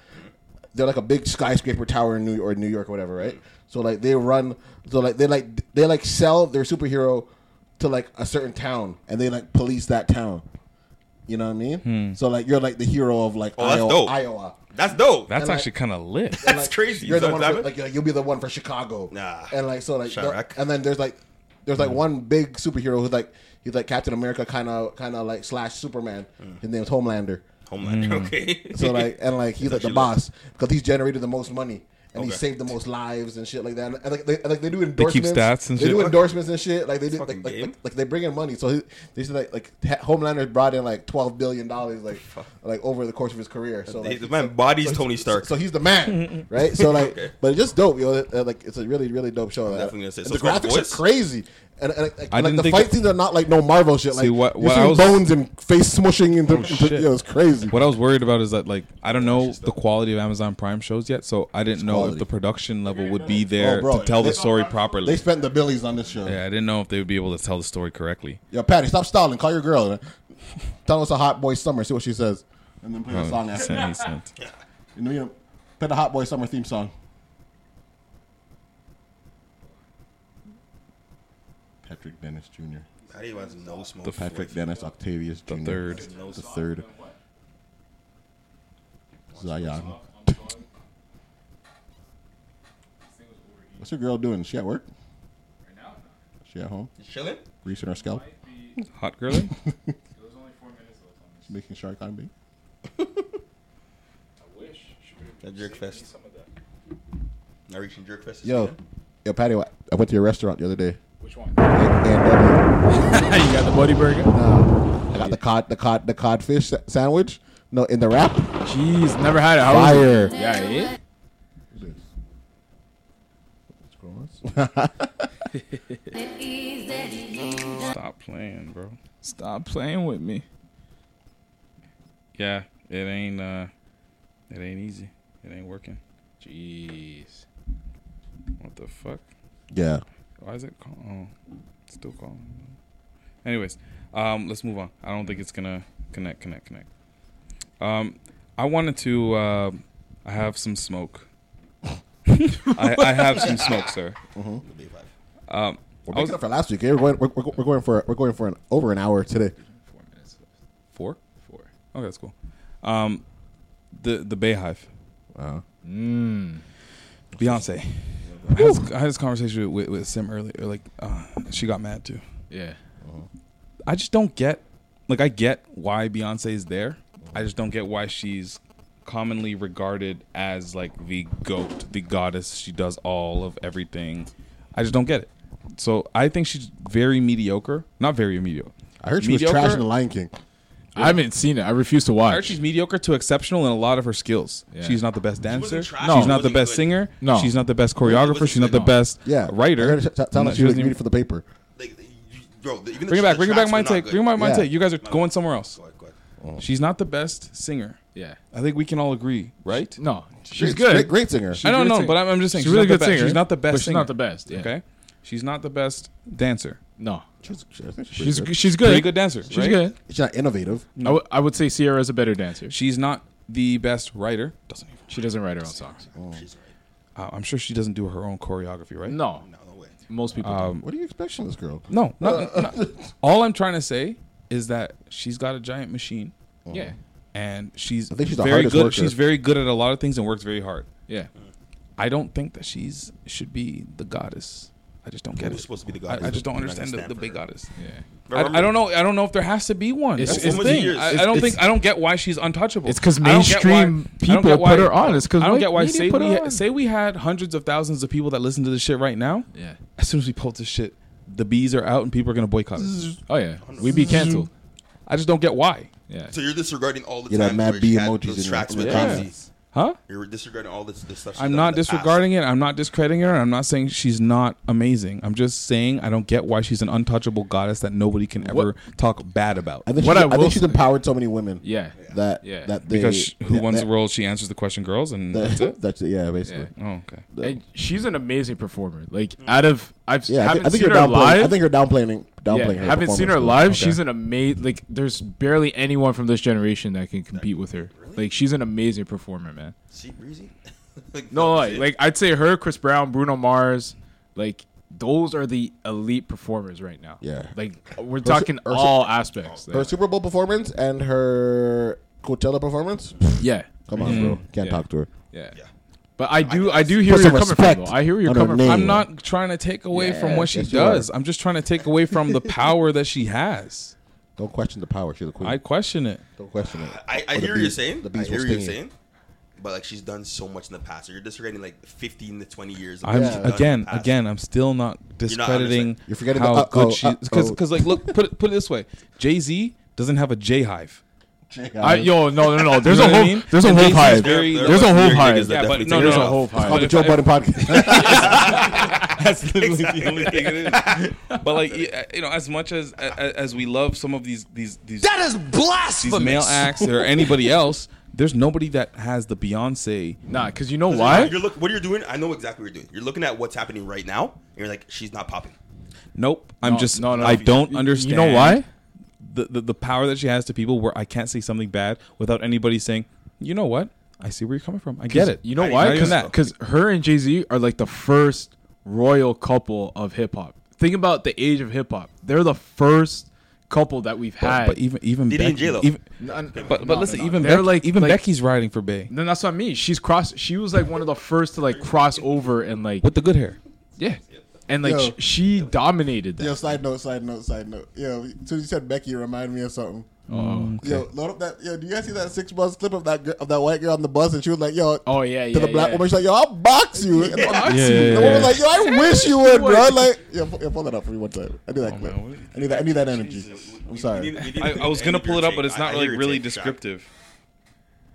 C: They're like a big skyscraper tower in New or New York or whatever, right? So like they run, so like they like they like sell their superhero to like a certain town and they like police that town. You know what I mean?
D: Hmm.
C: So like you're like the hero of like
G: Oh, that's
C: Iowa,
G: dope.
C: Iowa.
G: That's dope.
C: That's And, like- actually
B: of lit.
G: That's crazy.
C: You're the
G: So
C: one
G: that
C: for,
G: would-
C: like you'll be the one for Chicago. Nah. And like so like
G: Shut
C: there-
G: up.
C: and then there's like there's
G: Hmm.
C: like one big superhero who's like he's like Captain America kind of kind of like slash Superman. His name's Homelander.
G: Hmm. Homelander,
B: Hmm.
G: Mm. okay.
C: So like and like he's like
G: That's
C: the
G: actually
C: boss because he's generated the most money. And he
G: Okay.
C: saved the most lives and shit like that. And, and, like, they, and, like they do
B: They keep
C: endorsements.
B: stats and
C: they do
B: shit.
C: endorsements and shit. Like they do, like, like, like, like they bring in money. So he, they said like like Ha- Homelander brought in like twelve billion dollars like like over the course of his career. So
G: They-
C: like,
G: the man
C: so-
G: bodies
C: so-
G: Tony Stark.
C: So, so he's the man, right? So like,
G: Okay.
C: but it's just dope, yo. Uh, Like it's a really really dope show.
G: definitely gonna say-
C: And
G: so
C: the
G: it's got
C: graphics
G: voice?
C: are crazy. And, and, like,
D: I
C: like,
D: didn't
C: the
D: think
C: fight
D: it-
C: scenes are not like no Marvel shit. Like
D: See, what- what
C: you're
D: I
C: seeing
D: was- Oh,
C: bones and face smushing into, into yeah, it's crazy.
D: What I was worried about is that like I don't know the quality of Amazon Prime shows yet, so I didn't know if the production level would be there
C: Oh, bro,
D: to tell
C: they-
D: the story properly.
C: They spent the billies on this show.
D: yeah, I didn't know if they would be able to tell the story correctly.
C: Yo, Patty, stop stalling. Call your girl. man. Tell us a hot boy summer. See what she says, and then play the
D: Oh,
C: song after.
D: he sent.
C: You know, you know, play the hot boy summer theme song. Patrick Dennis Jr.
G: How do you want no smoke?
C: The Patrick Dennis Octavius Jr. The
D: third.
C: The third. Zion. What's your girl doing? Is she at work? She at home?
G: Chilling?
C: Greasing her scalp?
D: Hot girling?
C: Making shark on me?
G: That jerk fest. Not reaching jerk fest. this
C: Yo,
G: weekend?
C: yo, Patty, I I went to your restaurant the other day.
A: Which one?
C: you
A: got the buddy burger?
C: No, I got the cod, the cod, the codfish sa- sandwich. No, in the wrap.
A: Jeez, never had it. How was
C: Fire.
A: it? Yeah, eh?
B: Stop playing, bro.
D: Stop playing with me.
B: Yeah, it ain't uh it ain't easy. It ain't working. Jeez. What the fuck?
C: Yeah.
B: Why is it call- oh, it's still calling? Anyways, um let's move on. I don't think it's going to connect connect connect. Um I wanted to uh I have some smoke. I, I have some smoke, sir.
C: Mhm.
B: Um
C: We're
B: I was-
C: making up for last week. eh? We're going, we're, we're we're going for we're going for an over an hour today.
B: Four? Four. Okay, that's cool. Um, the the Bay Hive.
C: Wow.
B: Mm. Beyonce. I had, this, I had this conversation with, with Sim earlier. Like, uh, she got mad too.
A: Yeah.
B: I just don't get. Like, I get why Beyonce is there. I just don't get why she's commonly regarded as like the goat, the goddess. She does all of everything. I just don't get it. So I think she's very mediocre. Not very mediocre.
C: I heard she was trash in The Lion King.
A: I haven't seen it. I refuse to watch.
B: I heard she's mediocre to exceptional in a lot of her skills.
A: Yeah.
B: She's not the best dancer.
A: trash. No.
B: she's not the
A: Wasn't
B: best
A: good.
B: singer.
A: No.
B: she's not the best choreographer. She's not the best
C: Yeah. I
B: writer.
C: heard it sa- sound like she was
B: doesn't
C: reading
B: even-
C: for the paper.
G: Bro, the, even
B: Bring it
G: the,
B: back. Bring it back.
G: tracks
B: My
G: were not
B: take.
G: good.
B: Bring my my
C: Yeah.
B: take. You guys are going somewhere else. She's not the best
A: Mm.
B: singer.
A: Yeah.
B: I think we can all agree, right?
A: No, she's Great- good. great- great singer.
B: I
A: She's a
B: don't
A: good
B: know,
A: singer.
B: but I'm, I'm just saying
A: She's a really
B: not the
A: good
B: best-
A: singer,
B: She's not the best.
A: but she's
B: singer.
A: not the best, yeah.
B: Okay. She's not the best dancer.
A: No.
C: She's
A: She's good. she's good.
B: Pretty good dancer.
A: She's
B: right?
A: good.
C: She's not innovative.
A: I, w- I would say Sierra's a better dancer.
B: She's not the best writer. Doesn't even.
A: She doesn't write her own songs.
B: Uh, I'm sure she doesn't do her own choreography, right?
A: No. No, way. Most people.
B: Um,
C: What do you expect from this girl?
B: No, no, no. All I'm trying to say is that she's got a giant machine.
A: Yeah.
B: And she's,
C: I think she's the
B: very
C: hardest
B: good.
C: worker.
B: She's very good at a lot of things and works very hard.
A: Yeah.
B: I don't think that she's should be the goddess. I just don't get
G: Who's
B: it.
G: supposed to be the
B: I- I,
G: goddess?
B: just don't
G: You're not
B: understand
G: gonna
B: the,
G: stand
B: the
G: for
B: big
G: her.
B: goddess.
G: Yeah.
B: I, I don't know. I don't know if there has to be one.
A: It's-
B: That's the
A: it's-
B: thing.
A: it's-
B: I, I don't
A: it's-
B: think. I don't get why she's untouchable.
A: It's 'cause
B: I don't get
A: mainstream
B: why- I don't
A: people
B: get why-
A: put her on. It's 'cause
B: I don't
A: white
B: get why.
A: media
B: Say
A: put her
B: we ha-
A: on.
B: say we had hundreds of thousands of people that listen to this shit right now.
A: Yeah.
B: As soon as we post this shit, the bees are out and people are gonna boycott us.
A: Oh yeah, we be canceled.
B: I just don't get why.
A: Yeah.
G: So you're disregarding all the
B: You got
G: times
B: mad
G: where
B: bee
G: she had
B: emojis in
G: those
B: your-
G: tracks with
B: Yeah.
G: Jay-Z.
B: Huh?
G: You're disregarding all this, this stuff. she's
B: I'm
G: done
B: not
G: in the past.
B: disregarding it. I'm not discrediting her. I'm not saying she's not amazing. I'm just saying I don't get why she's an untouchable goddess that nobody can ever talk bad about.
C: I think, she's, I think she's empowered so many women.
A: Yeah.
C: That
A: Yeah.
C: that they,
B: because she- who
C: that-
B: wins
C: that-
B: the world? She answers the question, girls, and
C: that-
B: that's it.
C: That's it. Yeah, basically.
B: Oh, okay.
A: And she's an amazing performer. Like out of I've
C: Yeah, I,
A: haven't
C: thi- I think
A: seen
C: you're
A: her
C: downplaying.
A: live.
C: I think you're downplaying downplaying
A: yeah,
C: her.
A: haven't seen her
C: performance.
A: live.
C: Okay.
A: She's an amazing. Like, there's barely anyone from this generation that can compete with her. Like, she's an amazing performer, man.
G: She breezy. like,
A: No, like, like I'd say her, Chris Brown, Bruno Mars, like those are the elite performers right now.
U: Yeah.
A: Like we're
U: Her su-
A: talking
U: her su-
A: all aspects.
U: Her Super Bowl performance and her Coachella performance.
A: Yeah.
U: Come on,
A: Mhm.
U: bro. Can't
A: Yeah.
U: talk to her.
A: Yeah. But I do, I do hear
U: Put
A: where you're
U: some
A: coming from.
U: respect
A: Though. I hear where you're
U: on her
A: coming from.
U: name.
B: I'm not trying to take away from what she
U: Yes, you are.
B: does. I'm just trying to take away from the power that she has.
U: Don't question the power. She's a queen.
B: I question it.
U: Don't question it. Or
B: Oh,
G: I, I
U: the
G: hear what you're
U: bees-
G: saying.
U: The
G: I
U: bees
G: hear
U: will
G: what you're
U: sting you.
G: saying. But like she's done so much in the past. You're disregarding like 15 to 20 years. of
B: I'm
G: what she's done in
B: again,
G: the past.
B: again. I'm still not
G: You're not
B: discrediting
G: understanding. You're forgetting
B: how
C: uh,
G: the uh-oh,
C: oh,
B: good she because
G: uh-oh.
B: because like look put it, put it this way, Jay Z doesn't have a J hive.
A: I- yo, no, no, no. There's a whole- there's a
B: And
A: whole
B: Jay-Z is
A: hive.
B: very-
A: There- there's a whole hive.
B: Yeah, but
A: Definitely
B: no,
A: take
B: no,
A: it
B: no.
A: off. Whole hive.
B: But
A: The
B: if
A: Joe
B: I-
A: Budden podcast.
B: That's literally the only thing it is. But like yeah, you know, as much as as, as we love some of these these these
D: That is
B: these
D: blasphemous.
B: male acts or anybody else, there's nobody that has the Beyonce.
A: Nah, because you know
G: Because You're, you're look, what you're doing, I know exactly what you're doing. You're looking at what's happening right now, and you're like, she's not popping.
B: Nope. I'm
G: No,
B: just.
G: no, no.
B: I don't
G: You- you
B: understand.
G: know why?
B: The, the the power that she has to people, where I can't say something bad without anybody saying, you know what? I see where you're coming from. I get it.
A: You know
B: Not
A: why?
B: even that.
A: Because her and Jay Z are like the first royal couple of hip hop. Think about the age of hip hop. They're the first couple that we've
B: But-
A: had.
B: but even even
A: Diddy and
B: Becky-
A: J-Lo.
B: even-
A: None-
B: but but
A: no,
B: listen,
A: no, no.
B: even
A: They're
B: Becky,
A: like-
B: even
A: like-
B: Becky's riding for Bay
A: Then that's what I mean. She's cross. She was like one of the first to like cross over and like
B: with the good hair.
A: Yeah, and like
C: Yo.
A: sh- she dominated that.
C: Yo, side note, side note, side note. Yo, so you said Becky, you remind me of something.
B: Mm,
A: Oh, okay.
C: Yo, load up that. Yo, do you guys see that six bus clip of that gir- of that white girl on the bus, and she was like, "Yo,
A: oh yeah,
C: to
A: yeah,
C: the black
A: yeah.
C: woman, she's like, "Yo, I'll box you." And the-
A: Box
C: the
A: you.
C: woman
A: Yeah,
C: was
A: yeah.
C: like, "Yo, I wish you would, bro."
A: What?
C: Like, yo, pull, yo, pull that up for me one time. I need
A: Oh,
C: that clip. I need that. I need that energy. I'm sorry.
B: I, I was gonna pull it up, but it's
G: I- I
B: not
G: hear
B: like
G: your
B: really
G: take, Shaq.
B: descriptive.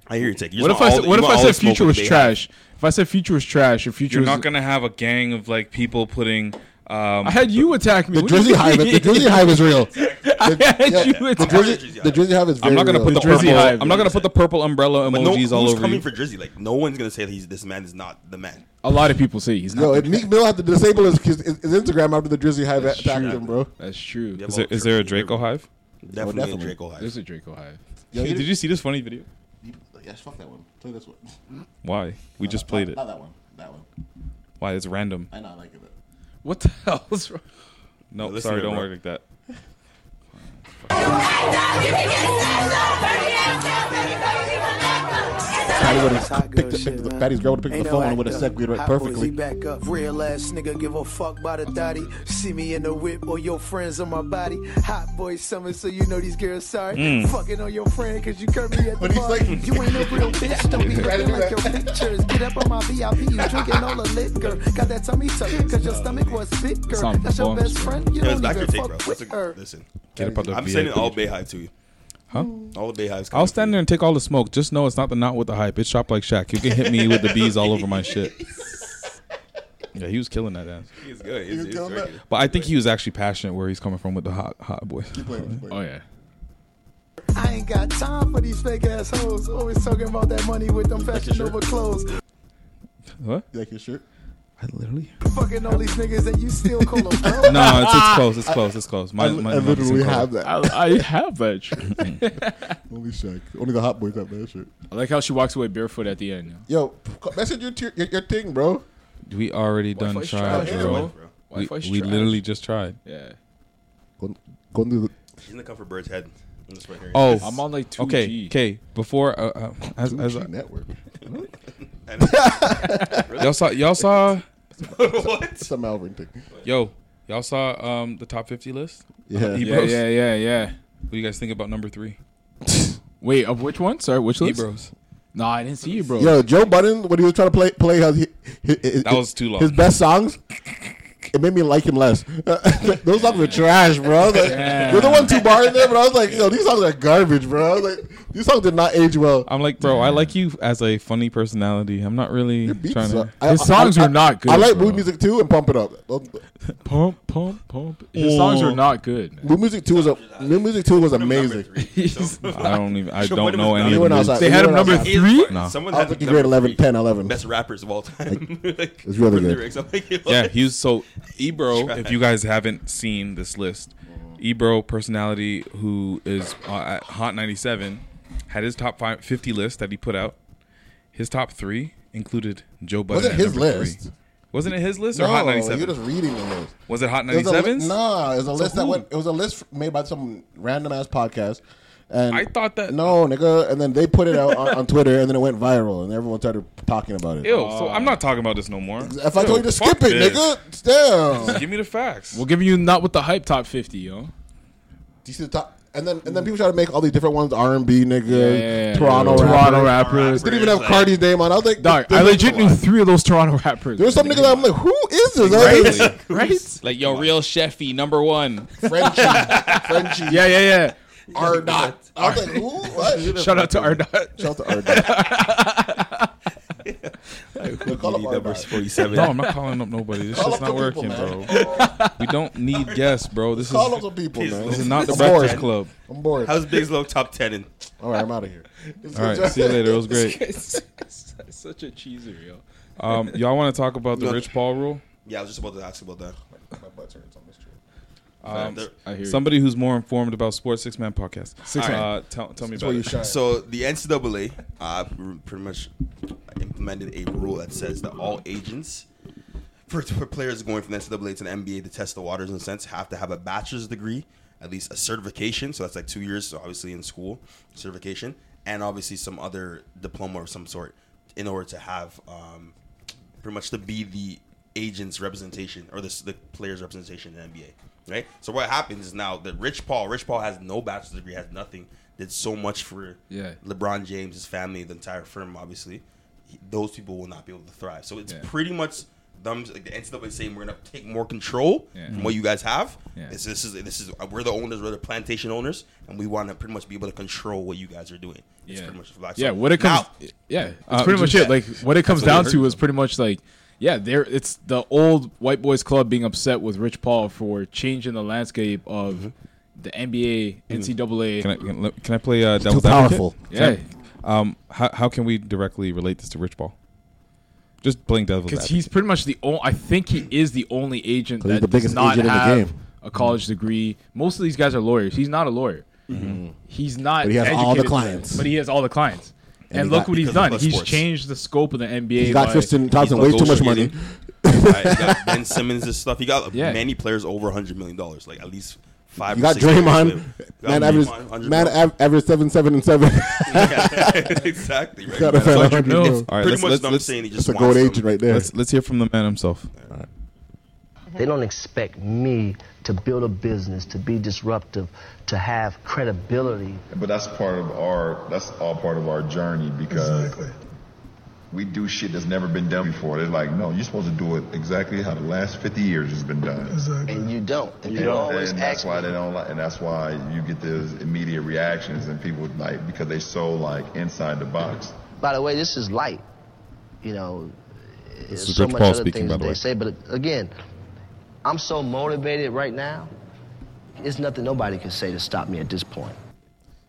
G: I hear your take. You
A: What
G: just
A: if I
G: want
A: said,
G: all-
A: what if
G: you want
A: I
G: all the
A: said
G: smoke
A: future
G: that
A: was
G: they have.
A: trash? If I said future was trash, if future
B: You're
A: was
B: not gonna have a gang of like people putting. Um,
A: I had you attack me.
B: The
A: What do you
B: Drizzy Hive-
A: mean?
B: the Drizzy Hive is real.
A: I had
B: Yeah.
A: you
B: The
A: attack
B: Drizzy-
C: The Drizzy Hive is
B: I'm
C: very.
B: not gonna
C: real.
B: put the,
G: The Drizzy
B: purple.
G: Hive,
B: I'm not gonna put the purple umbrella
G: But no,
B: emojis all
G: who's
B: over
G: coming
B: you.
G: for Drizzy? Like no one's gonna say that he's, this man is not the man.
A: A lot of people say he's
C: Yo, and Meek Mill had to disable his, his, his Instagram after the Drizzy Hive
A: That's
C: attacked
A: true.
C: him, bro.
A: That's true.
B: Is there, is there a Draco hive?
G: Definitely,
C: definitely.
G: a Draco hive.
A: There's a Draco hive.
C: Yo,
B: Hey,
C: you-
B: did you see this funny video?
C: Yes, fuck that one. Play this one.
B: Why? We just played it.
C: Not that one. That one.
B: Why? It's random.
C: I know. I like it.
A: What the hell is wrong?
B: No,
G: Listen
B: sorry,
G: to it,
B: don't
G: bro.
B: work like that.
U: Patty would
O: It's not
U: have
O: good
U: picked, the-
O: shit,
U: picked the,
O: man.
U: Patty's girl would have
O: Ain't
U: picked the
O: no
U: phone and would have
O: actor.
U: segued right
O: Hot
U: perfectly.
O: boys, he back up. Real ass nigga, give a fuck about a thotty. See me in the whip or your friends on my body. Hot boy summer, so you know these girls sorry.
U: Hmm.
V: Mm.
O: Fucking on your friend, cause you curved me at the bar. you ain't no real bitch, don't be acting like your pictures. Get up on my VIP, you drinking all the liquor. Got that tummy tuck, cause your stomach was bigger.
B: Sound
O: That's your
B: bums,
O: best
B: bro.
O: friend, you
G: Yeah,
O: don't
G: it's back your
O: even
G: take, bro.
O: fuck
G: That's
O: with
G: a,
O: her.
G: listen,
B: Get up out the
G: I'm
B: VIP.
G: sending all Bay Hive to you.
B: Huh? Oh.
G: All the Bay Hives.
B: I'll stand there and take all the smoke. Just know it's not the knot with the hype. It's shop like Shaq. You can hit me with the bees all over my shit. Yeah, he was killing that ass.
G: He's good.
C: You
G: He's, he's
C: killing
G: very
C: that?
G: good.
B: But I think he was actually passionate where he's coming from with the hot hot boys.
C: playing, keep
A: Oh yeah.
O: I ain't got time for these fake ass hoes. Always talking about that money with them fashion over clothes.
B: What?
C: You like your shirt?
B: I literally.
O: Fucking all these niggas that you still call them
B: No, it's, it's close. It's close. It's close.
C: I,
B: My,
C: I literally have that.
A: I, I have that. shirt.
C: Only Shaq. Only the hot boys have that shirt.
A: I like how she walks away barefoot at the end.
C: Yo, c- message your, tier- your your thing, bro.
B: We already done
A: Wi-Fi's
B: tried,
A: trash,
B: bro.
A: bro.
B: We,
A: Wi-Fi's
B: we
A: trash.
B: literally just tried.
A: Yeah.
C: Go, go do the.
G: She's gonna come for Bird's head. I'm just right here.
B: Oh,
A: I'm on, like, 2G.
B: Okay, okay. Before uh, uh, as, as
C: 2G network.
B: y'all saw y'all saw
C: what? It's a Malvern thing.
B: yo y'all saw um the top fifty list.
C: Yeah.
B: Hebros?
A: Yeah, yeah, yeah, yeah.
B: What do you guys think about number three?
A: Wait, of which one? Sorry, which list?
B: Ebros.
A: No, I didn't see Ebros.
C: Yo, Joe Budden when he was trying to play play his, his, his
A: That was too long.
C: His best songs. It made me like him less. Those songs were trash, bro. Like,
B: Yeah.
C: You're the one two bar in there, but I was like, yo, these songs are garbage, bro. I was like, these songs did not age well.
B: I'm like, bro, I like you as a funny personality. I'm not really trying
C: So,
B: to.
C: I- I- I- I like
B: bro.
C: mood music too and pump it up.
A: Pump, pump, pump. His songs are not good.
C: Mood music two was a mood music two was amazing.
B: I don't even. I
C: Sure,
B: don't
C: but it
B: know
C: was
B: any.
C: not-
B: of
C: They had him They
B: the music.
C: had number him three?
G: number-
B: No.
G: someone
C: I
G: had
C: was
G: him
C: like grade
G: number
C: 11, 10, 11.
G: Best rappers of all time. Like,
C: it's really
G: for
C: good.
G: lyrics, I'm like, yo,
B: yeah,
G: like-
B: he was so Ebro.
G: Trash.
B: If you guys haven't seen this list, Ebro personality who is uh, at Hot 97 had his top five, 50 list that he put out. His top three included Joe Budden.
C: Was it
B: at
C: his
B: number three.
C: list?
B: Wasn't it his list or
C: No,
B: Hot 97?
C: You're just reading the list.
B: Was it Hot
C: It was a li-
B: 97's?
C: Nah, it was a
B: So
C: list that
B: who?
C: went. It was a list made by some random ass podcast. And
B: I thought that
C: no, nigga. And then they put it out on, on Twitter, and then it went viral, and everyone started talking about it.
B: Ew,
G: Oh.
B: so I'm not talking about this no more.
C: If I told you to
B: fuck
C: skip it,
B: this.
C: nigga, damn.
B: Just give me the facts.
A: We'll give you not with the hype top fifty, yo.
C: Do you see the top? And then and then people try to make all these different ones R and B nigga,
A: Yeah.
C: Toronto,
A: Toronto rappers.
C: Didn't even have
A: Like-
C: Cardi's name on. I was like,
A: Dog,
C: there's
A: I
C: no-
A: legit knew three of those Toronto rappers.
C: There was some nigga that I'm like, who is this? I was like,
A: right?
B: Like yo, real Sheffy number one.
C: Frenchie, Frenchie.
A: Yeah, yeah, yeah.
C: R dot. I was like, who? What?
A: Shout out to R dot.
C: Shout out to R dot.
G: Who
C: Call up
G: DD
C: R
G: numbers
C: dot.
G: 47.
B: No, I'm not calling up nobody. This
C: Call
B: shit's
C: up
B: not
C: the people,
B: working,
C: man.
B: bro. We don't need guests, bro. This
C: Call
B: is
C: up the people, man.
B: This is not the
C: I'm bored.
B: Breakfast Club.
C: I'm bored.
G: How's Bigslow top ten? In-
C: All right, I'm out of here.
B: All right, see you later. It was great.
A: Such a cheeser, yo.
B: Um, y'all want to talk about the
G: Look.
B: Rich Paul rule?
G: Yeah, I was just about to ask about that.
C: My butt's hurts on this trip.
B: Um,
G: There-
B: somebody who's more informed about sports six man podcast.
G: All right.
B: Uh, tell, tell me about it.
G: So the NCAA uh, r- pretty much implemented a rule that says that all agents for, for players going from the NCAA to the NBA to test the waters in a sense have to have a bachelor's degree, at least a certification. So that's like two years, so obviously in school certification, and obviously some other diploma of some sort in order to have um, pretty much to be the agent's representation or the, s- the player's representation in the NBA. Right. So what happens is now that Rich Paul, Rich Paul has no bachelor's degree, has nothing, did so much for
A: Yeah.
G: LeBron James, his family, the entire firm, obviously. He- Those people will not be able to thrive. So it's pretty much them like the NCAA saying we're gonna take more control
A: Yeah.
G: from what you guys have.
A: Yeah.
G: This, this is this is we're the owners, we're the plantation owners, and we want to pretty much be able to control what you guys are doing. It's
A: Yeah.
G: pretty much black.
A: Yeah,
G: So
A: what it comes.
G: now-
A: yeah, it's
B: Uh,
A: pretty much
B: just-
A: it. Like what it
B: That's
A: comes
B: what it
A: down
B: hurt
A: to is pretty much like, yeah, there. It's the old white boys club being upset with Rich Paul for changing the landscape
C: Mm-hmm.
A: of the NBA, NCAA.
B: Can I, can I- can I play uh, devil's
A: powerful.
B: advocate? Can I-
A: Yeah.
B: um, how, how can we directly relate this to Rich Paul? Just playing devil's
A: because
B: advocate.
A: he's pretty much the only. I think he is the only agent
B: 'Cause
A: that
B: he's the
A: does
B: biggest
A: not
B: agent in the
A: have
B: game.
A: a college degree. Most of these guys are lawyers. He's not a lawyer.
B: Mhm.
A: He's not.
B: But he has all the
A: educated,
B: clients.
A: But he has all the clients.
B: And
A: And,
B: he
A: look
B: got-
A: what he's
B: because of
A: done.
B: plus
A: He's
B: sports.
A: changed the scope of the NBA.
C: He got
A: by-
C: Tristan Thompson way too much money.
G: Right, you got ben Simmons and stuff. You got
A: Yeah.
G: many players over hundred million dollars, like at least five.
C: You got
G: or six players.
C: Draymond.
G: You got
C: Man,
G: Draymond,
C: average,
G: 100
C: man
G: million.
C: av- average seven, seven, and seven.
G: Yeah, exactly, right.
C: Got a
G: That's
C: fan
G: what
C: of
G: you
C: 100
G: know.
C: million.
G: All right, Pretty let's- much let's- what I'm let's- saying, he just
C: That's a
G: wants
C: gold agent right there.
B: Let's, let's hear from the man himself.
D: They don't expect me to build a business, to be disruptive, to have credibility.
W: But that's part of our that's all part of our journey because we do shit that's never been done before. They're like, no, you're supposed to do it exactly how the last 50 years has been done.
D: And you don't. And
W: You
D: they
W: know,
D: always
W: and
D: ask
W: that's why
D: me.
W: they don't like, and that's why you get those immediate reactions and people like because they so like inside the box.
D: By the way, this is light. You know,
W: This
D: there's
W: is
D: so
W: Rich
D: much
W: Paul
D: other
W: speaking,
D: things
W: by
D: that
W: the
D: they
W: way.
D: say. But again, I'm so motivated right now. It's nothing nobody can say to stop me at this point.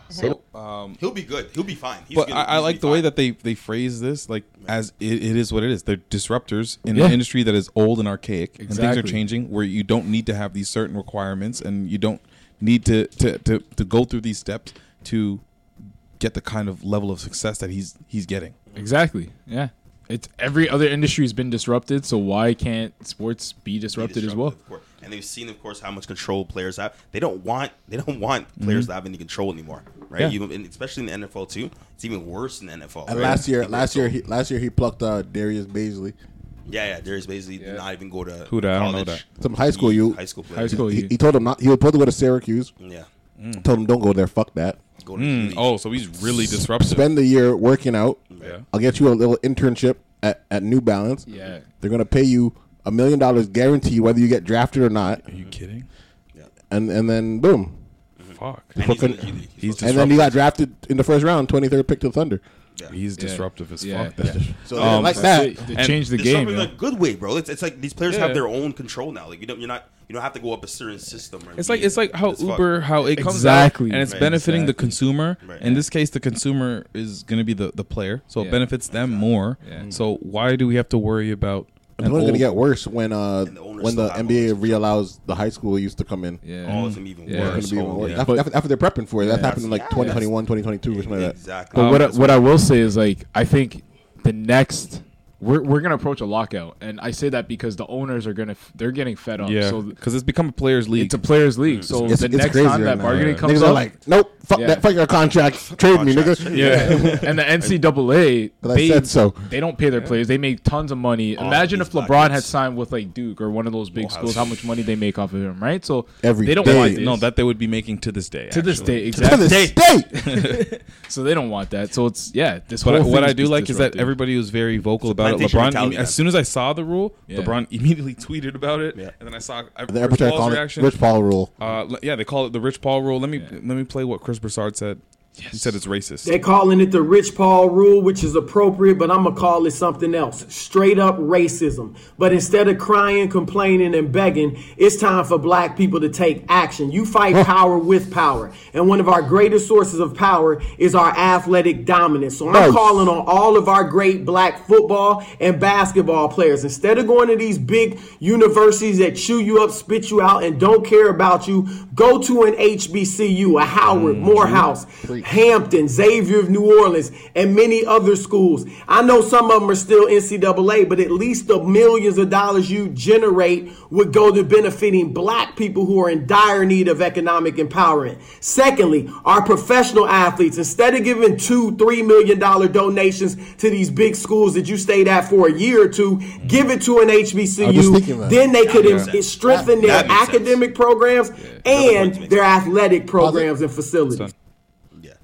B: So, um,
G: he'll be good. He'll be fine. He's
B: but
G: gonna-
B: I, I
G: he's
B: like the way that they, they phrase this, like as it, it is what it is. They're disruptors in
A: Yeah.
B: an industry that is old and archaic, and things are
A: Exactly.
B: changing. Where you don't need to have these certain requirements, and you don't need to to, to, to go through these steps to get the kind of level of success that he's he's getting.
A: Exactly. Yeah. It's every other industry has been disrupted, so why can't sports be disrupted, as well?
G: of course. And they've seen, of course, how much control players have. They don't want they don't want
B: Mm-hmm.
G: players to have any control anymore, right?
C: Yeah.
G: You, and especially in the NFL too. It's even worse in the NFL.
C: And
G: right?
C: last year,
G: People-
C: last year, he, last year he plucked uh, Darius Baisley.
G: yeah, yeah, there's basically not even go to
B: Who that? I don't know
G: college.
C: Some high school you.
G: high school player.
C: He, he told him not. He was supposed to go to Syracuse.
G: Yeah.
C: Told him don't go there. Fuck that.
G: Go
B: to Mm, oh, so he's really disruptive.
C: Spend the year working out.
B: Yeah.
C: I'll get you a little internship at, at New Balance.
B: Yeah.
C: They're gonna pay you a million dollars guarantee whether you get drafted or not. Are
B: you kidding? Mm-hmm.
C: And and then boom.
B: Fuck.
C: He's
B: And he's-
C: fucking-
B: he's- he's
C: and then he got drafted in the first round, twenty third pick to the Thunder.
B: He's
A: Yeah.
B: disruptive as
A: Yeah.
B: fuck. Then.
A: Yeah. So they Um, like
C: that.
A: They changed the
G: there's
A: game,
G: something
A: yeah.
G: in a good way, bro. It's, it's like these players
B: Yeah.
G: have their own control now. Like you don't, you're not, you don't have to go up a certain system. Or
B: It's like
G: be-
B: it's like how
G: as fuck.
B: Uber, how it comes
A: Exactly.
B: out and it's
A: Right.
B: benefiting the
A: Exactly.
B: consumer.
A: Right.
B: In this case, the consumer is going to be the, the player, so it
C: Yeah.
B: benefits them more.
C: Yeah.
B: So why do we have to worry about?
C: And
B: an
C: it's only going to
B: old-
C: get worse when uh when the NBA reallows the high school used to come in.
B: Yeah. Oh, it's gonna be even
C: Yeah,
B: worse.
C: it's gonna be even
B: Oh,
C: worse.
B: yeah.
C: After,
B: But-
C: after, after they're prepping for it, that
B: Yeah.
C: happened in like
B: Yeah.
C: 2021, 2022, or something like that.
G: Exactly.
A: But what I, what I will say is like I think the next we're we're gonna approach a lockout, and I say that because the owners are gonna f- they're getting fed up.
B: Yeah,
A: so
B: because it's become a players' league. Mm.
A: It's a players' league. So
B: It's-
A: the
B: it's
A: next
B: crazy
A: time
B: right
A: that
B: now.
A: bargaining
B: Yeah.
A: comes
B: Niggas are
A: up,
B: like, "Nope, fuck that- fuck
C: your contract. Trade me, nigga."
A: Contracts. Yeah, and the NCAA,
C: But I said so.
A: They don't pay their players. They make tons of money.
C: All
A: Imagine
C: these
A: if LeBron had signed with like Duke or one of those big
B: Wow.
A: schools, how much money they make off of him, right? So
B: Every
A: they don't
B: day.
A: want this.
B: No, that they would be making to this day,
A: To this day,
B: actually. To
A: exactly.
B: this
A: day. so they don't want that. So it's yeah. This
B: But I-
A: whole
B: what
A: thing
B: I do
A: just
B: like is that
A: disruptive.
B: everybody was very vocal about it.
A: plantation
B: LeBron,
A: mentality,
B: as soon as I saw the rule,
A: Yeah.
B: LeBron immediately tweeted about it, and then I saw I,
C: The arbitrary call it Rich Paul rule.
B: Uh, l- yeah, they call it the Rich Paul rule. Let me let me play what Chris Broussard said. He said it's racist.
H: They're calling it the Rich Paul rule, which is appropriate, but I'm going to call it something else straight up racism. But instead of crying, complaining, and begging, it's time for black people to take action. You fight power with power. And one of our greatest sources of power is our athletic dominance. So I'm
C: Nice.
H: calling on all of our great black football and basketball players. Instead of going to these big universities that chew you up, spit you out, and don't care about you, go to an HBCU, a Howard, Morehouse, Hampton, Xavier of New Orleans, and many other schools. I know some of them are still NCAA, but at least the millions of dollars you generate would go to benefiting black people who are in dire need of economic empowerment. Secondly, our professional athletes, instead of giving two, three million dollar donations to these big schools that you stayed at for a year or two, give it to an
C: I was thinking
H: HBCU.
C: that.
H: Then they could
C: Yeah.
H: im- strengthen
C: That-
H: their
C: that makes
H: academic programs and their athletic programs and facilities.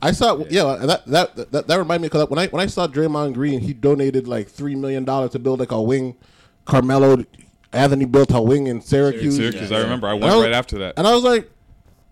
C: I saw, yeah, that that that, that reminded me because when I when I saw Draymond Green, he donated like three million dollars to build like a wing. Carmelo Anthony built a wing in Syracuse.
B: Syracuse, I remember. I
C: And
B: went
C: was-
B: right after that.
C: and I was like,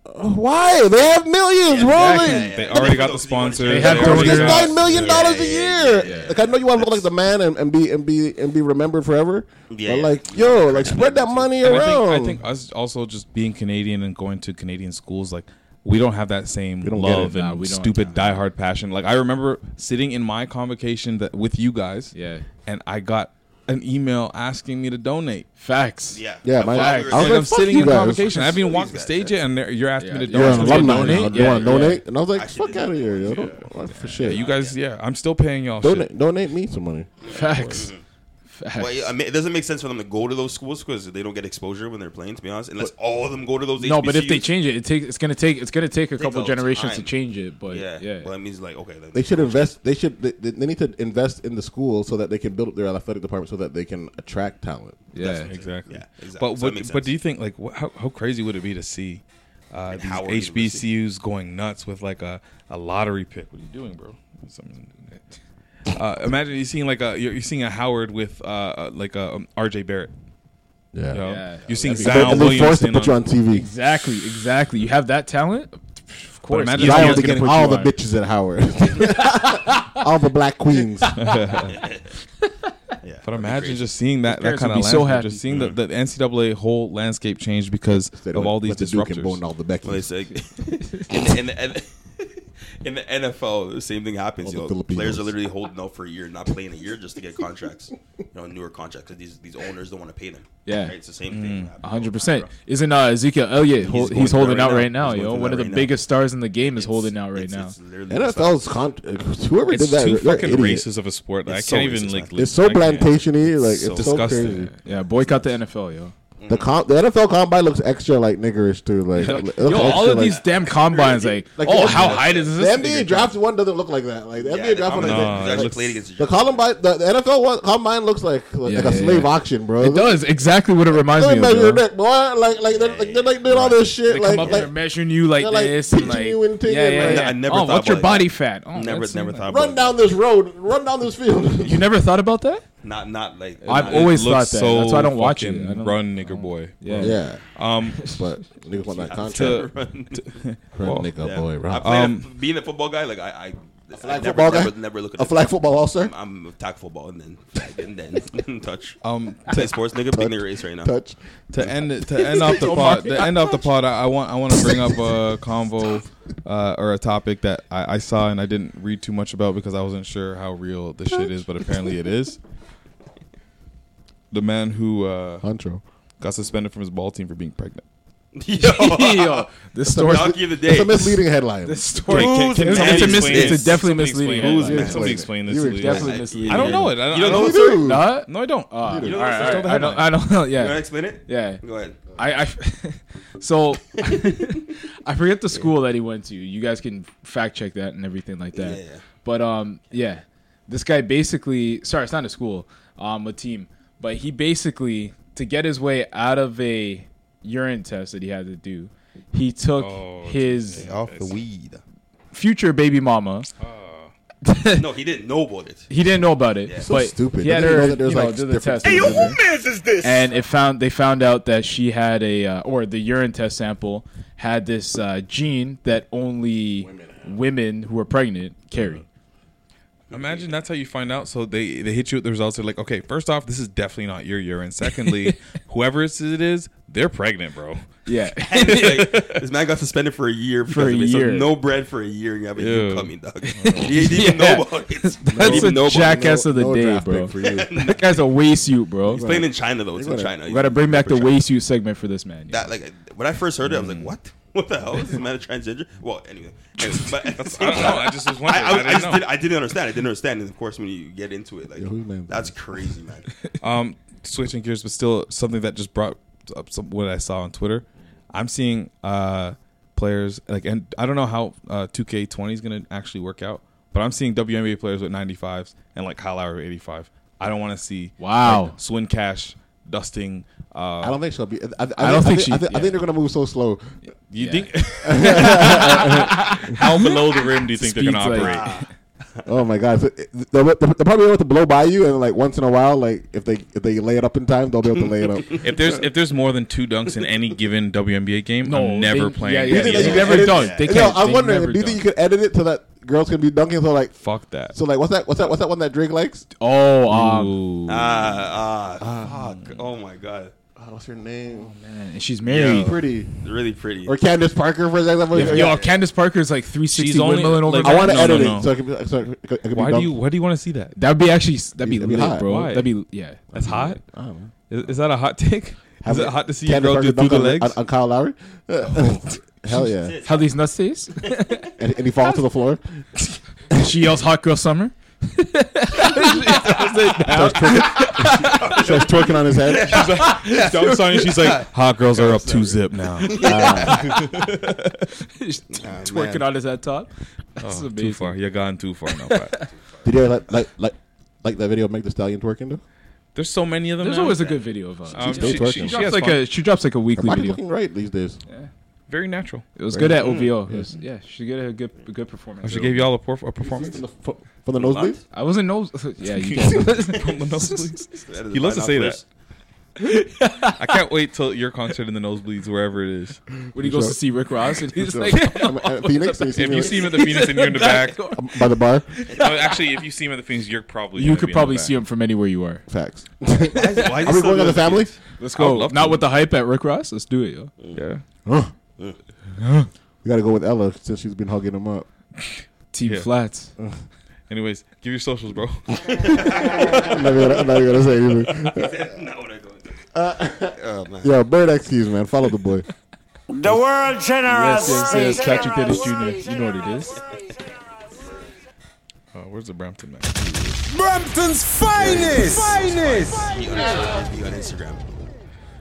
C: why? They have millions rolling.
B: They already got the sponsor.
A: They had
B: already
C: It's
B: got-
C: nine million dollars a year. Like I know you want to look like the man and, and be and be and be remembered forever.
B: Yeah,
C: but
B: yeah.
C: like yo, like spread that money
B: And
C: around.
B: I think, I think us also just being Canadian and going to Canadian schools, like we don't have that same
A: don't get
B: love
A: it.
B: and
A: Nah, we don't.
B: stupid diehard passion. Like I remember sitting in my convocation that with you guys,
A: yeah,
B: and I got an email asking me to donate.
A: Facts.
B: Yeah.
C: Yeah, my- I was
B: I
C: like,
B: am
C: fuck
B: sitting
C: you
B: in
C: guys.
B: convocation. I haven't even walked the stage yet, and they're- you're asking me to
C: You're
B: donate.
C: an
B: Somebody
C: alumni. now. You want to
B: Yeah.
C: donate? And I was like, fuck out of here, yo. Don't- what For
B: Yeah,
C: shit.
B: you guys, yeah, I'm still paying y'all.
C: donate, donate me some money.
A: Facts. Facts.
G: Well, yeah, I mean, it doesn't make sense for them to go to those schools because they don't get exposure when they're playing. To be honest, unless all of them go to those.
A: No, but if they
G: HBCUs.
A: change it, it takes it's gonna take it's gonna take a
G: Takes
A: couple
G: all
A: generations
G: time.
A: to change it. But
G: yeah,
A: yeah,
G: Well, that means like okay, then
C: They should invest. They should. They, they they need to invest in the school so that they can build up their athletic department so that they can attract talent.
B: Yeah, exactly.
G: Yeah, exactly.
B: But
G: So that
B: what,
G: makes
B: but
G: sense.
B: do you think like wh- how, how crazy would it be to see uh,
G: At
B: these
G: Howard
B: HBCUs going nuts with like a, a lottery pick? What are you doing, bro? Something- Uh, imagine you seeing like a you're, you're seeing a Howard with uh, uh, like a um, RJ Barrett.
C: Yeah.
B: You
A: Yeah.
B: are seeing
A: That'd be-
B: Zion
C: And they forced to
B: Williamson
C: put you on TV.
A: Exactly, exactly. You have that talent. Of course,
B: imagine
A: ESPN's
C: Zion would
A: gonna
C: get
A: put
C: all
A: you
C: the
A: on.
C: bitches at Howard. all the black queens.
B: but imagine just seeing that that
A: Parents
B: kind
A: would
B: of
A: be so
B: landscape,
A: happy.
B: just seeing the, the NCAA whole landscape change because of
C: don't
B: all these
C: let the Duke and
B: disruptors.
C: Bone all the Beckys.
G: Well, it's like- in, the, in, the, in the NFL, the same thing happens. You
C: All the
G: know, players
C: Filipinos.
G: are literally holding out for a year, not playing a year just to get contracts. You know, newer contracts 'cause these these owners don't want to pay them.
A: Yeah, Mm.
G: Right? it's the same thing.
A: A hundred percent. Isn't uh, Ezekiel Elliott? Hol-
G: He's
A: he's,
G: going through
A: holding
G: that
A: out
G: right
A: right
G: now.
A: now,
G: He's
A: yo.
G: going through
A: One of
G: that
A: the
G: right now.
A: biggest stars in the game is holding out right now.
C: NFL's con- whoever
B: It's
C: did that.
B: too
C: they're
B: fucking
C: idiots.
B: racist of a sport. I can't even like.
C: It's so plantationy. Like it's so crazy.
A: Yeah, boycott the NFL, yo.
C: The com- the NFL combine looks extra like niggerish too. Like it looks
A: Yo, all
C: extra,
A: of
C: like-
A: these damn combines, like,
C: Like,
A: oh,
C: the
A: how
C: NBA
A: high does
C: the
A: this?
C: NBA
A: nigga
C: draft one doesn't look like that. Like the
G: Yeah,
C: NBA draft
G: I'm
C: one,
G: not-
A: uh,
C: like,
G: he's actually played against
C: the Columbine, the, the NFL one, Columbine looks like like,
A: Yeah,
C: like a
A: yeah,
C: slave
A: yeah.
C: auction, bro.
A: It does exactly what it reminds me
C: They measure your
A: of. Bro.
C: neck, boy. Like like they're like, they're, like doing all this shit.
A: They
C: like
A: come up
C: like,
A: there measuring you like,
C: they're, like,
A: this, and like,
C: you and
A: yeah,
C: taking,
A: yeah, yeah,
C: like-
G: I never
A: oh,
G: thought
A: what's your
G: about
A: body
G: that.
A: fat? Oh,
G: Never-
A: that's-
G: never thought
C: run down this road, run down this field.
A: You never thought about that?
G: Not not like
A: I've
G: not-
A: always
G: it looks
A: thought that. That's why I don't watch it.
B: fucking
A: I don't-
B: Run, nigger boy.
A: Yeah.
C: Yeah.
B: Um,
C: but niggas want that contract.
B: To,
G: Run.
B: to-
C: Run, nigga,
G: Yeah.
C: boy, run.
G: I play,
B: Um,
G: being a football guy, like I, I, a
C: flag
G: never,
C: football guy?
G: never, never look at
C: A
G: it.
C: flag football all-star?
G: I'm, I'm attack football and then flag and then touch.
B: Um,
G: play sports, nigga. Being the race right now.
C: Touch.
B: to end it- to end off the pod to end off the pod I, I want I want to bring up a convo uh, or a topic that I, I saw and I didn't read too much about because I wasn't sure how real the shit is but apparently it is the man who uh,
C: Huncho
A: uh,
B: got suspended from his ball team for being pregnant
A: Yo, this story.
G: Donkey of the day.
C: It's a misleading headline.
A: This story.
G: Who's
A: can- can-
G: Matt
A: it's, a mis-
G: explain
A: it's a
G: this?
A: definitely
G: Somebody
A: misleading.
G: explain
A: headline.
G: this. Somebody explain this,
A: You were
G: Lee.
A: definitely
G: Yeah.
A: misleading.
G: I don't know it. I don't- You don't know
A: I
G: the story?
A: Nah?
G: No, I don't.
A: Ah,
G: You don't know
A: all
G: the
A: right,
G: story?
A: all right. I don't. I don't know. Yeah.
G: You wanna explain it?
A: Yeah.
G: Go ahead.
A: I. I so, I forget the school that he went to. You guys can fact check that and everything like that.
G: Yeah, yeah.
A: But um, yeah, this guy basically. Sorry, it's not a school. Um, a team. But he basically to get his way out of a urine test that he had to do, he took
G: Oh,
A: his
G: off the weed.
A: future baby mama.
G: Oh. no, he didn't know about it.
A: He didn't know about it.
G: Yeah.
A: But
G: So stupid.
A: He had
G: Doesn't he
A: her,
G: know that there's,
A: you know,
G: like,
A: do the
G: different
A: test.
G: Hey, yo, who mans is this?
A: And it found they found out that she had a uh, or the urine test sample had this uh, gene that only women, who are pregnant carry.
B: Imagine that's how you find out. So they they hit you with the results. They're like, okay, first off, this is definitely not your urine. Secondly, whoever it is, they're pregnant, bro.
A: Yeah.
G: And it's like, this man got suspended for a year because
B: For a
G: of it. So
B: year.
G: no bread for a year. and You have a year
B: Ew.
G: coming, dog. He didn't even
A: Yeah.
G: know about it.
A: That's
G: He didn't
A: a
G: know about it.
A: jackass of the
G: No
A: day,
G: draft
A: bro.
G: pick for you.
A: that guy's a waste you, bro.
G: He's playing in China, though. It's in China.
A: We gotta bring back the waste you segment for this man.
G: That like when I first heard it, I
B: Mm.
G: was like, "What? What the hell? Is this man a transgender?" Well, anyway, Anyway, but at the same
B: I don't know.
G: time-
B: I just was wondering.
G: I,
B: I didn't
G: just
B: know.
G: did, I didn't understand. I didn't understand. And of course, when you get into it, like that's crazy, man.
B: um, switching gears, but still something that just brought up some, what I saw on Twitter. I'm seeing uh, players like, and I don't know how uh, 2K20 is going to actually work out, but I'm seeing WNBA players with 95s and like Kyle Lowry with 85. I don't want to see
A: Wow.
B: like, Swin Cash dusting. Uh,
C: I don't think she'll be. I, I,
B: I don't think she-
C: I, thi- I
B: yeah.
C: think they're gonna move so slow.
B: You think? How below the rim do you think they're gonna
C: Speed's like-
B: operate?
C: oh my god! So, it- they'll, they'll probably be able to blow by you, and like once in a while, like if they if they lay it up in time, they'll be able to lay it up.
B: if there's if there's more than two dunks in any given WNBA game, I'm never
A: they-
B: playing.
A: yeah, yeah,
B: the
A: yeah.
B: other
A: You never
B: one.
A: done. They
C: No,
A: can't-
C: I'm
A: they
C: wondering.
A: never
C: Do you think you could edit it so that girls can be dunking? So like,
B: fuck that.
C: So like, what's that? What's that? What's that one that Drake likes?
A: Oh,
B: um,
G: Ah, ah, fuck! Oh my god.
C: what's her name?
A: man. And she's married.
C: pretty,
G: really pretty.
C: Or Candace Parker, for example.
A: Yo,
C: Yeah.
A: Candace Parker's like 360
C: She's only-
A: windmill and over.
C: like, I wanna
A: that.
C: edit it so it can be- so it can- it can be
B: Why do
C: dunked.
B: you Why do you want to see that?
A: That'd be actually that'd be,
B: That'd be
A: lit,
B: hot.
A: bro.
B: Why?
A: That'd be yeah.
B: That's hot.
C: I don't know.
B: Is, is that a hot take?
C: Have
B: is
C: it-
B: it hot to see a
C: Candace
B: girl
C: Parker
B: do through
C: dunk
B: the
C: on-
B: legs?
C: on, on Kyle Lowry?
B: Oh.
C: Hell yeah!
A: How these nuts taste?
C: and, and he falls to the floor.
A: she yells, "Hot girl summer."
C: starts twerking, starts twerking on his head.
B: She's like, she dumps on you. She's like, hot girls are up two zip now.
A: twerking on his head top. That's
B: Oh,
A: amazing.
B: too far. You're gone too far now. Pat.
C: Did you like like like like that video of Meg the Stallion twerking though?
B: There's so many of them.
A: There's
B: now.
A: always a good video of us.
B: Um,
A: She's still
B: she,
A: twerking.
B: she,
A: She
B: she
A: drops
B: has
A: like
B: fun.
A: a- she drops like a weekly
C: Her body's
A: video.
C: looking right these days.
B: very natural.
A: It was
C: Very
A: good at
C: good.
A: OVO.
C: Mm.
A: It was- yeah, she did a good a good performance.
B: Oh, she gave you all a, perf- a performance.
C: From the nosebleeds?
A: I wasn't nose. Yeah, you
B: From
A: can.
B: the nosebleeds. He loves to say that. I can't wait till your concert in the nosebleeds, wherever it is.
A: When he goes to see Rick Ross, and he's
C: So,
A: like,
C: I'm at Phoenix, and you see
B: if
C: me
B: you
C: like-
B: see him at the Phoenix and you're in the back,
C: Um, by the bar.
B: No, actually, if you see him at the Phoenix, you're probably
A: you
B: gonna
A: could
B: be in the
A: probably
B: back.
A: see him from anywhere you are.
C: Facts.
G: why is
C: Are
G: he
C: we
G: still
C: going as
G: doing
C: a family?
G: this?
A: Let's
B: I would
A: go.
B: love
A: Not
B: to.
A: with the hype at Rick Ross. Let's do it, yo.
B: Yeah.
C: Huh.
B: Uh,
C: We gotta go with Ella since she's been hugging him up.
A: Team
B: Yeah.
A: Flats.
B: Anyways, give your socials, bro.
C: I'm not, gonna, I'm not gonna say anything. Yo, Bird X Keys, oh, man, follow the boy.
D: The world
A: Yes,
D: generous.
A: yes, yes. Patrick Dennis Jr. You know what it is.
B: Oh, where's the Brampton man?
D: Brampton's finest. Finest.
G: He on Instagram. He on Instagram.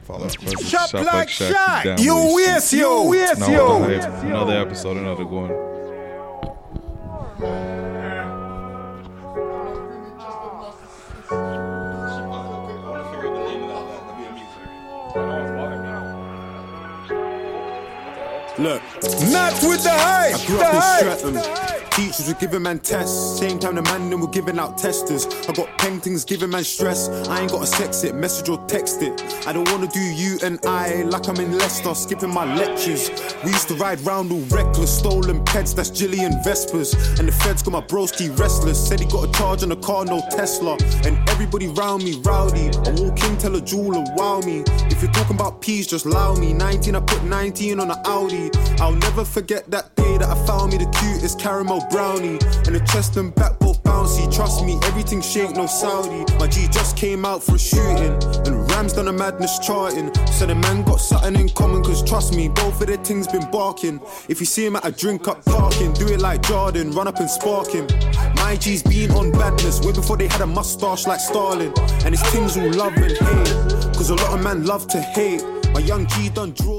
G: Follow.
D: Shop like Shaq, you
B: down with
D: waste,
B: you.
D: yo. Waste,
B: Now with
D: yo.
B: the hype, Another episode, another one.
X: Look, not with the hype.
E: I grew
X: the
E: up in
X: hype.
E: Streatham. Teachers were giving man tests. Same time the man them were giving out testers. I got paintings giving man stress. I ain't got to sex it, message or text it. I don't wanna do you and I like I'm in Leicester, skipping my lectures. We used to ride round all reckless, stolen pets, that's Jillian Vespers. And the feds got my broski restless. Said he got a charge on the car, no Tesla. And everybody round me rowdy. I walk in, tell a jeweler, wow me. If you're talking about peas, just allow me. 19, I put 19 on an Audi. I'll never forget that day that I found me the cutest caramel brownie. And the chest and back both bouncy. Trust me, everything shake, no Saudi. My G just came out for a shooting. And Rams done a madness charting. So the man got something in common, cause Trust me, both of their things been barking. If you see him at a drink up parking, do it like Jordan, run up and spark him. My G's been on badness way before they had a mustache like Stalin. And his things all love and hate, cause a lot of man love to hate. My young G done draw.